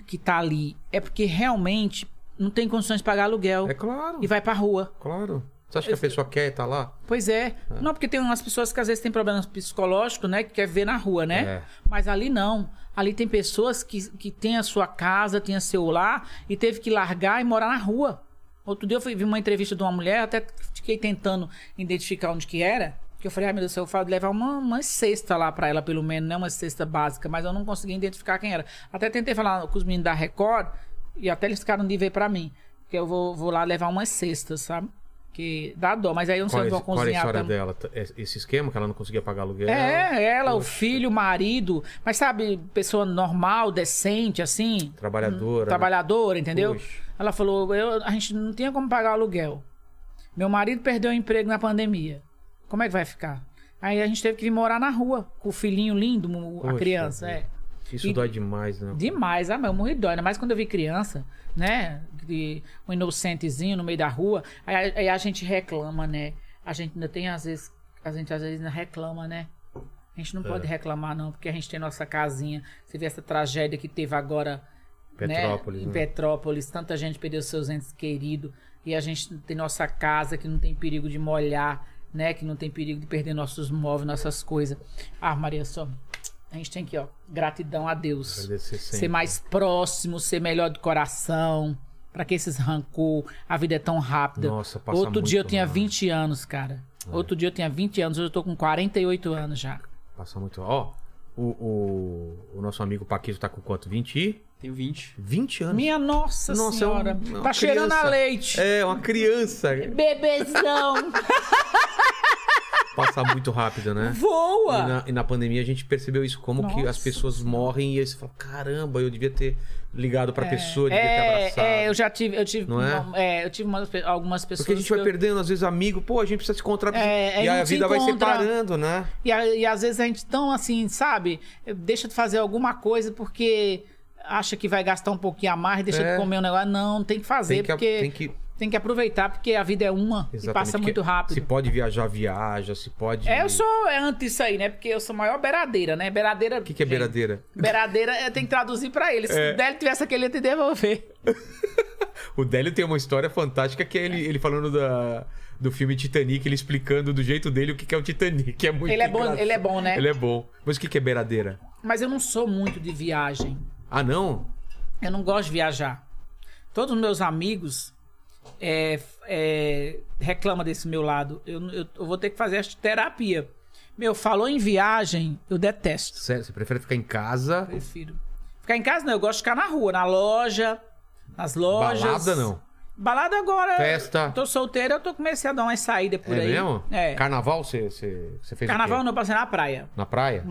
Speaker 3: que tá ali, é porque realmente não tem condições de pagar aluguel
Speaker 1: É claro,
Speaker 3: e vai pra rua.
Speaker 1: claro. Você acha que a pessoa quer estar lá?
Speaker 3: Pois é. Não, porque tem umas pessoas que às vezes têm problemas psicológicos, né? Que quer ver na rua, né?
Speaker 1: É.
Speaker 3: Mas ali não. Ali tem pessoas que, que têm a sua casa, têm a seu lar e teve que largar e morar na rua. Outro dia eu fui, vi uma entrevista de uma mulher, até fiquei tentando identificar onde que era. Que eu falei, ai meu Deus do céu, eu falo de levar uma, uma cesta lá pra ela, pelo menos, né? Uma cesta básica, mas eu não consegui identificar quem era. Até tentei falar com os meninos da Record e até eles ficaram de ver pra mim. Que eu vou, vou lá levar umas cestas, sabe? Que dá dó, mas aí eu não
Speaker 1: Qual,
Speaker 3: sei
Speaker 1: é,
Speaker 3: se vou
Speaker 1: qual é a
Speaker 3: cozinhar
Speaker 1: história
Speaker 3: também.
Speaker 1: dela? T- é- Esse esquema que ela não conseguia pagar aluguel?
Speaker 3: É, ela, o filho, o marido. Mas sabe, pessoa normal, decente, assim.
Speaker 1: Trabalhadora. né?
Speaker 3: Trabalhadora, entendeu?
Speaker 1: Puxa.
Speaker 3: Ela falou: eu, a gente não tinha como pagar o aluguel. Meu marido perdeu o emprego na pandemia. Como é que vai ficar? Aí a gente teve que vir morar na rua, com o filhinho lindo, o- a
Speaker 1: Poxa
Speaker 3: criança.
Speaker 1: vida.
Speaker 3: É.
Speaker 1: né? Isso
Speaker 3: E-
Speaker 1: dói demais, né?
Speaker 3: Demais, ah, mas eu morri de dó. Ainda mais quando eu vi criança, né? De um inocentezinho no meio da rua. Aí, aí a gente reclama, né? A gente ainda tem, às vezes, a gente às vezes ainda reclama, né? A gente não pode reclamar, não, porque a gente tem nossa casinha. Você vê essa tragédia que teve agora
Speaker 1: Petrópolis,
Speaker 3: né? em
Speaker 1: né?
Speaker 3: Petrópolis. Tanta gente perdeu seus entes queridos. E a gente tem nossa casa que não tem perigo de molhar, né? Que não tem perigo de perder nossos móveis, nossas coisas. Ah, Maria, só. A gente tem que, ó, gratidão a Deus
Speaker 1: Agradecer sempre.
Speaker 3: ser mais próximo, ser melhor de coração. Pra que esses rancor? A vida é tão rápida.
Speaker 1: Nossa, passa
Speaker 3: Outro dia eu
Speaker 1: muito
Speaker 3: tinha
Speaker 1: mal. É.
Speaker 3: 20 anos, cara. Outro dia eu tinha 20 anos, hoje eu tô com 48 anos já.
Speaker 1: Passa muito. Ó, o, o, o nosso amigo Paquito tá com quanto? 20? e-
Speaker 4: Tenho 20.
Speaker 1: 20 anos.
Speaker 3: Minha nossa,
Speaker 1: Nossa,
Speaker 3: senhora.
Speaker 1: é um- é uma
Speaker 3: tá cheirando
Speaker 1: criança.
Speaker 3: a leite.
Speaker 1: É, uma criança.
Speaker 3: Bebezão.
Speaker 1: Passa muito rápido, né? E
Speaker 3: Voa.
Speaker 1: na, e na pandemia a gente percebeu isso, como que as
Speaker 3: Nossa
Speaker 1: pessoas morrem e aí você fala, caramba, eu devia ter ligado pra pessoa, devia ter
Speaker 3: É,
Speaker 1: abraçado.
Speaker 3: é, eu já tive, eu tive,
Speaker 1: Não é?
Speaker 3: uma- é, eu tive umas pe- algumas pessoas.
Speaker 1: Porque a gente vai
Speaker 3: que eu-
Speaker 1: perdendo, às vezes, amigo, pô, a gente precisa se encontrar.
Speaker 3: É, aí
Speaker 1: e aí a
Speaker 3: não se
Speaker 1: vida vai
Speaker 3: encontra.
Speaker 1: separando, né?
Speaker 3: E, a- e às vezes a gente tão assim, sabe? Deixa de fazer alguma coisa porque acha que vai gastar um pouquinho a mais, deixa
Speaker 1: É.
Speaker 3: de comer um negócio. Não, tem que fazer,
Speaker 1: Tem que,
Speaker 3: porque
Speaker 1: tem que
Speaker 3: Tem que aproveitar, porque a vida é uma e passa
Speaker 1: porque
Speaker 3: muito rápido.
Speaker 1: Se pode viajar, viaja. Se pode.
Speaker 3: É, eu sou anti isso aí, né? Porque eu sou a maior beiradeira, né? Beiradeira.
Speaker 1: O que, que é beiradeira?
Speaker 3: Beiradeira, eu tenho é, que traduzir pra ele. Se
Speaker 1: É.
Speaker 3: o Délio tivesse aquele, ele ia te devolver.
Speaker 1: O Délio tem uma história fantástica que é ele, ele falando da, do filme Titanic, ele explicando do jeito dele o que, que é o Titanic. É muito
Speaker 3: Ele é bom-
Speaker 1: engraçado.
Speaker 3: ele é bom, né?
Speaker 1: Ele é bom. Mas o que, que é beiradeira?
Speaker 3: Mas eu não sou muito de viagem.
Speaker 1: Ah, não?
Speaker 3: Eu não gosto de viajar. Todos os meus amigos é, é, reclamam desse meu lado. Eu, eu- eu vou ter que fazer esta terapia. Meu, falou em viagem, eu detesto.
Speaker 1: Sério, você prefere ficar em casa?
Speaker 3: Prefiro. Ficar em casa não, eu gosto de ficar na rua, na loja, nas lojas.
Speaker 1: Balada não.
Speaker 3: Balada agora.
Speaker 1: Festa.
Speaker 3: Tô solteira, eu tô comecei a dar uma saída por
Speaker 1: é
Speaker 3: aí.
Speaker 1: mesmo?
Speaker 3: É.
Speaker 1: Carnaval você, você, você fez o quê?
Speaker 3: Carnaval não, Uhum. eu passei na praia.
Speaker 1: Na praia?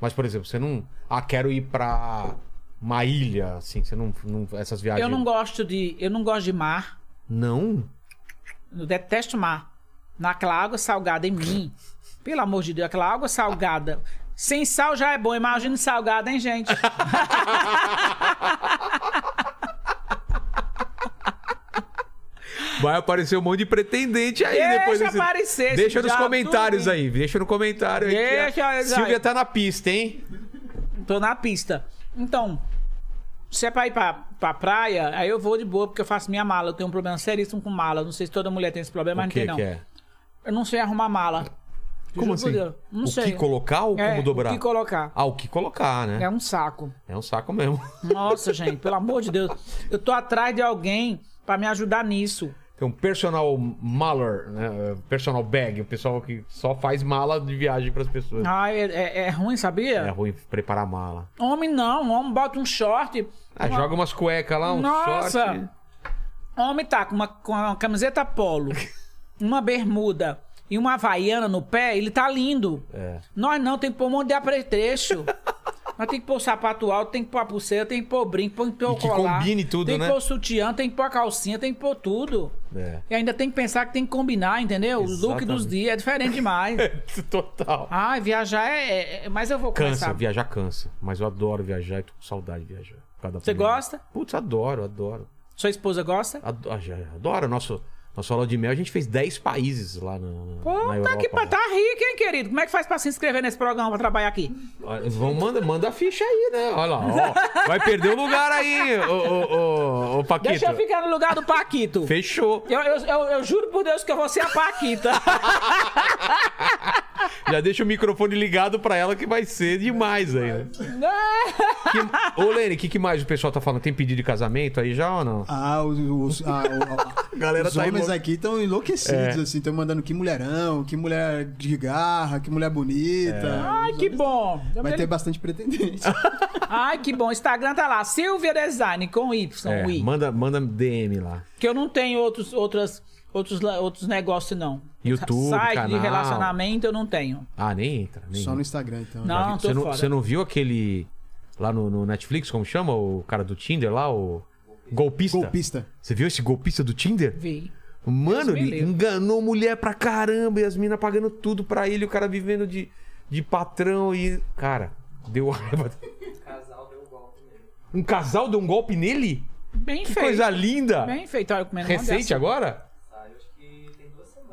Speaker 1: Mas, por exemplo, você não. Ah, quero ir pra uma ilha, assim. Você não. não- essas viagens.
Speaker 3: Eu não gosto de. Eu não gosto de mar.
Speaker 1: Não?
Speaker 3: Eu detesto mar. Naquela água salgada em mim. Pelo amor de Deus, aquela água salgada. Sem sal já é bom, imagina salgada, hein, gente?
Speaker 1: Vai aparecer um monte de pretendente aí
Speaker 3: Deixa
Speaker 1: depois
Speaker 3: aparecer esse
Speaker 1: Deixa nos
Speaker 3: diabo
Speaker 1: comentários
Speaker 3: tudo,
Speaker 1: aí. Deixa no comentário aí. que a
Speaker 3: Deixa eles aí.
Speaker 1: Silvia tá na pista, hein?
Speaker 3: Tô na pista. Então, se é pra ir pra, pra praia, aí eu vou de boa, porque eu faço minha mala. Eu tenho um problema seríssimo com mala. Não sei se toda mulher tem esse problema,
Speaker 1: o
Speaker 3: mas
Speaker 1: que,
Speaker 3: não
Speaker 1: que
Speaker 3: tem, não.
Speaker 1: é?
Speaker 3: Eu não sei arrumar mala.
Speaker 1: Como
Speaker 3: Juro por
Speaker 1: assim?
Speaker 3: Deus, Não
Speaker 1: o
Speaker 3: sei.
Speaker 1: que colocar ou
Speaker 3: É,
Speaker 1: como dobrar?
Speaker 3: O que colocar.
Speaker 1: Ah, o que colocar, né?
Speaker 3: É um saco.
Speaker 1: É um saco mesmo.
Speaker 3: Nossa, gente, pelo amor de Deus. Eu tô atrás de alguém pra me ajudar nisso.
Speaker 1: Tem um personal maller, né? Personal bag, o pessoal que só faz mala de viagem pras pessoas.
Speaker 3: Ah, é, é- é ruim, sabia?
Speaker 1: É ruim preparar mala.
Speaker 3: Homem não, homem bota um short.
Speaker 1: Ah, joga umas cuecas lá, um
Speaker 3: Nossa!
Speaker 1: short.
Speaker 3: Homem tá com uma, com uma camiseta polo, uma bermuda e uma havaiana no pé, ele tá lindo.
Speaker 1: É.
Speaker 3: Nós não, tem que pôr um monte de apretrecho. Nós tem que pôr sapato alto, tem que pôr a pulseira, tem que pôr o brinco, tem que
Speaker 1: E
Speaker 3: pôr o
Speaker 1: que
Speaker 3: colar.
Speaker 1: combine tudo,
Speaker 3: tem
Speaker 1: né?
Speaker 3: que pôr o sutiã, tem que pôr a calcinha, tem que pôr tudo.
Speaker 1: É.
Speaker 3: E ainda tem que pensar que tem que combinar, entendeu? O look dos
Speaker 1: Exatamente.
Speaker 3: dias é diferente demais.
Speaker 1: Total.
Speaker 3: Ai, viajar é, é- é- Mas eu vou
Speaker 1: Cansa,
Speaker 3: começar.
Speaker 1: viajar cansa. Mas eu adoro viajar e tô com saudade de viajar. por causa da
Speaker 3: Você
Speaker 1: pandemia.
Speaker 3: gosta?
Speaker 1: Putz, adoro, adoro.
Speaker 3: Sua esposa gosta?
Speaker 1: Ado- ah, já- Adoro. Nosso, nosso aula de mel, a gente fez 10 países lá na, na, na
Speaker 3: Puta
Speaker 1: Europa. né?
Speaker 3: que pa... tá rico, hein, querido? Como é que faz pra se inscrever nesse programa pra trabalhar aqui?
Speaker 1: Olha, Vão, manda, manda a ficha aí, né? Olha lá, ó. Vai perder o lugar aí, ô, ô, ô, ô Paquito.
Speaker 3: Deixa eu ficar no lugar do Paquito.
Speaker 1: Fechou.
Speaker 3: Eu, eu, eu, eu juro por Deus que eu vou ser a Paquita.
Speaker 1: Já deixa o microfone ligado pra ela que vai ser demais aí, né? Que... Ô, Lene, o que, que mais o pessoal tá falando? Tem pedido de casamento aí já ou não?
Speaker 2: Ah, os, os, ah, o-
Speaker 1: Galera
Speaker 2: os
Speaker 1: tá
Speaker 2: homens
Speaker 1: enlou-
Speaker 2: aqui estão enlouquecidos,
Speaker 1: É.
Speaker 2: assim, estão mandando que mulherão, que mulher de garra, que mulher
Speaker 1: É.
Speaker 2: bonita.
Speaker 3: Ai, que bom.
Speaker 2: Vai ter bastante pretendente.
Speaker 3: Ai, que bom. Instagram tá lá. Silvia Design com
Speaker 2: Ah,
Speaker 3: Y.
Speaker 1: É,
Speaker 3: Ui.
Speaker 1: manda, manda DM lá.
Speaker 3: Que eu não tenho outros, outras, outros, la- outros negócios, não.
Speaker 1: YouTube,
Speaker 3: Site de
Speaker 1: canal.
Speaker 3: relacionamento eu não tenho.
Speaker 1: Ah, nem entra. Nem
Speaker 2: Só no
Speaker 1: entra.
Speaker 2: Instagram, então.
Speaker 3: Não.
Speaker 1: Já vi- você,
Speaker 3: tô
Speaker 1: não
Speaker 3: fora.
Speaker 1: você não viu aquele. Lá no, no Netflix, como chama? O cara do Tinder lá, o. Golpista.
Speaker 2: Golpista.
Speaker 1: Você viu esse golpista do Tinder?
Speaker 3: Vi.
Speaker 1: Mano,
Speaker 3: Deus me
Speaker 1: ele
Speaker 3: livre.
Speaker 1: enganou mulher pra caramba e as minas pagando tudo pra ele, o cara vivendo de, de patrão e. Cara, deu raiva. Um casal deu um golpe nele?
Speaker 3: Bem
Speaker 1: Que
Speaker 3: feito.
Speaker 1: coisa linda!
Speaker 3: Bem feito. Olha, comendo uma
Speaker 1: Recente
Speaker 3: dessa.
Speaker 1: agora?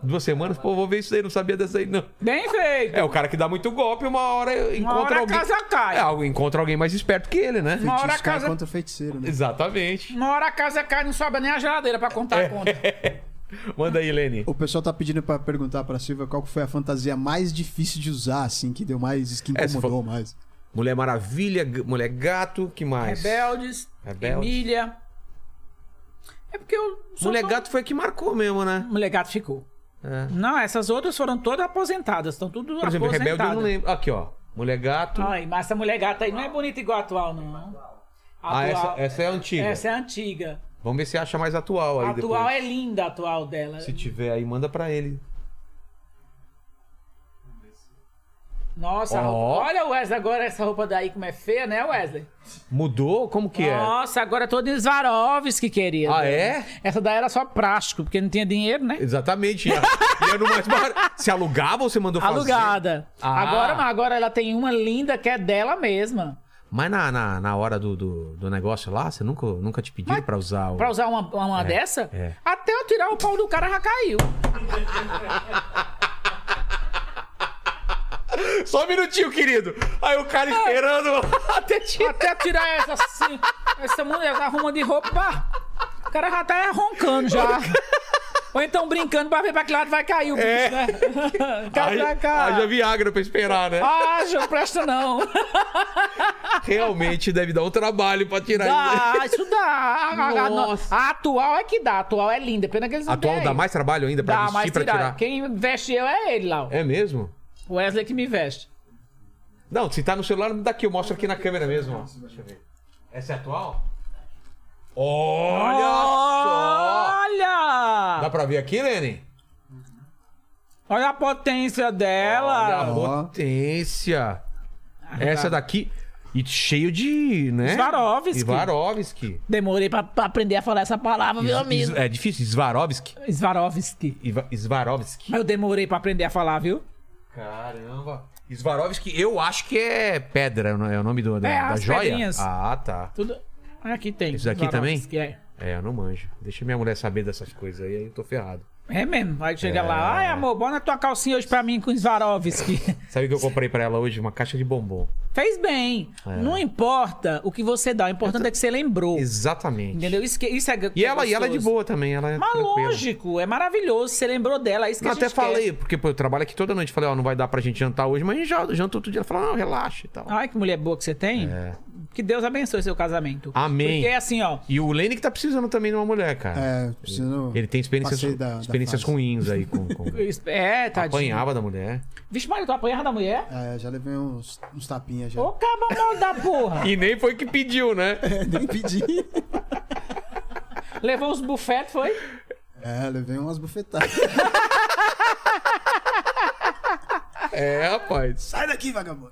Speaker 1: Duas semanas? Pô, vou ver isso daí, não sabia dessa aí, não.
Speaker 3: Bem feito.
Speaker 1: É, o cara que dá muito golpe, uma hora encontra
Speaker 3: hora a
Speaker 1: alguém.
Speaker 3: casa cai.
Speaker 1: É, alguém- encontra alguém mais esperto que ele, né?
Speaker 3: Uma hora a
Speaker 2: Os caras
Speaker 3: casa
Speaker 2: contra o feiticeiro, né?
Speaker 1: Exatamente.
Speaker 3: Uma hora a casa cai, não sobra nem a geladeira pra contar
Speaker 1: É.
Speaker 3: a conta.
Speaker 1: Manda aí, Lene.
Speaker 2: O pessoal tá pedindo pra perguntar pra Silvia qual que foi a fantasia mais difícil de usar, assim, que deu mais, que
Speaker 1: É, se
Speaker 2: incomodou
Speaker 1: for-
Speaker 2: mais.
Speaker 1: Mulher Maravilha, g- Mulher Gato, que mais?
Speaker 3: Rebeldes,
Speaker 1: Rebeldes.
Speaker 3: Emília. É porque eu sou
Speaker 1: Mulher
Speaker 3: tão-
Speaker 1: Gato foi a que marcou mesmo, né?
Speaker 3: Mulher gato ficou.
Speaker 1: É.
Speaker 3: Não, essas outras foram todas aposentadas. Estão tudo
Speaker 1: Por exemplo, Rebelde eu
Speaker 3: aposentadas.
Speaker 1: não lembro. Aqui, ó. Mulher Gato.
Speaker 3: Ai, mas essa mulher gata aí não é bonita igual a atual, não. Atual.
Speaker 1: Ah, essa, essa é antiga.
Speaker 3: Essa é antiga.
Speaker 1: Vamos ver se acha mais atual aí
Speaker 3: A
Speaker 1: depois.
Speaker 3: atual é linda, a atual dela.
Speaker 1: Se tiver aí, manda pra ele.
Speaker 3: Nossa, a
Speaker 1: Ó.
Speaker 3: roupa- olha o Wesley agora, essa roupa daí como é feia, né, Wesley?
Speaker 1: Mudou? Como que é?
Speaker 3: Nossa, agora é toda em Swarovski, querida.
Speaker 1: Ah, é?
Speaker 3: Essa daí era só plástico, porque não tinha dinheiro, né?
Speaker 1: Exatamente. Ia, ia no mais barato. Se alugava ou você mandou fazer?
Speaker 3: Alugada.
Speaker 1: Ah.
Speaker 3: Agora não, agora ela tem uma linda que é dela mesma.
Speaker 1: Mas na, na, na hora do, do, do negócio lá, você nunca, nunca te pediu pra usar o.
Speaker 3: Pra usar uma, uma dessa?
Speaker 1: é.
Speaker 3: Até eu tirar o pau do cara, já caiu.
Speaker 1: Só um minutinho, querido. Aí o
Speaker 3: Ah.
Speaker 1: cara esperando até tirar.
Speaker 3: Até eu tirar essa assim, essa mulher, essa arruma de roupa. O cara já tá roncando já. Ou então brincando pra ver pra que lado vai cair o bicho,
Speaker 1: É.
Speaker 3: né? Cai pra cá.
Speaker 1: Haja Viagra pra esperar, né?
Speaker 3: Ah, já não presta não.
Speaker 1: Realmente deve dar um trabalho pra tirar isso.
Speaker 3: Dá, Ah, isso dá. A- a-
Speaker 1: Nossa.
Speaker 3: A atual é que dá, a atual é linda. Pena que eles não
Speaker 1: Atual
Speaker 3: têm.
Speaker 1: dá mais trabalho ainda pra
Speaker 3: Dá
Speaker 1: vestir,
Speaker 3: mais
Speaker 1: pra
Speaker 3: tirar.
Speaker 1: tirar.
Speaker 3: Quem veste eu é ele lá. ó.
Speaker 1: É mesmo?
Speaker 3: O Wesley que me veste.
Speaker 1: Não, se tá no celular, não dá aqui. Eu mostro aqui na câmera mesmo, ó. Deixa eu ver. Essa é atual? Olha só!
Speaker 3: Olha!
Speaker 1: Dá pra ver aqui, Lene?
Speaker 3: Olha a potência
Speaker 1: Olha a
Speaker 3: dela!
Speaker 2: Ó.
Speaker 1: potência. Essa daqui. E cheio de. né?
Speaker 3: Swarovski.
Speaker 1: Swarovski.
Speaker 3: Demorei pra, pra aprender a falar essa palavra, meu
Speaker 1: Is-
Speaker 3: amigo.
Speaker 1: is- É difícil? Swarovski?
Speaker 3: Svarovski.
Speaker 1: Iva- Swarovski.
Speaker 3: Eu demorei pra aprender a falar, viu?
Speaker 1: Caramba. Swarovski, eu acho que é pedra, não é o nome do, da,
Speaker 3: É,
Speaker 1: da
Speaker 3: as
Speaker 1: joia?
Speaker 3: pedrinhas.
Speaker 1: Ah, tá.
Speaker 3: Tudo. Ah, Aqui tem.
Speaker 1: Esse daqui também?
Speaker 3: Swarovski, É.
Speaker 1: É, eu não manjo. Deixa minha mulher saber dessas coisas aí, aí eu tô ferrado.
Speaker 3: é mesmo. Vai chegar lá. Ai, amor, bora na tua calcinha hoje pra mim com Svarovski.
Speaker 1: Sabe o que eu comprei pra ela hoje? Uma caixa de bombom.
Speaker 3: Fez bem.
Speaker 1: É.
Speaker 3: Não importa o que você dá, o importante é que você lembrou.
Speaker 1: Exatamente.
Speaker 3: Entendeu? Isso, que, isso é.
Speaker 1: E ela, e ela é de
Speaker 3: gostoso.
Speaker 1: boa também, ela é
Speaker 3: Mas
Speaker 1: tranquila.
Speaker 3: lógico, é maravilhoso. Você lembrou dela, é isso que
Speaker 1: Eu
Speaker 3: a gente
Speaker 1: até falei,
Speaker 3: quer.
Speaker 1: porque pô, eu trabalho aqui toda noite. Falei, ó, não vai dar pra gente jantar hoje, mas a gente já janta outro dia. Ela falou, não, relaxa e tal.
Speaker 3: Ai, que mulher boa que você tem. Que Deus abençoe seu casamento.
Speaker 1: É. Amém.
Speaker 3: Porque é assim, ó.
Speaker 1: E o Lene que tá precisando também de uma mulher, cara.
Speaker 2: É, preciso...
Speaker 1: Ele tem experiências,
Speaker 2: Passei da- da
Speaker 1: experiências
Speaker 2: fase.
Speaker 1: ruins aí com. com...
Speaker 3: É, tadinho.
Speaker 1: Apanhava da mulher.
Speaker 3: Vixe, Maria, tu apanhava da mulher?
Speaker 2: É, já levei uns, uns tapinhas já.
Speaker 1: Oh.
Speaker 3: Ô, caba mal da porra.
Speaker 1: E nem foi que pediu, né?
Speaker 2: Nem pedi.
Speaker 3: Levou uns bufetes, foi?
Speaker 2: É, levei umas bufetadas.
Speaker 1: É, rapaz.
Speaker 2: Sai daqui, vagabundo.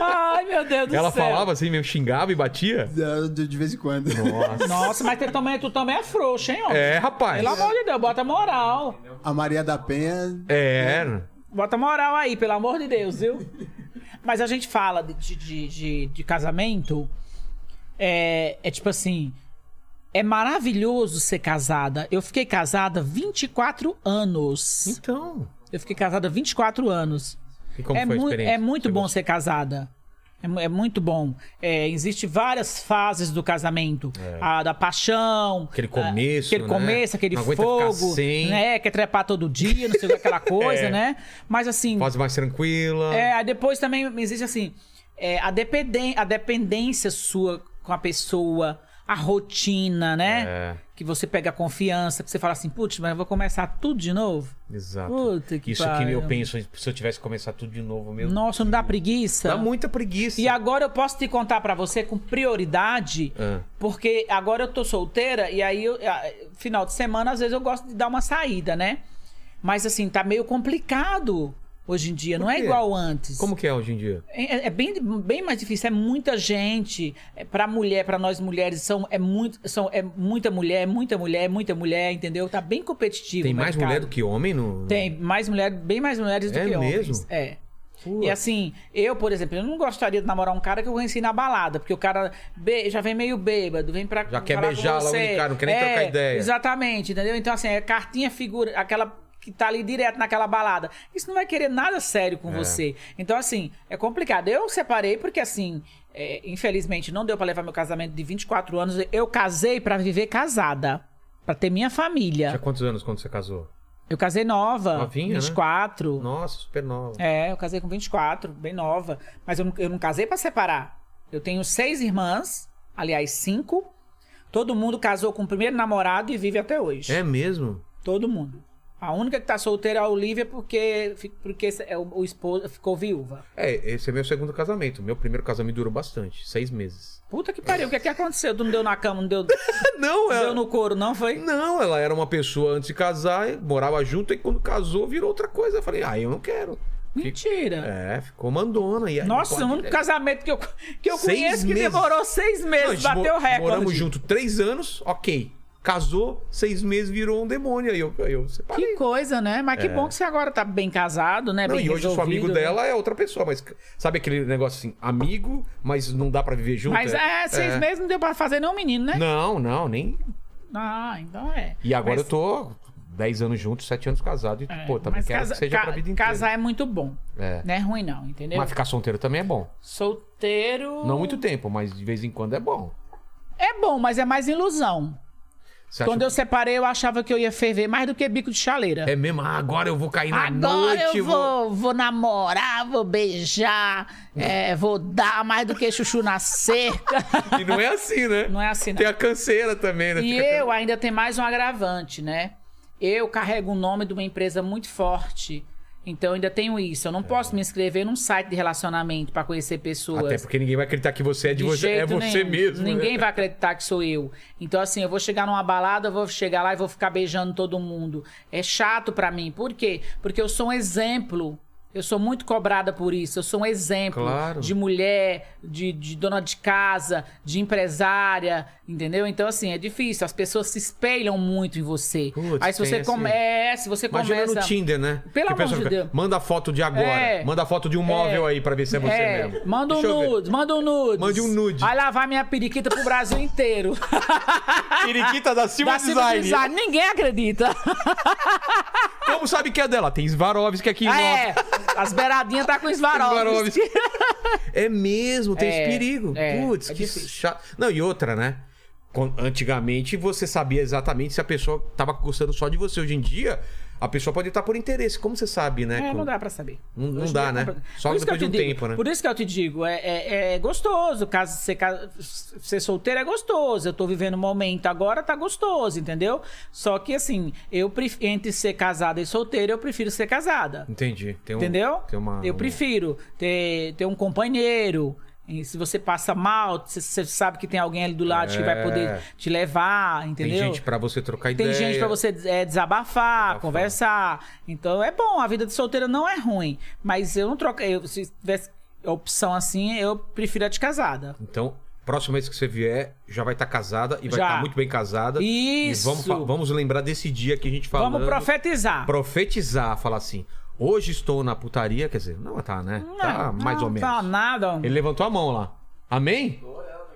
Speaker 3: Ai, meu Deus do
Speaker 1: Ela
Speaker 3: céu.
Speaker 1: falava assim, meio xingava e batia?
Speaker 2: De, de vez em quando.
Speaker 3: Nossa, mas tu também, tu também é frouxo, hein, ó.
Speaker 1: É, rapaz.
Speaker 3: Pelo amor de Deus, bota moral.
Speaker 2: A Maria da Penha...
Speaker 1: É.
Speaker 3: Bota moral aí, pelo amor de Deus, viu? Mas a gente fala de, de- de, de, de casamento. É, é tipo assim. É maravilhoso ser casada. Eu fiquei casada 24 anos.
Speaker 1: Então.
Speaker 3: Eu fiquei casada 24 anos.
Speaker 1: E como
Speaker 3: é,
Speaker 1: foi a
Speaker 3: mui-
Speaker 1: experiência?
Speaker 3: é muito
Speaker 1: Você
Speaker 3: bom
Speaker 1: gostou?
Speaker 3: ser casada. É, mu- é muito bom. É, Existem várias fases do casamento. A da paixão.
Speaker 1: É. Aquele
Speaker 3: a-
Speaker 1: começo,
Speaker 3: Aquele
Speaker 1: né?
Speaker 3: começo, aquele
Speaker 1: Não aguenta ficar
Speaker 3: fogo.
Speaker 1: sem. É.
Speaker 3: Né? Quer trepar todo dia, não sei o que, aquela coisa, né? Mas assim.
Speaker 1: Fase mais tranquila.
Speaker 3: É, aí depois também existe assim, é, a, dependen a dependência sua com a pessoa, a rotina, né?
Speaker 1: É.
Speaker 3: Que você pega a confiança, que você fala assim, putz, mas eu vou começar tudo de novo?
Speaker 1: Exato.
Speaker 3: Puta que
Speaker 1: Isso que
Speaker 3: pariu.
Speaker 1: eu penso, se eu tivesse que começar tudo de novo, meu.
Speaker 3: Nossa, não dá preguiça?
Speaker 1: Dá muita preguiça.
Speaker 3: E agora eu posso te contar pra você com prioridade,
Speaker 1: Ah.
Speaker 3: porque agora eu tô solteira e aí eu- a- final de semana às vezes eu gosto de dar uma saída, né? Mas assim, tá meio complicado hoje em dia, não é
Speaker 1: quê?
Speaker 3: igual antes.
Speaker 1: Como que é hoje em dia?
Speaker 3: É, é bem, bem mais difícil, é muita gente. É, para mulher, para nós mulheres, são, é, muito, são, é muita mulher, muita mulher, muita mulher, entendeu? Tá bem competitivo.
Speaker 1: Tem
Speaker 3: o
Speaker 1: mais
Speaker 3: mercado.
Speaker 1: mulher do que homem no.
Speaker 3: Tem mais mulher, bem mais mulheres do
Speaker 1: É
Speaker 3: que homens.
Speaker 1: mesmo?
Speaker 3: É.
Speaker 1: Putz.
Speaker 3: E assim, eu, por exemplo, eu não gostaria de namorar um cara que eu conheci na balada, porque o cara be- já vem meio bêbado, vem pra.
Speaker 1: Já quer
Speaker 3: falar com
Speaker 1: beijar logo
Speaker 3: você.
Speaker 1: de cara, não quer nem
Speaker 3: É,
Speaker 1: trocar ideia.
Speaker 3: Exatamente, entendeu? Então, assim, é cartinha figura, aquela que tá ali direto naquela balada. Isso não vai querer nada sério
Speaker 1: É.
Speaker 3: com você. Então, assim, é complicado. Eu separei porque, assim, é, infelizmente não deu pra levar meu casamento de 24 anos. Eu casei pra viver casada, pra ter minha família.
Speaker 1: Tinha quantos anos quando você casou?
Speaker 3: Eu casei nova,
Speaker 1: Novinha, né?
Speaker 3: 24.
Speaker 1: Nossa, super nova.
Speaker 3: É, eu casei com 24, bem nova. Mas eu não, eu não casei pra separar. Eu tenho seis irmãs, aliás, cinco. Todo mundo casou com o primeiro namorado e vive até hoje.
Speaker 1: É mesmo?
Speaker 3: Todo mundo. A única que tá solteira é a Olivia porque, porque é o, o esposo ficou viúva.
Speaker 1: É, esse é meu segundo casamento. Meu primeiro casamento durou bastante, seis meses.
Speaker 3: Puta que pariu, o que, é que aconteceu? Tu não deu na cama, não deu,
Speaker 1: Não,
Speaker 3: não deu no couro, não foi?
Speaker 1: Não, ela era uma pessoa antes de casar, e morava junto, e quando casou virou outra coisa. Eu falei, ah, eu não quero.
Speaker 3: Mentira.
Speaker 1: É, ficou mandona. E aí,
Speaker 3: Nossa, o
Speaker 1: não né?
Speaker 3: único casamento que eu, que eu
Speaker 1: Seis
Speaker 3: conheço que
Speaker 1: meses.
Speaker 3: demorou seis meses,
Speaker 1: Não, a gente
Speaker 3: bateu
Speaker 1: mo-
Speaker 3: o recorde.
Speaker 1: Moramos junto três anos, ok. Casou, seis meses virou um demônio. Aí eu, aí eu separei.
Speaker 3: Que coisa, né? Mas que bom que você agora tá bem casado, né?
Speaker 1: É. Não,
Speaker 3: bem
Speaker 1: e hoje eu sou amigo
Speaker 3: resolvido, né?
Speaker 1: dela é outra pessoa, mas sabe aquele negócio assim, amigo, mas não dá pra viver junto?
Speaker 3: Mas é, seis meses não deu pra fazer nem um menino, né?
Speaker 1: Não, não, nem.
Speaker 3: Ah, então é.
Speaker 1: E agora
Speaker 3: Mas-
Speaker 1: eu tô 10 anos juntos, 7 anos casado e,
Speaker 3: é,
Speaker 1: pô, também
Speaker 3: mas
Speaker 1: quero
Speaker 3: casa-
Speaker 1: que seja pra
Speaker 3: ca-
Speaker 1: vida inteira.
Speaker 3: Casar é muito bom.
Speaker 1: É.
Speaker 3: Não é ruim, não, entendeu?
Speaker 1: Mas ficar solteiro também é bom.
Speaker 3: Solteiro.
Speaker 1: Não muito tempo, mas de vez em quando é bom.
Speaker 3: É bom, mas é mais ilusão.
Speaker 1: Você acha
Speaker 3: Quando eu separei, eu achava que eu ia ferver mais do que bico de chaleira.
Speaker 1: É mesmo, ah, agora eu vou cair na
Speaker 3: Agora
Speaker 1: noite.
Speaker 3: eu vou, vou namorar, vou beijar, é, vou dar mais do que chuchu na cerca.
Speaker 1: E não é assim, né?
Speaker 3: Não é assim, não.
Speaker 1: Tem a canseira também, né?
Speaker 3: E
Speaker 1: Fica-
Speaker 3: eu ainda tenho mais um agravante, né? Eu carrego o nome de uma empresa muito forte. Então eu ainda tenho isso. Eu não posso me inscrever num site de relacionamento pra conhecer pessoas.
Speaker 1: Até porque ninguém vai acreditar que você é de, você, é
Speaker 3: jeito
Speaker 1: você
Speaker 3: nenhum.
Speaker 1: mesmo. né?
Speaker 3: Ninguém vai acreditar que sou eu. Então, assim, eu vou chegar numa balada, eu vou chegar lá e vou ficar beijando todo mundo. É chato pra mim. Por quê? Porque eu sou um exemplo. Eu sou muito cobrada por isso. Eu sou um exemplo
Speaker 1: Claro.
Speaker 3: de mulher, de, de dona de casa, de empresária, entendeu? Então, assim, é difícil. As pessoas se espelham muito em você.
Speaker 1: Putz,
Speaker 3: Aí se
Speaker 1: tem
Speaker 3: você
Speaker 1: essa-
Speaker 3: come... é, se você
Speaker 1: Imagina
Speaker 3: começa.
Speaker 1: no Tinder, né?
Speaker 3: Pelo
Speaker 1: Que o
Speaker 3: amor
Speaker 1: pessoal
Speaker 3: de
Speaker 1: fica,
Speaker 3: Deus.
Speaker 1: Manda foto de agora.
Speaker 3: É.
Speaker 1: Manda foto de um móvel aí pra ver se é você
Speaker 3: É,
Speaker 1: mesmo.
Speaker 3: manda um
Speaker 1: Deixa eu ver.
Speaker 3: nude, manda um nude.
Speaker 1: Mande um nude.
Speaker 3: Vai lavar minha periquita pro Brasil inteiro.
Speaker 1: Periquita da Silva
Speaker 3: Da Silva
Speaker 1: Design.
Speaker 3: Design. Ninguém acredita.
Speaker 1: Como sabe que é dela? Tem Swarovski aqui em
Speaker 3: Ah,
Speaker 1: Lopes.
Speaker 3: é. As beiradinhas tá com esvarovski.
Speaker 1: Swarovski. É mesmo, tem
Speaker 3: É,
Speaker 1: esse perigo.
Speaker 3: é,
Speaker 1: Putz,
Speaker 3: é
Speaker 1: que
Speaker 3: difícil.
Speaker 1: chato. Não, e outra, né? Con- Antigamente você sabia exatamente se a pessoa tava gostando só de você. Hoje em dia, a pessoa pode estar por interesse. Como você sabe, né?
Speaker 3: É,
Speaker 1: Com-
Speaker 3: não dá pra saber.
Speaker 1: Não- não
Speaker 3: Hoje em
Speaker 1: dá,
Speaker 3: dia
Speaker 1: né?
Speaker 3: compra-
Speaker 1: Só
Speaker 3: Por isso
Speaker 1: depois
Speaker 3: que eu
Speaker 1: de
Speaker 3: te
Speaker 1: um
Speaker 3: digo,
Speaker 1: tempo, né?
Speaker 3: Por isso que eu te digo, é, é- é gostoso. Caso ser, ca- ser solteiro é gostoso. Eu tô vivendo um momento agora, tá gostoso, entendeu? Só que assim, eu pref- entre ser casada e solteira, eu prefiro ser casada.
Speaker 1: Entendi. Tem um-
Speaker 3: Entendeu?
Speaker 1: Tem uma,
Speaker 3: eu
Speaker 1: um-
Speaker 3: prefiro ter, ter um companheiro. E se você passa mal, você- você sabe que tem alguém ali do lado que vai
Speaker 1: É.
Speaker 3: poder te levar,
Speaker 1: Tem
Speaker 3: entendeu?
Speaker 1: gente pra você trocar
Speaker 3: Tem
Speaker 1: ideia.
Speaker 3: gente pra você é, desabafar, conversar. Então é bom, a vida de solteira não é ruim. Mas eu não troco. Eu, se tivesse opção assim, eu prefiro a de casada.
Speaker 1: Então, próxima vez que você vier, já vai estar casada e vai
Speaker 3: Já.
Speaker 1: estar muito bem casada.
Speaker 3: Isso.
Speaker 1: E vamos, fa- vamos lembrar desse dia que a gente falou.
Speaker 3: Vamos profetizar.
Speaker 1: profetizar, falar assim: hoje estou na putaria, quer dizer, não tá, né? tá
Speaker 3: Não,
Speaker 1: mais ou menos.
Speaker 3: Não tá nada.
Speaker 1: Ele levantou a mão lá. Amém?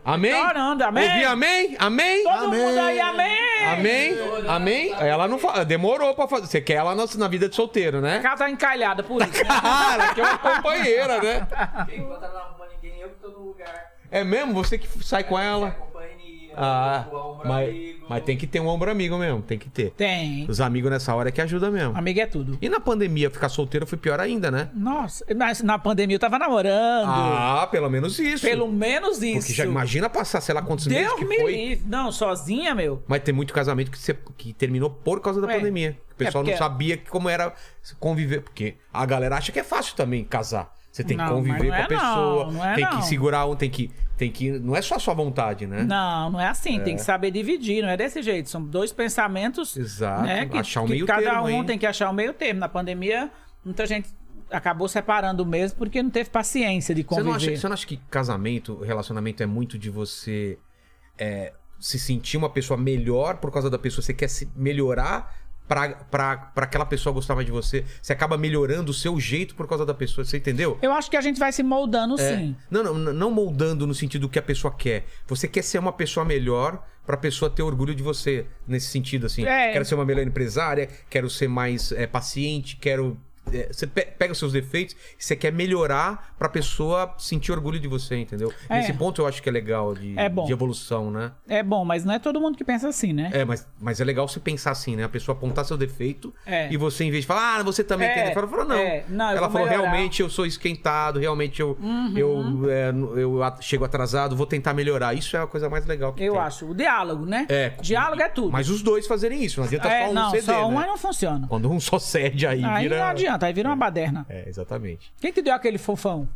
Speaker 1: Amém?
Speaker 3: Tô Tá orando, amém.
Speaker 1: Ouvi amém? Amém?
Speaker 3: Todo
Speaker 2: Amém.
Speaker 3: mundo aí, amém!
Speaker 1: Amém? Amém? Ela não fa... demorou pra fazer. Você quer ela na, na vida de solteiro,
Speaker 3: A
Speaker 1: né?
Speaker 3: casa tá encalhada por isso. né?
Speaker 1: Cara, que é uma companheira, né?
Speaker 4: Porque enquanto ela não arruma ninguém, eu que tô no lugar.
Speaker 1: É mesmo? Você que sai com
Speaker 4: Ela.
Speaker 1: ela.
Speaker 4: companhia,
Speaker 1: Ah,
Speaker 4: o ombro
Speaker 1: mas,
Speaker 4: amigo.
Speaker 1: mas tem que ter um ombro amigo mesmo, tem que ter.
Speaker 3: Tem.
Speaker 1: Os amigos nessa hora é que ajuda mesmo.
Speaker 3: Amigo é tudo.
Speaker 1: E na pandemia, ficar solteiro foi pior ainda, né?
Speaker 3: Nossa, na, na pandemia eu tava namorando.
Speaker 1: Ah, pelo menos isso.
Speaker 3: Pelo menos isso.
Speaker 1: Porque já imagina passar, sei lá, quantos meses
Speaker 3: Deus
Speaker 1: que
Speaker 3: me
Speaker 1: foi.
Speaker 3: livre. Não, sozinha, meu.
Speaker 1: Mas tem muito casamento que, se- que terminou por causa da
Speaker 3: É.
Speaker 1: pandemia. O pessoal
Speaker 3: É porque-
Speaker 1: não sabia que- como era conviver. Porque a galera acha que é fácil também casar. Você tem que
Speaker 3: Não,
Speaker 1: conviver
Speaker 3: mas
Speaker 1: com
Speaker 3: não
Speaker 1: a
Speaker 3: é
Speaker 1: pessoa,
Speaker 3: não, não é
Speaker 1: tem
Speaker 3: não.
Speaker 1: que segurar um, tem que, tem que. Não é só a sua vontade, né?
Speaker 3: Não, não é assim. Tem que saber dividir, não é desse jeito. São dois pensamentos.
Speaker 1: Exato,
Speaker 3: Né, que,
Speaker 1: achar um
Speaker 3: que
Speaker 1: meio
Speaker 3: cada
Speaker 1: termo,
Speaker 3: um
Speaker 1: hein?
Speaker 3: tem que achar o meio termo. Na pandemia, muita gente acabou separando mesmo porque não teve paciência de
Speaker 1: Você
Speaker 3: conviver.
Speaker 1: não, acha, você não acha que casamento, relacionamento é muito de você é, se sentir uma pessoa melhor por causa da pessoa? Você quer se melhorar pra, pra, pra aquela pessoa gostar mais de você? Você acaba melhorando o seu jeito por causa da pessoa, você entendeu?
Speaker 3: Eu acho que a gente vai se moldando, sim.
Speaker 1: Não, não, não moldando no sentido que a pessoa quer. Você quer ser uma pessoa melhor pra pessoa ter orgulho de você, nesse sentido, assim.
Speaker 3: É.
Speaker 1: Quero ser uma melhor empresária, quero ser mais eh, paciente, quero. eh, você pe- pega os seus defeitos e você quer melhorar pra pessoa sentir orgulho de você, entendeu?
Speaker 3: É.
Speaker 1: Nesse ponto eu acho que é legal de,
Speaker 3: É bom.
Speaker 1: de evolução, né?
Speaker 3: É bom, mas não é todo mundo que pensa assim, né?
Speaker 1: É, mas, mas é legal você pensar assim, né? A pessoa apontar seu defeito
Speaker 3: É.
Speaker 1: e você, em vez de falar, ah, você também
Speaker 3: É,
Speaker 1: tem defeito, ela falou, não.
Speaker 3: é, não, eu
Speaker 1: ela
Speaker 3: vou
Speaker 1: falou,
Speaker 3: melhorar. Uhum.
Speaker 1: realmente eu sou esquentado, realmente eu, eu, é, eu a- chego atrasado, vou tentar melhorar. Isso é a coisa mais legal que
Speaker 3: Eu
Speaker 1: tem.
Speaker 3: acho. O diálogo, né?
Speaker 1: É.
Speaker 3: Diálogo é tudo.
Speaker 1: Mas os dois fazerem isso, não adianta
Speaker 3: é,
Speaker 1: só um
Speaker 3: não,
Speaker 1: ceder,
Speaker 3: só um
Speaker 1: né?
Speaker 3: aí não funciona.
Speaker 1: Quando um só cede, aí,
Speaker 3: Aí
Speaker 1: vira...
Speaker 3: não adianta, aí vira uma baderna.
Speaker 1: É, exatamente.
Speaker 3: Quem que deu aquele fofão?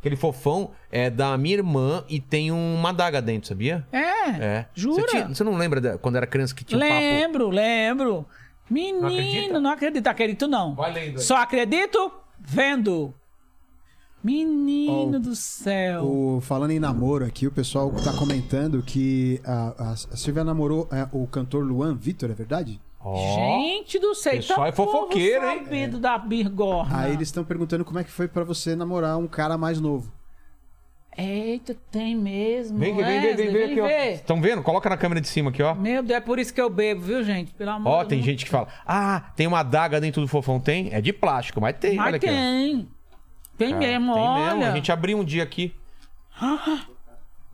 Speaker 1: Aquele fofão é da minha irmã e tem uma adaga dentro, sabia?
Speaker 3: É.
Speaker 1: É.
Speaker 3: Jura?
Speaker 1: Você, tinha- você não lembra da- quando era criança que tinha um papo...
Speaker 3: lembro, lembro. Menino, não
Speaker 1: acredita?
Speaker 3: acredito, não acredito não.
Speaker 1: Vai lendo aí.
Speaker 3: Só acredito vendo. Menino do céu.
Speaker 2: O- falando em namoro aqui, o pessoal tá comentando que a, a, a Silvia namorou é, o cantor Luan Vitor, é verdade?
Speaker 3: Gente do céu.
Speaker 1: pessoal
Speaker 3: tá
Speaker 1: é fofoqueiro, hein?
Speaker 3: sabido da bigorna.
Speaker 1: Ah.
Speaker 2: Aí eles estão perguntando como é que foi pra você namorar um cara mais novo.
Speaker 3: Eita, tem mesmo.
Speaker 1: Vem, vem, vem, vem,
Speaker 3: Wesley,
Speaker 1: vem aqui, ó.
Speaker 3: ver.
Speaker 1: Estão vendo? Coloca na câmera de cima aqui, ó.
Speaker 3: Meu Deus, é por isso que eu bebo, viu, gente? Pelo amor
Speaker 1: Ó,
Speaker 3: de
Speaker 1: tem
Speaker 3: Deus.
Speaker 1: gente que fala, ah, tem uma adaga dentro do fofão. Tem? É de plástico, mas tem, olha
Speaker 3: Mas
Speaker 1: aqui. ó.
Speaker 3: tem. Tem
Speaker 1: Cara,
Speaker 3: mesmo,
Speaker 1: tem
Speaker 3: olha. Ah.
Speaker 1: mesmo. A gente abriu um dia aqui.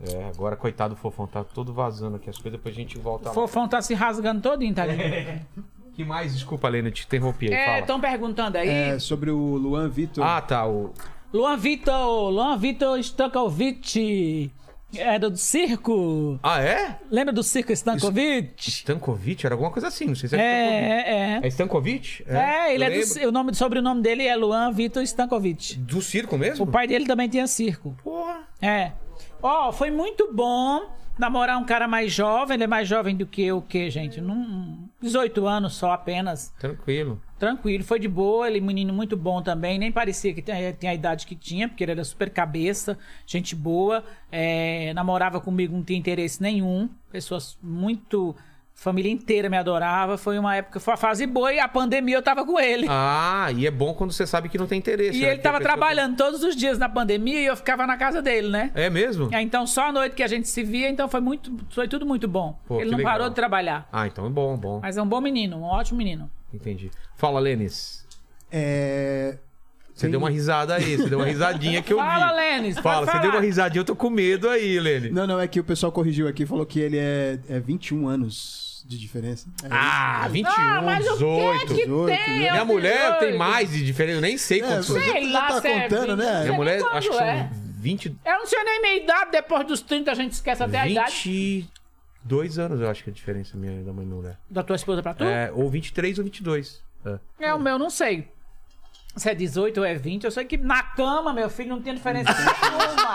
Speaker 1: é, agora, coitado do fofão, tá todo vazando aqui as coisas, depois a gente volta
Speaker 3: O
Speaker 1: lá.
Speaker 3: Fofão tá se rasgando todinho, tá ligado?
Speaker 1: Que mais? Desculpa, Lena, te interrompi aí,
Speaker 3: É,
Speaker 1: fala.
Speaker 3: estão perguntando aí.
Speaker 2: É, sobre o Luan Vitor.
Speaker 1: Ah, tá, o...
Speaker 3: Luan Vitor, Luan Vitor Stankovic. Era do circo.
Speaker 1: Ah, é?
Speaker 3: Lembra do circo Stankovic?
Speaker 1: Stankovic? Era alguma coisa assim, não sei se
Speaker 3: É,
Speaker 1: é Stankovic.
Speaker 3: é, é.
Speaker 1: É Stankovic?
Speaker 3: É, ele
Speaker 1: eu
Speaker 3: é do,
Speaker 1: lembro.
Speaker 3: ci- o nome, sobrenome dele é Luan Vitor Stankovic.
Speaker 1: Do circo mesmo?
Speaker 3: O pai dele também tinha circo.
Speaker 1: Porra.
Speaker 3: É. Ó, foi muito bom namorar um cara mais jovem. Ele é mais jovem do que eu, que, gente? Num, 18 anos só apenas.
Speaker 1: Tranquilo.
Speaker 3: Tranquilo, foi de boa. Ele, é um menino muito bom também. Nem parecia que tem, tem a idade que tinha, porque ele era super cabeça, gente boa. É, namorava comigo, não tinha interesse nenhum. Pessoas muito. Família inteira me adorava. Foi uma época, foi uma fase boa e a pandemia eu tava com ele.
Speaker 1: Ah, e é bom quando você sabe que não tem interesse.
Speaker 3: e
Speaker 1: né?
Speaker 3: ele
Speaker 1: Que a
Speaker 3: tava
Speaker 1: pessoa-
Speaker 3: trabalhando todos os dias na pandemia e eu ficava na casa dele, né?
Speaker 1: É mesmo?
Speaker 3: É, então só a noite que a gente se via, então foi muito, foi tudo muito bom.
Speaker 1: Pô,
Speaker 3: ele
Speaker 1: que
Speaker 3: não
Speaker 1: legal.
Speaker 3: parou de trabalhar.
Speaker 1: Ah, então é bom, bom.
Speaker 3: Mas é um bom menino, um ótimo menino.
Speaker 1: Entendi. Fala, Lênis.
Speaker 2: É,
Speaker 1: Você deu uma risada aí, você deu uma risadinha que eu vi.
Speaker 3: Fala, Lênis, pode
Speaker 1: Fala, você
Speaker 3: falar.
Speaker 1: deu uma risadinha, eu tô com medo aí, Lênis.
Speaker 2: Não, não, é que o pessoal corrigiu aqui, falou que ele é, é 21 anos de diferença. É
Speaker 1: Ah, 21,
Speaker 3: ah, mas o que é que
Speaker 1: 18.
Speaker 2: 18,
Speaker 3: tem?
Speaker 2: né?
Speaker 1: Minha
Speaker 3: aos
Speaker 1: mulher tem
Speaker 3: 18?
Speaker 1: mais de diferença, eu nem sei
Speaker 2: É,
Speaker 1: quantos.
Speaker 2: você
Speaker 1: anos.
Speaker 3: sei
Speaker 2: já
Speaker 3: lá
Speaker 2: tá
Speaker 3: se é
Speaker 2: contando, né?
Speaker 1: Minha
Speaker 3: nem
Speaker 1: mulher,
Speaker 3: quando
Speaker 1: acho que são
Speaker 3: é.
Speaker 1: 20,
Speaker 3: Eu não sei nem minha idade, depois dos 30 a gente esquece até é a idade.
Speaker 1: 22 anos, eu acho que é a diferença minha da minha mulher.
Speaker 3: Da tua esposa pra tu? É,
Speaker 1: É, ou 23 ou 22. É.
Speaker 3: o meu, não sei. Se é 18 ou é 20, eu sei que na cama, meu filho, não tem diferença nenhuma.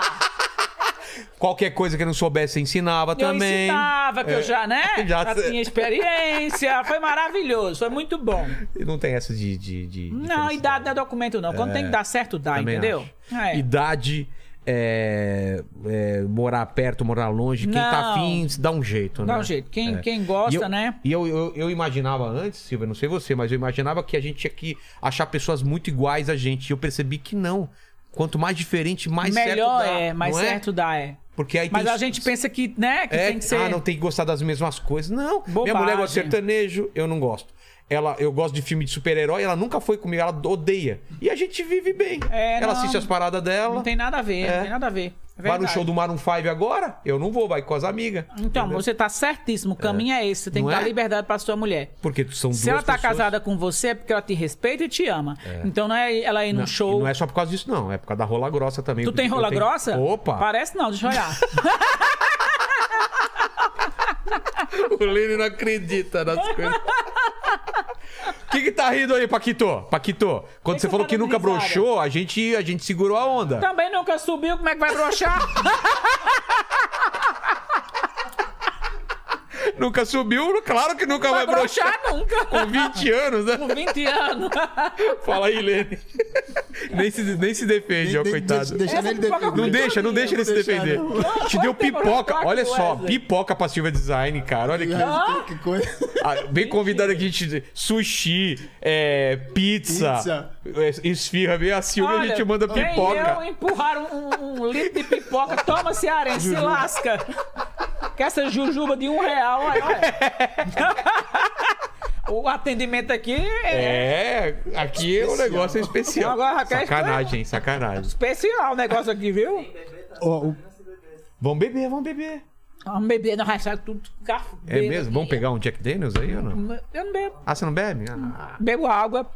Speaker 1: Qualquer coisa que eu não soubesse, você ensinava também. É.
Speaker 3: Eu ensinava, que eu já, né?
Speaker 1: Já
Speaker 3: Já,
Speaker 1: sei.
Speaker 3: tinha experiência. Foi maravilhoso, foi muito bom.
Speaker 1: E Não tem essa de. de, de
Speaker 3: Não,
Speaker 1: diferença.
Speaker 3: idade não é documento, não. Quando tem que dar certo, dá,
Speaker 1: Também
Speaker 3: entendeu?
Speaker 1: acho.
Speaker 3: É.
Speaker 1: Idade, é, é, morar perto, morar longe, quem tá
Speaker 3: Não.
Speaker 1: afim, dá um jeito, né?
Speaker 3: Dá um jeito. Quem,
Speaker 1: É.
Speaker 3: quem
Speaker 1: E
Speaker 3: gosta,
Speaker 1: eu-
Speaker 3: né?
Speaker 1: E eu, eu, eu imaginava antes, Silvia, não sei você, mas eu imaginava que a gente tinha que achar pessoas muito iguais a gente. E eu percebi que não. Quanto mais diferente, mais
Speaker 3: Melhor
Speaker 1: certo dá.
Speaker 3: é, mais
Speaker 1: não
Speaker 3: certo dá, é.
Speaker 1: Porque aí
Speaker 3: Mas
Speaker 1: tem-
Speaker 3: a gente pensa que, né, que
Speaker 1: é,
Speaker 3: tem que ser.
Speaker 1: Ah, não tem que gostar das mesmas coisas. Não. Minha
Speaker 3: Bobagem.
Speaker 1: mulher gosta de sertanejo, eu não gosto. Ela, eu gosto de filme de super-herói, ela nunca foi comigo, ela odeia. E a gente vive bem.
Speaker 3: É,
Speaker 1: ela
Speaker 3: não.
Speaker 1: assiste as paradas dela.
Speaker 3: Não tem nada a ver,
Speaker 1: É.
Speaker 3: não tem nada a ver. É
Speaker 1: vai no
Speaker 3: verdade.
Speaker 1: show do Maroon 5 agora? Eu não vou, vai com as amigas.
Speaker 3: Então, você tá certíssimo. O caminho é, esse. Você tem
Speaker 1: Não
Speaker 3: que
Speaker 1: é?
Speaker 3: dar liberdade pra sua mulher.
Speaker 1: Porque são duas
Speaker 3: Se ela tá
Speaker 1: pessoas.
Speaker 3: casada com você, é porque ela te respeita e te ama. Então não é ela ir num
Speaker 1: Não,
Speaker 3: show.
Speaker 1: e não é só por causa disso, não. É por causa da rola grossa também.
Speaker 3: Tu tem
Speaker 1: Eu
Speaker 3: rola
Speaker 1: tenho-
Speaker 3: grossa?
Speaker 1: Opa!
Speaker 3: Parece não, deixa eu olhar.
Speaker 1: O Lene não acredita nas coisas. O que, que tá rindo aí, Paquito? Paquito, quando
Speaker 3: que
Speaker 1: você
Speaker 3: eu
Speaker 1: falou
Speaker 3: tô
Speaker 1: que
Speaker 3: dando
Speaker 1: nunca
Speaker 3: risada?
Speaker 1: broxou, a gente, a gente segurou a onda.
Speaker 3: Também nunca subiu, como é que vai broxar?
Speaker 1: Nunca subiu, claro que nunca vai,
Speaker 3: vai
Speaker 1: broxar.
Speaker 3: broxar nunca.
Speaker 1: Com 20 anos, né?
Speaker 3: Com 20 anos.
Speaker 1: Fala aí, Lene. Nem se, nem se defende, ó,
Speaker 2: de- de-
Speaker 1: coitado.
Speaker 2: de- deixar
Speaker 3: Essa
Speaker 2: ele
Speaker 3: pipoca
Speaker 2: defender.
Speaker 1: Não deixa, não deixa ele se
Speaker 2: Vou deixar,
Speaker 1: defender.
Speaker 2: não.
Speaker 1: Te deu
Speaker 3: Quanto tempo eu
Speaker 1: pipoca.
Speaker 3: tô
Speaker 1: Olha
Speaker 3: aqui,
Speaker 1: só,
Speaker 3: Wesley?
Speaker 1: pipoca pra Silva Design, cara. Olha que.
Speaker 2: Ah, que coisa.
Speaker 1: Ah, Vem convidado aqui, gente, sushi, é, pizza, é, esfirra. Vem a Silvia, a
Speaker 3: Olha,
Speaker 1: gente manda
Speaker 3: vem
Speaker 1: pipoca.
Speaker 3: eu empurrar um, um- um litro de pipoca, toma cearense, se lasca. Com essa jujuba de um real, olha, olha. O atendimento aqui é,
Speaker 1: É, aqui o negócio é especial.
Speaker 3: Agora, Raquel,
Speaker 1: sacanagem, hein? sacanagem.
Speaker 3: especial o negócio aqui, viu?
Speaker 1: Ah.
Speaker 2: Ó, o-
Speaker 1: Vamos beber, vamos beber.
Speaker 3: Vamos beber, não rachar tudo garfo.
Speaker 1: É mesmo? Vamos pegar um Jack Daniels aí ou não?
Speaker 3: Eu não bebo.
Speaker 1: Ah, você não bebe? Ah,
Speaker 3: Bebo água,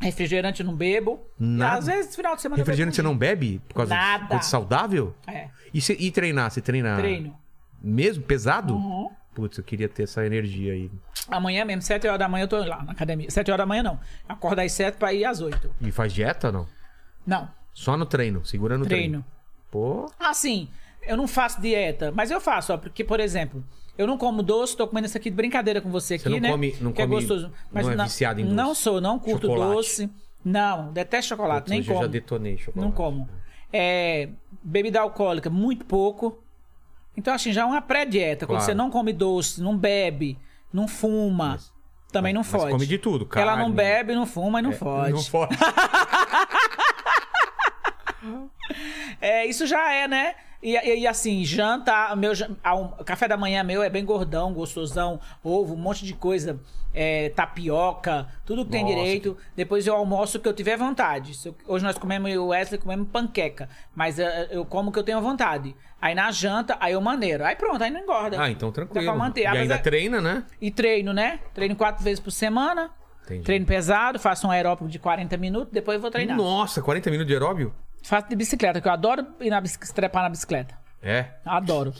Speaker 3: refrigerante não bebo.
Speaker 1: Nada.
Speaker 3: E às vezes, final de semana. eu bebo
Speaker 1: refrigerante você não bebe? Por causa
Speaker 3: Nada.
Speaker 1: de coisa saudável?
Speaker 3: um. É,
Speaker 1: E, se- e treinar? Você treina
Speaker 3: treino.
Speaker 1: mesmo? Pesado?
Speaker 3: Uhum.
Speaker 1: Putz, eu queria ter essa energia aí.
Speaker 3: Amanhã mesmo, 7 horas da manhã eu tô lá na academia. 7 horas da manhã não. Acordo às 7 pra ir às 8.
Speaker 1: E faz dieta ou não?
Speaker 3: Não,
Speaker 1: Só no treino, segurando o treino.
Speaker 3: treino.
Speaker 1: Pô,
Speaker 3: Assim, eu não faço dieta, mas eu faço, ó, porque, por exemplo, eu não como doce, tô comendo isso aqui de brincadeira com você aqui,
Speaker 1: não
Speaker 3: né?
Speaker 1: come- não
Speaker 3: que
Speaker 1: come-
Speaker 3: é gostoso. Mas
Speaker 1: não é viciado em doce?
Speaker 3: Não sou, não curto
Speaker 1: Chocolate.
Speaker 3: doce. Não, detesto chocolate,
Speaker 1: Putz,
Speaker 3: nem
Speaker 1: hoje eu
Speaker 3: como.
Speaker 1: já detonei chocolate.
Speaker 3: Não como. É, bebida alcoólica, muito pouco. Então, assim, já é uma pré-dieta. Quando
Speaker 1: Claro.
Speaker 3: você não come doce, não bebe, não fuma, também não
Speaker 1: mas
Speaker 3: fode.
Speaker 1: come de tudo,
Speaker 3: Ela não
Speaker 1: carne.
Speaker 3: bebe, não fuma e não
Speaker 1: É,
Speaker 3: fode.
Speaker 1: Não fode.
Speaker 3: É, isso já é, né? E, e- e assim, janta, meu, jan- alm- café da manhã meu é bem gordão, gostosão, ovo, um monte de coisa, é, tapioca, tudo que tem
Speaker 1: Nossa,
Speaker 3: direito. Depois eu almoço o que eu tiver vontade. Se eu- hoje nós comemos, eu e o Wesley comemos panqueca, mas é, eu como o que eu tenho vontade. Aí na janta, aí eu maneiro. Aí pronto, aí não engorda.
Speaker 1: Ah, então tranquilo.
Speaker 3: Dá pra manter.
Speaker 1: E
Speaker 3: Ah, mas
Speaker 1: ainda
Speaker 3: é-
Speaker 1: treina, né?
Speaker 3: e treino, né? Treino quatro vezes por semana.
Speaker 1: Entendi.
Speaker 3: Treino pesado, faço um aeróbico de 40 minutos, depois eu vou treinar.
Speaker 1: Nossa, 40 minutos de aeróbio?
Speaker 3: Faço de bicicleta, que eu adoro ir na bicicleta, trepar na bicicleta.
Speaker 1: É.
Speaker 3: Adoro.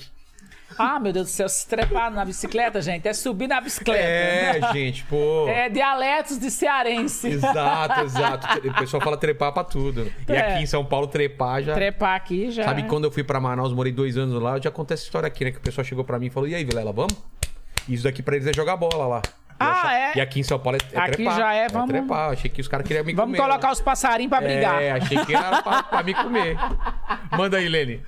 Speaker 3: Ah, meu Deus do céu, se trepar na bicicleta, gente, é subir na bicicleta. né?
Speaker 1: É, gente, pô.
Speaker 3: É dialetos de cearense.
Speaker 1: Exato, exato. O pessoal fala trepar pra tudo. E
Speaker 3: É.
Speaker 1: aqui em São Paulo, trepar já.
Speaker 3: Trepar aqui já. é.
Speaker 1: Sabe quando eu fui pra Manaus, morei dois anos lá, eu já contei essa história aqui, né? Que o pessoal chegou pra mim e falou: e aí, Vilela, vamos? Isso daqui pra eles é jogar bola lá. Eu
Speaker 3: Ah,
Speaker 1: achava-
Speaker 3: é?
Speaker 1: E aqui em São Paulo é, é
Speaker 3: Aqui
Speaker 1: trepar.
Speaker 3: já é, vamos-
Speaker 1: trepar. Eu achei que os caras queriam me
Speaker 3: Vamos
Speaker 1: comer.
Speaker 3: colocar os passarinhos pra brigar.
Speaker 1: É, achei que era pra, pra me comer. Manda aí, Lene.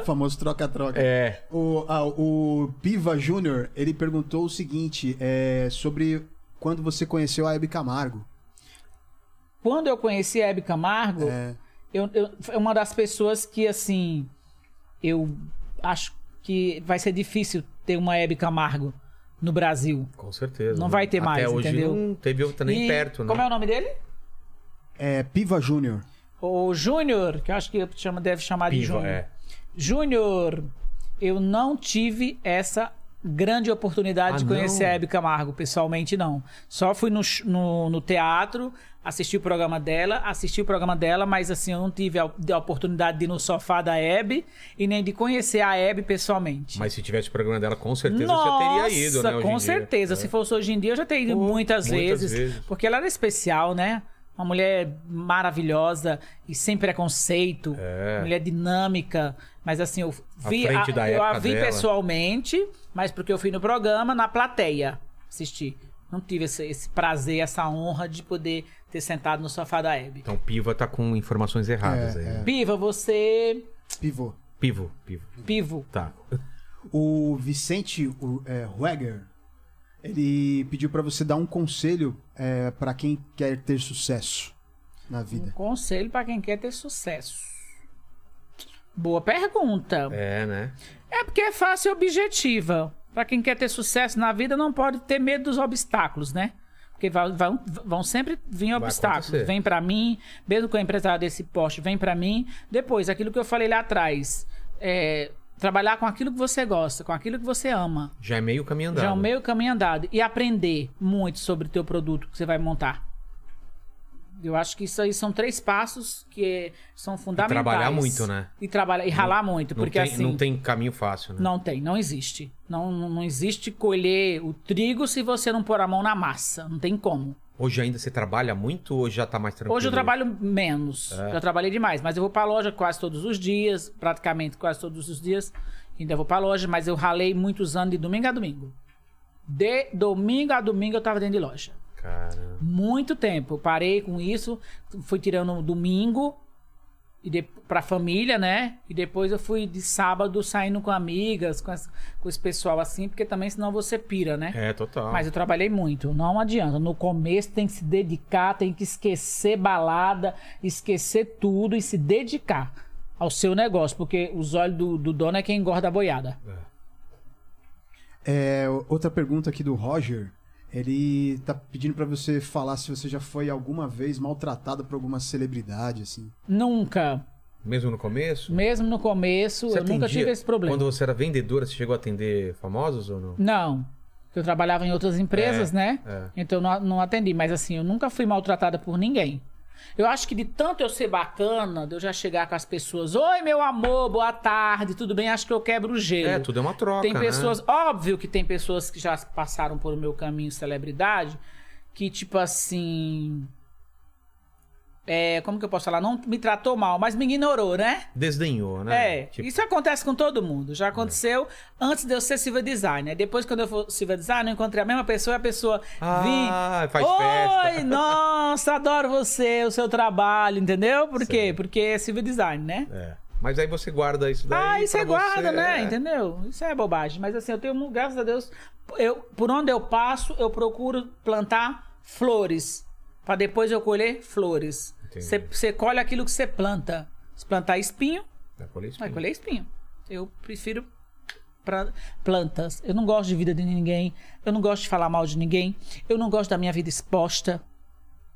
Speaker 2: O famoso troca-troca.
Speaker 1: É.
Speaker 2: O, ah, o Piva Júnior, ele perguntou o seguinte, é, sobre quando você conheceu a Hebe Camargo.
Speaker 3: Quando eu conheci a Hebe Camargo,
Speaker 2: É,
Speaker 3: eu, eu- foi uma das pessoas que, assim, eu acho que vai ser difícil ter uma Hebe Camargo no Brasil.
Speaker 1: Com certeza.
Speaker 3: Não vai ter
Speaker 1: Até
Speaker 3: mais,
Speaker 1: hoje
Speaker 3: entendeu?
Speaker 1: Não teve outra nem
Speaker 3: E
Speaker 1: perto, né?
Speaker 3: Como é o nome dele?
Speaker 2: é, Piva Júnior.
Speaker 3: O Júnior, que eu acho que chama, deve chamar de
Speaker 1: Piva,
Speaker 3: Júnior.
Speaker 1: é.
Speaker 3: Júnior, eu não tive essa grande oportunidade
Speaker 1: Ah,
Speaker 3: de conhecer
Speaker 1: não?
Speaker 3: a Hebe Camargo, pessoalmente não. Só fui no, sh- no, no teatro, assisti o programa dela, assisti o programa dela, mas assim, eu não tive a, a oportunidade de ir no sofá da Hebe e nem de conhecer a Hebe pessoalmente.
Speaker 1: Mas se tivesse o programa dela, com certeza
Speaker 3: Nossa,
Speaker 1: você teria ido, né? hoje em
Speaker 3: com
Speaker 1: dia.
Speaker 3: certeza.
Speaker 1: É.
Speaker 3: Se fosse hoje em dia, eu já teria ido
Speaker 1: Pô,
Speaker 3: muitas,
Speaker 1: muitas
Speaker 3: vezes,
Speaker 1: vezes.
Speaker 3: Porque ela era especial, né? Uma mulher maravilhosa e sem preconceito.
Speaker 1: É.
Speaker 3: Mulher dinâmica. Mas assim, eu vi.
Speaker 1: frente da
Speaker 3: eu a
Speaker 1: época
Speaker 3: vi
Speaker 1: dela.
Speaker 3: pessoalmente, mas porque eu fui no programa, na plateia, assistir. Não tive esse, esse prazer, essa honra de poder ter sentado no sofá da Hebe.
Speaker 1: Então, Piva tá com informações erradas
Speaker 2: É,
Speaker 1: aí.
Speaker 2: é.
Speaker 1: né?
Speaker 3: Piva, você.
Speaker 2: Pivô.
Speaker 1: Pivo, pivo.
Speaker 3: Pivo.
Speaker 1: Tá.
Speaker 2: O Vicente o, é, Rueger, ele pediu pra você dar um conselho é, para quem quer ter sucesso na
Speaker 3: Um
Speaker 2: vida.
Speaker 3: conselho pra quem quer ter sucesso. Boa pergunta.
Speaker 1: É, né?
Speaker 3: É porque é fácil e objetiva. Pra quem quer ter sucesso na vida, não pode ter medo dos obstáculos, né? Porque va- vão, vão sempre vir obstáculos.
Speaker 1: acontecer.
Speaker 3: Vem pra mim, mesmo que o empresário desse poste vem pra mim. Depois, aquilo que eu falei lá atrás, é, trabalhar com aquilo que você gosta, com aquilo que você ama.
Speaker 1: Já é meio caminho andado.
Speaker 3: Já é o meio caminho andado. E aprender muito sobre o teu produto que você vai montar. Eu acho que isso aí são três passos que são fundamentais.
Speaker 1: trabalhar muito, né?
Speaker 3: E trabalhar e ralar muito,
Speaker 1: Não
Speaker 3: porque
Speaker 1: tem,
Speaker 3: assim
Speaker 1: não tem caminho fácil, né?
Speaker 3: não tem, não existe. Não, não não existe colher o trigo se você não pôr a mão na massa. Não tem como.
Speaker 1: Hoje ainda você trabalha muito ou já tá mais tranquilo?
Speaker 3: Hoje eu trabalho menos. Já trabalhei demais, mas eu vou pra loja quase todos os dias, praticamente quase todos os dias. Ainda vou pra loja, mas eu ralei muitos anos de domingo a domingo. De domingo a domingo eu tava dentro de loja.
Speaker 1: Caramba.
Speaker 3: Muito tempo. Eu Parei com isso, fui tirando um domingo e de, pra família, né? E depois eu fui de sábado saindo com amigas, com, as- com esse pessoal assim, porque também senão você pira, né?
Speaker 1: É, total.
Speaker 3: Mas eu trabalhei muito, não adianta. No começo tem que se dedicar, tem que esquecer balada, esquecer tudo e se dedicar ao seu negócio, porque os olhos do, do dono é quem engorda a boiada.
Speaker 2: É, outra pergunta aqui do Roger. Ele tá pedindo pra você falar se você já foi alguma vez maltratado por alguma celebridade, assim.
Speaker 3: Nunca,
Speaker 1: Mesmo no começo?
Speaker 3: mesmo no começo, eu nunca
Speaker 1: atendia-
Speaker 3: tive esse problema.
Speaker 1: Quando você era vendedora, você chegou a atender famosos ou não?
Speaker 3: Não. porque Eu trabalhava em outras empresas,
Speaker 1: Tipo, É,
Speaker 3: né?
Speaker 1: é.
Speaker 3: Então eu não, não atendi. Mas assim, eu nunca fui maltratada por ninguém. Eu acho que de tanto eu ser bacana, de eu já chegar com as pessoas, oi meu amor, boa tarde, tudo bem? Acho que eu quebro o gelo.
Speaker 1: É, tudo é uma troca,
Speaker 3: Tem
Speaker 1: né?
Speaker 3: pessoas, óbvio que tem pessoas que já passaram por o meu caminho celebridade, que tipo assim, é, como que eu posso falar? Não me tratou mal, mas me ignorou, né?
Speaker 1: Desdenhou, né?
Speaker 3: É,
Speaker 1: Tipo,
Speaker 3: isso acontece com todo mundo. Já aconteceu antes de eu ser civil designer. Depois, quando eu for civil designer, eu encontrei a mesma pessoa e a pessoa
Speaker 1: Ah,
Speaker 3: vim.
Speaker 1: faz
Speaker 3: Oi,
Speaker 1: festa."
Speaker 3: nossa, adoro você, o seu trabalho, entendeu? Por quê? Porque é civil design, né?
Speaker 1: é. Mas aí você guarda isso daí.
Speaker 3: Ah, isso
Speaker 1: pra
Speaker 3: é guarda,
Speaker 1: você,
Speaker 3: né?
Speaker 1: é.
Speaker 3: Entendeu? Isso é bobagem. Mas assim, eu tenho, mu- graças a Deus, eu, por onde eu passo, eu procuro plantar flores. Pra depois eu colher flores.
Speaker 1: Entendi.
Speaker 3: Você você colhe aquilo que você planta. Se plantar espinho,
Speaker 1: É por isso
Speaker 3: vai
Speaker 1: que-
Speaker 3: colher espinho. Eu prefiro pra plantas. Eu não gosto de vida de ninguém. Eu não gosto de falar mal de ninguém. Eu não gosto da minha vida exposta.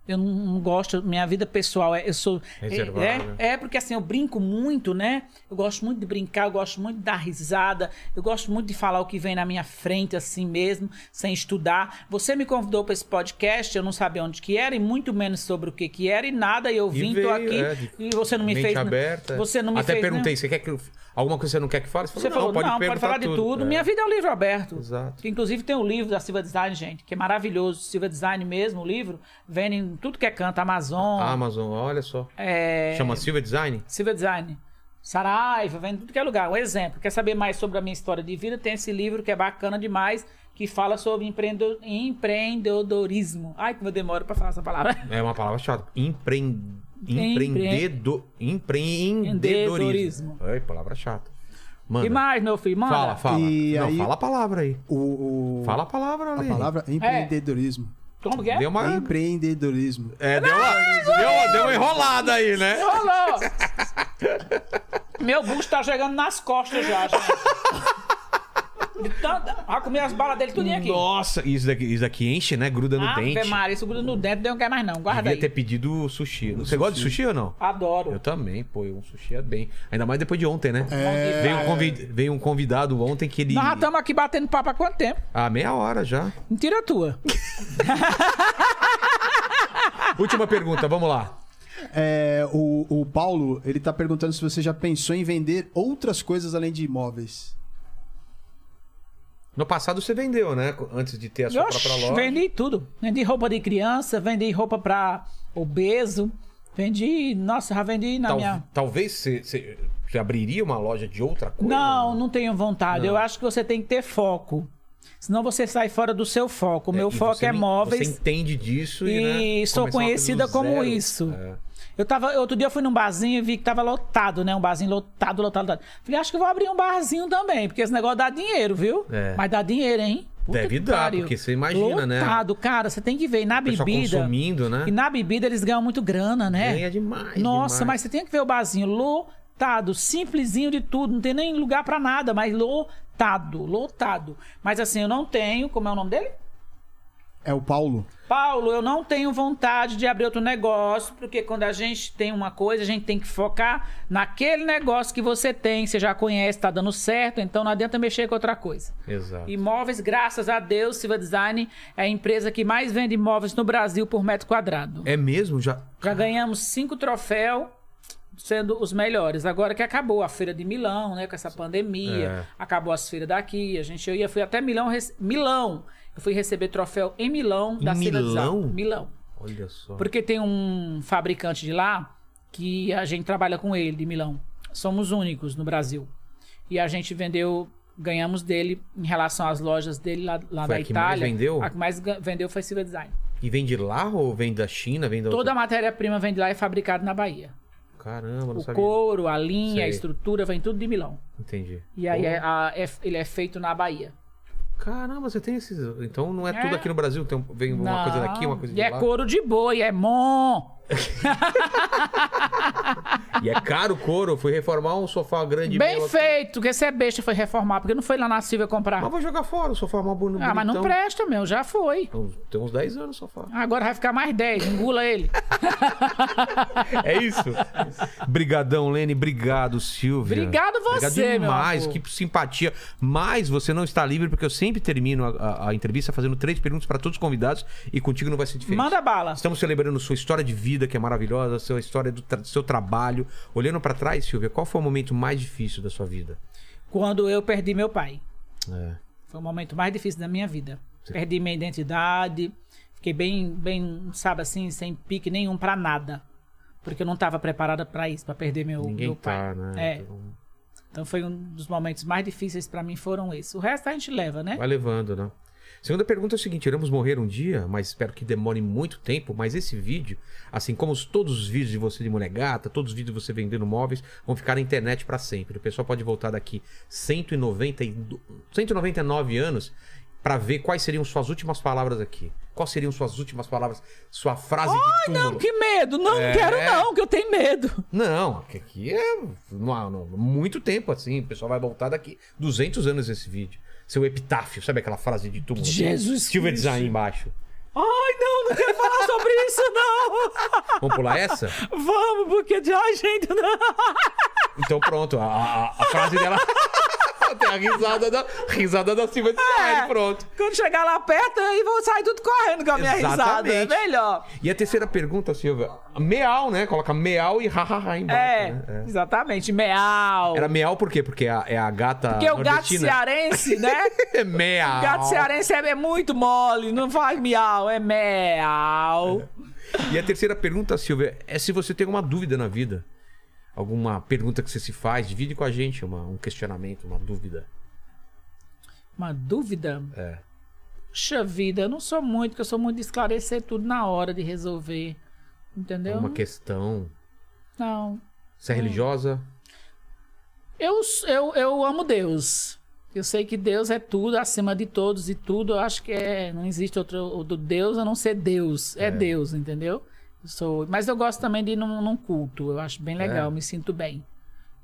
Speaker 3: Eu não, não gosto, minha vida pessoal é, eu sou
Speaker 1: Reservado,
Speaker 3: é,
Speaker 1: né?
Speaker 3: é, porque assim eu brinco muito, né? Eu gosto muito de brincar, eu gosto muito de dar risada, eu gosto muito de falar o que vem na minha frente assim mesmo, sem estudar. Você me convidou para esse podcast, eu não sabia onde que era e muito menos sobre o que que era e nada, e eu
Speaker 1: E
Speaker 3: vim tô
Speaker 1: veio,
Speaker 3: aqui
Speaker 1: é, de-
Speaker 3: e você não me
Speaker 1: mente
Speaker 3: fez né?
Speaker 1: aberta.
Speaker 3: Você não me
Speaker 1: Até
Speaker 3: fez né?
Speaker 1: perguntei, você quer que eu- alguma coisa você não quer que fale? Você
Speaker 3: Você
Speaker 1: falou,
Speaker 3: falou,
Speaker 1: não, pode, perguntar
Speaker 3: falar de tudo.
Speaker 1: É.
Speaker 3: Minha vida é um livro aberto.
Speaker 1: Exato.
Speaker 3: Que, inclusive tem o livro da Silva Design, gente, que é maravilhoso. Silva Design mesmo, o livro. Vem em tudo que é canto, Amazon.
Speaker 1: Ah, Amazon, olha só.
Speaker 3: é,
Speaker 1: Chama Silva Design?
Speaker 3: Silva Design. Saraiva, vem em tudo que é lugar. Um exemplo. Quer saber mais sobre a minha história de vida? Tem esse livro que é bacana demais, que fala sobre empreendo- empreendedorismo. Ai, como eu demoro pra falar essa palavra.
Speaker 1: É uma palavra chata. Empre...
Speaker 3: Empre-
Speaker 1: Empreendedor... Empreendedorismo.
Speaker 3: Empreendedorismo.
Speaker 1: Ai, palavra chata.
Speaker 3: O
Speaker 1: Mano,
Speaker 3: que mais, meu filho? Manda.
Speaker 1: fala, fala.
Speaker 2: E
Speaker 1: não,
Speaker 2: aí-
Speaker 1: fala a palavra aí.
Speaker 2: O, o-
Speaker 1: Fala a palavra,
Speaker 2: a
Speaker 1: Aline.
Speaker 2: palavra é empreendedorismo.
Speaker 3: Como que é?
Speaker 1: Deu uma...
Speaker 2: Empreendedorismo.
Speaker 1: É, deu uma... Deu, deu uma enrolada aí, né?
Speaker 3: Rolou! Meu bucho tá chegando nas costas já, gente. De tanta... Ah, comi as balas dele tudinho aqui. Ah,
Speaker 1: Nossa, isso daqui, isso daqui enche, né? Gruda no
Speaker 3: Ave
Speaker 1: dente.
Speaker 3: Maria, isso gruda no dente, não quer mais não. Guarda
Speaker 1: Devia
Speaker 3: aí.
Speaker 1: ter pedido sushi. Você gosta de sushi ou não?
Speaker 3: Adoro.
Speaker 1: Eu também, pô, um sushi é bem. Ainda mais depois de ontem, né?
Speaker 3: É.
Speaker 1: Veio, um convid- veio um convidado ontem que ele.
Speaker 3: Nós já estamos aqui batendo papo há quanto tempo?
Speaker 1: Ah, meia hora já.
Speaker 3: Mentira tua. Ah.
Speaker 1: Última pergunta, vamos lá.
Speaker 2: É, o, o Paulo, ele tá perguntando se você já pensou em vender outras coisas além de imóveis.
Speaker 1: No passado você vendeu, né? Co- Antes de ter a sua própria
Speaker 3: Oxi,
Speaker 1: loja.
Speaker 3: vendi tudo. Vendi roupa de criança, vendi roupa pra obeso. Vendi. Nossa, já vendi na
Speaker 1: Tal-
Speaker 3: minha.
Speaker 1: Talvez você, você- você abriria uma loja de outra coisa?
Speaker 3: Não, não tenho vontade. Eu acho que você tem que ter foco. Senão você sai fora do seu foco. O meu
Speaker 1: e
Speaker 3: foco
Speaker 1: você
Speaker 3: é
Speaker 1: nem-
Speaker 3: móveis.
Speaker 1: Você entende disso e.
Speaker 3: E
Speaker 1: né, começar uma
Speaker 3: sou
Speaker 1: coisa do
Speaker 3: conhecida como
Speaker 1: zero.
Speaker 3: isso.
Speaker 1: É.
Speaker 3: Eu tava, outro dia eu fui num barzinho e vi que tava lotado, né? Um barzinho lotado, lotado, lotado. Falei, acho que eu vou abrir um barzinho também, porque esse negócio dá dinheiro, viu?
Speaker 1: É.
Speaker 3: Mas dá dinheiro, hein?
Speaker 1: Deve
Speaker 3: que
Speaker 1: dar, porque você imagina,
Speaker 3: lotado,
Speaker 1: né?
Speaker 3: Lotado, cara, você tem que ver. E na
Speaker 1: O pessoal
Speaker 3: bebida.
Speaker 1: consumindo, né?
Speaker 3: E na bebida eles ganham muito grana, né?
Speaker 1: Ganha demais,
Speaker 3: Nossa,
Speaker 1: demais.
Speaker 3: mas você tem que ver o barzinho lotado, simplesinho de tudo, não tem nem lugar pra nada, mas lotado, lotado. Mas assim, eu não tenho, como é o nome dele?
Speaker 2: É o Paulo.
Speaker 3: Paulo, eu não tenho vontade de abrir outro negócio, porque quando a gente tem uma coisa, a gente tem que focar naquele negócio que você tem, você já conhece, tá dando certo, então não adianta mexer com outra coisa.
Speaker 1: Exato.
Speaker 3: Imóveis, graças a Deus, Silva Design é a empresa que mais vende imóveis no Brasil por metro quadrado.
Speaker 1: É mesmo? Já.
Speaker 3: Já ganhamos cinco troféus, sendo os melhores. Agora que acabou a feira de Milão, né? Com essa
Speaker 1: É.
Speaker 3: pandemia, acabou as feiras daqui. A gente eu ia, fui até Milão, rece- Milão. Eu fui receber troféu em Milão
Speaker 1: Em
Speaker 3: da Silva
Speaker 1: Milão?
Speaker 3: Design. Milão.
Speaker 1: Olha só.
Speaker 3: Porque tem um fabricante de lá que a gente trabalha com ele, de Milão. Somos únicos no Brasil. E a gente vendeu, ganhamos dele em relação às lojas dele lá, lá
Speaker 1: Foi
Speaker 3: da
Speaker 1: a que mais
Speaker 3: Itália.
Speaker 1: vendeu? Então,
Speaker 3: A que mais ga- vendeu foi Silva Design.
Speaker 1: E vem de lá ou vem da China? Vem da
Speaker 3: Toda a
Speaker 1: outra-
Speaker 3: matéria-prima vem de lá e é fabricada na Bahia.
Speaker 1: Caramba, não
Speaker 3: O
Speaker 1: sabia.
Speaker 3: couro, a linha,
Speaker 1: Sei.
Speaker 3: a estrutura, vem tudo de Milão.
Speaker 1: Entendi.
Speaker 3: E aí
Speaker 1: Pô,
Speaker 3: é- a- é- ele é feito na Bahia.
Speaker 1: Caramba, você tem esses. Então não é,
Speaker 3: É.
Speaker 1: tudo aqui no Brasil. Tem um- vem uma coisa
Speaker 3: Não.
Speaker 1: daqui, uma coisa
Speaker 3: E
Speaker 1: de
Speaker 3: é
Speaker 1: lá.
Speaker 3: couro de boi, é mon.
Speaker 1: E é caro o couro. Eu fui reformar um sofá grande.
Speaker 3: Bem
Speaker 1: meu aqui.
Speaker 3: feito, porque você é besta foi reformar, porque não foi lá na Silvia comprar.
Speaker 1: Mas vou jogar fora. O sofá é uma bonita.
Speaker 3: ah, mas não presta, meu, já foi.
Speaker 1: Tem uns 10 anos o sofá.
Speaker 3: Agora vai ficar mais 10, engula ele.
Speaker 1: É isso. Brigadão, Lene. Obrigado, Silvia.
Speaker 3: Obrigado você,
Speaker 1: Obrigado
Speaker 3: meu
Speaker 1: demais.
Speaker 3: amor.
Speaker 1: Que simpatia. Mas você não está livre, porque eu sempre termino a, a- a entrevista fazendo três perguntas para todos os convidados e contigo não vai ser diferente.
Speaker 3: Manda bala.
Speaker 1: Estamos celebrando sua história de vida, que é maravilhosa, sua história do tra- seu trabalho. Olhando pra trás, Silvia, qual foi o momento mais difícil da sua vida?
Speaker 3: Quando eu perdi meu pai.
Speaker 1: É.
Speaker 3: Foi o momento mais difícil da minha vida. Perdi minha identidade, fiquei bem, bem, sabe assim, sem pique nenhum pra nada. Porque eu não tava preparada pra isso, pra perder meu,
Speaker 1: Ninguém
Speaker 3: meu pai.
Speaker 1: tá, né?
Speaker 3: É.
Speaker 1: Então,
Speaker 3: Então foi um dos momentos mais difíceis pra mim foram esses. O resto a gente leva, né?
Speaker 1: Vai levando, né? Segunda pergunta é o seguinte: iremos morrer um dia, mas espero que demore muito tempo. Mas esse vídeo, assim como os- todos os vídeos de você de mulher gata, todos os vídeos de você vendendo móveis, vão ficar na internet pra sempre. O pessoal pode voltar daqui 190, e do- 199 anos pra ver quais seriam suas últimas palavras aqui. Quais seriam suas últimas palavras? Sua frase de túmulo.
Speaker 3: Não, que medo! Não quero não, que eu tenho medo.
Speaker 1: É. Não, que aqui é não, não, muito tempo assim. O pessoal vai voltar daqui 200 anos esse vídeo. Seu epitáfio, sabe aquela frase de túmulo?
Speaker 3: Jesus
Speaker 1: Silva
Speaker 3: Cristo.
Speaker 1: Design embaixo.
Speaker 3: Ai, não, não quero falar sobre isso, não!
Speaker 1: Vamos pular essa?
Speaker 3: Vamos, porque de ai, gente, não!
Speaker 1: Então pronto, a, a- a frase dela. Tem a risada da, risada da Silva Design,
Speaker 3: É.
Speaker 1: pronto.
Speaker 3: Quando chegar lá perto, aí vão sair tudo correndo com a minha risada. É
Speaker 1: Exatamente.
Speaker 3: melhor.
Speaker 1: E a terceira pergunta, Silvia. Meal, né? Coloca meal e hahaha embaixo.
Speaker 3: É,
Speaker 1: né?
Speaker 3: exatamente. Meal.
Speaker 1: Era meal por quê? Porque é a, é a gata.
Speaker 3: Porque o gato
Speaker 1: nordestina.
Speaker 3: cearense, né?
Speaker 1: É meal.
Speaker 3: O gato cearense é, é muito mole, não faz miau, é meau.
Speaker 1: E a terceira pergunta, Silvia, é se você tem alguma dúvida na vida. Alguma pergunta que você se faz, divide com a gente uma- um questionamento, uma dúvida.
Speaker 3: Uma dúvida?
Speaker 1: É.
Speaker 3: Puxa vida, eu não sou muito, porque eu sou muito de esclarecer tudo na hora de resolver. Entendeu?
Speaker 1: Uma questão.
Speaker 3: Não.
Speaker 1: Você é
Speaker 3: Hum.
Speaker 1: religiosa?
Speaker 3: Eu, eu, eu amo Deus. Eu sei que Deus é tudo, acima de todos e tudo. Eu acho que é, não existe outro, outro Deus a não ser Deus. É, Deus, entendeu? Eu sou, mas eu gosto também de ir num, num culto. Eu acho bem legal, eu me sinto bem.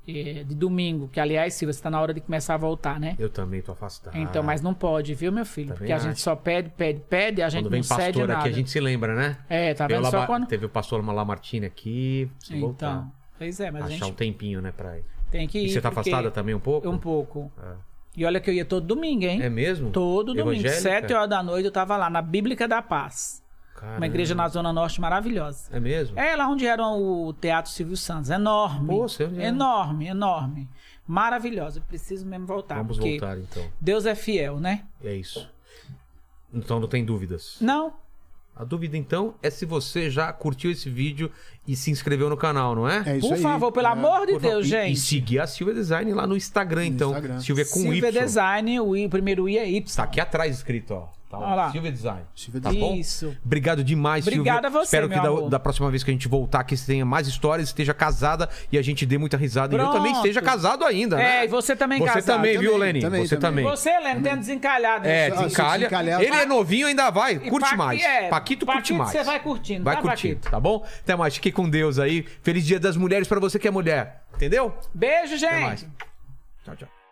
Speaker 3: É, de domingo, que aliás, Silva, você está na hora de começar a voltar, né?
Speaker 1: Eu também tô afastada.
Speaker 3: Então, mas não pode, viu, meu filho?
Speaker 1: Também
Speaker 3: Porque a gente
Speaker 1: acho.
Speaker 3: só pede, pede, pede, a gente
Speaker 1: Tá Quando
Speaker 3: não
Speaker 1: vem
Speaker 3: cede
Speaker 1: pastor
Speaker 3: nada.
Speaker 1: aqui, a gente se lembra, né?
Speaker 3: É, tá
Speaker 1: Veio
Speaker 3: vendo?
Speaker 1: lá
Speaker 3: Só
Speaker 1: ba-
Speaker 3: quando...
Speaker 1: Teve o pastor Lamartine aqui. Preciso
Speaker 3: Então,
Speaker 1: voltar.
Speaker 3: pois é, mas a
Speaker 1: Achar
Speaker 3: gente
Speaker 1: um tempinho, né, pra ir.
Speaker 3: tem que ir.
Speaker 1: E você tá
Speaker 3: porque-
Speaker 1: afastada também um pouco?
Speaker 3: Um pouco.
Speaker 1: É.
Speaker 3: E olha que eu ia todo domingo, hein?
Speaker 1: É mesmo?
Speaker 3: Todo domingo,
Speaker 1: Evangélica?
Speaker 3: sete horas da noite, eu tava lá na Bíblica da Paz.
Speaker 1: Caramba.
Speaker 3: Uma igreja na Zona Norte maravilhosa.
Speaker 1: É mesmo?
Speaker 3: É lá onde era o Teatro Silvio Santos. Enorme.
Speaker 1: Pô, sei onde é.
Speaker 3: enorme, enorme. Maravilhosa. Eu preciso mesmo voltar.
Speaker 1: Vamos
Speaker 3: porque
Speaker 1: voltar, então.
Speaker 3: Deus é fiel, né?
Speaker 1: É isso. Então não tem dúvidas.
Speaker 3: Não.
Speaker 1: A dúvida então é se você já curtiu esse vídeo e se inscreveu no canal, não é?
Speaker 2: É isso
Speaker 3: por
Speaker 2: aí.
Speaker 3: favor, pelo
Speaker 2: É.
Speaker 3: amor de
Speaker 1: Por favor,
Speaker 3: Deus,
Speaker 1: e-
Speaker 3: gente.
Speaker 1: E seguir a Silvia Design lá no Instagram, então.
Speaker 2: Instagram.
Speaker 1: Silvia com
Speaker 3: Silvia
Speaker 1: Y.
Speaker 3: Design, o, I- o primeiro I é Y.
Speaker 1: Tá aqui atrás escrito, ó. Tá
Speaker 3: Olha lá.
Speaker 1: Silvia Design.
Speaker 2: Silvia
Speaker 1: tá bom?
Speaker 3: Isso.
Speaker 1: Obrigado demais, Silvia.
Speaker 3: Obrigada a você,
Speaker 1: Espero que
Speaker 3: meu
Speaker 1: da,
Speaker 3: amor.
Speaker 1: da próxima vez que a gente voltar aqui você tenha mais histórias, esteja casada e a gente dê muita risada. E eu também
Speaker 3: Pronto.
Speaker 1: esteja casado ainda,
Speaker 3: É,
Speaker 1: né?
Speaker 3: e você também
Speaker 1: Você
Speaker 3: casado.
Speaker 1: também, viu,
Speaker 2: Também,
Speaker 1: Lenny?
Speaker 2: também,
Speaker 1: Você também.
Speaker 2: também.
Speaker 3: Você, Leno, tem um desencalhado.
Speaker 1: É,
Speaker 3: né?
Speaker 2: se
Speaker 1: desencalha.
Speaker 2: desencalhar-
Speaker 1: Ele é novinho, ainda vai.
Speaker 3: E
Speaker 1: curte
Speaker 3: Paqui-
Speaker 1: mais.
Speaker 3: é,
Speaker 1: Paquito, curte
Speaker 3: Paquito
Speaker 1: mais.
Speaker 3: você vai curtindo,
Speaker 1: Vai
Speaker 3: tá,
Speaker 1: curtindo,
Speaker 3: Paquito?
Speaker 1: tá bom? Até mais. Fique com Deus aí. Feliz Dia das Mulheres pra você que é mulher. Entendeu?
Speaker 3: Beijo,
Speaker 1: Até
Speaker 3: gente.
Speaker 1: mais. Tchau, tchau.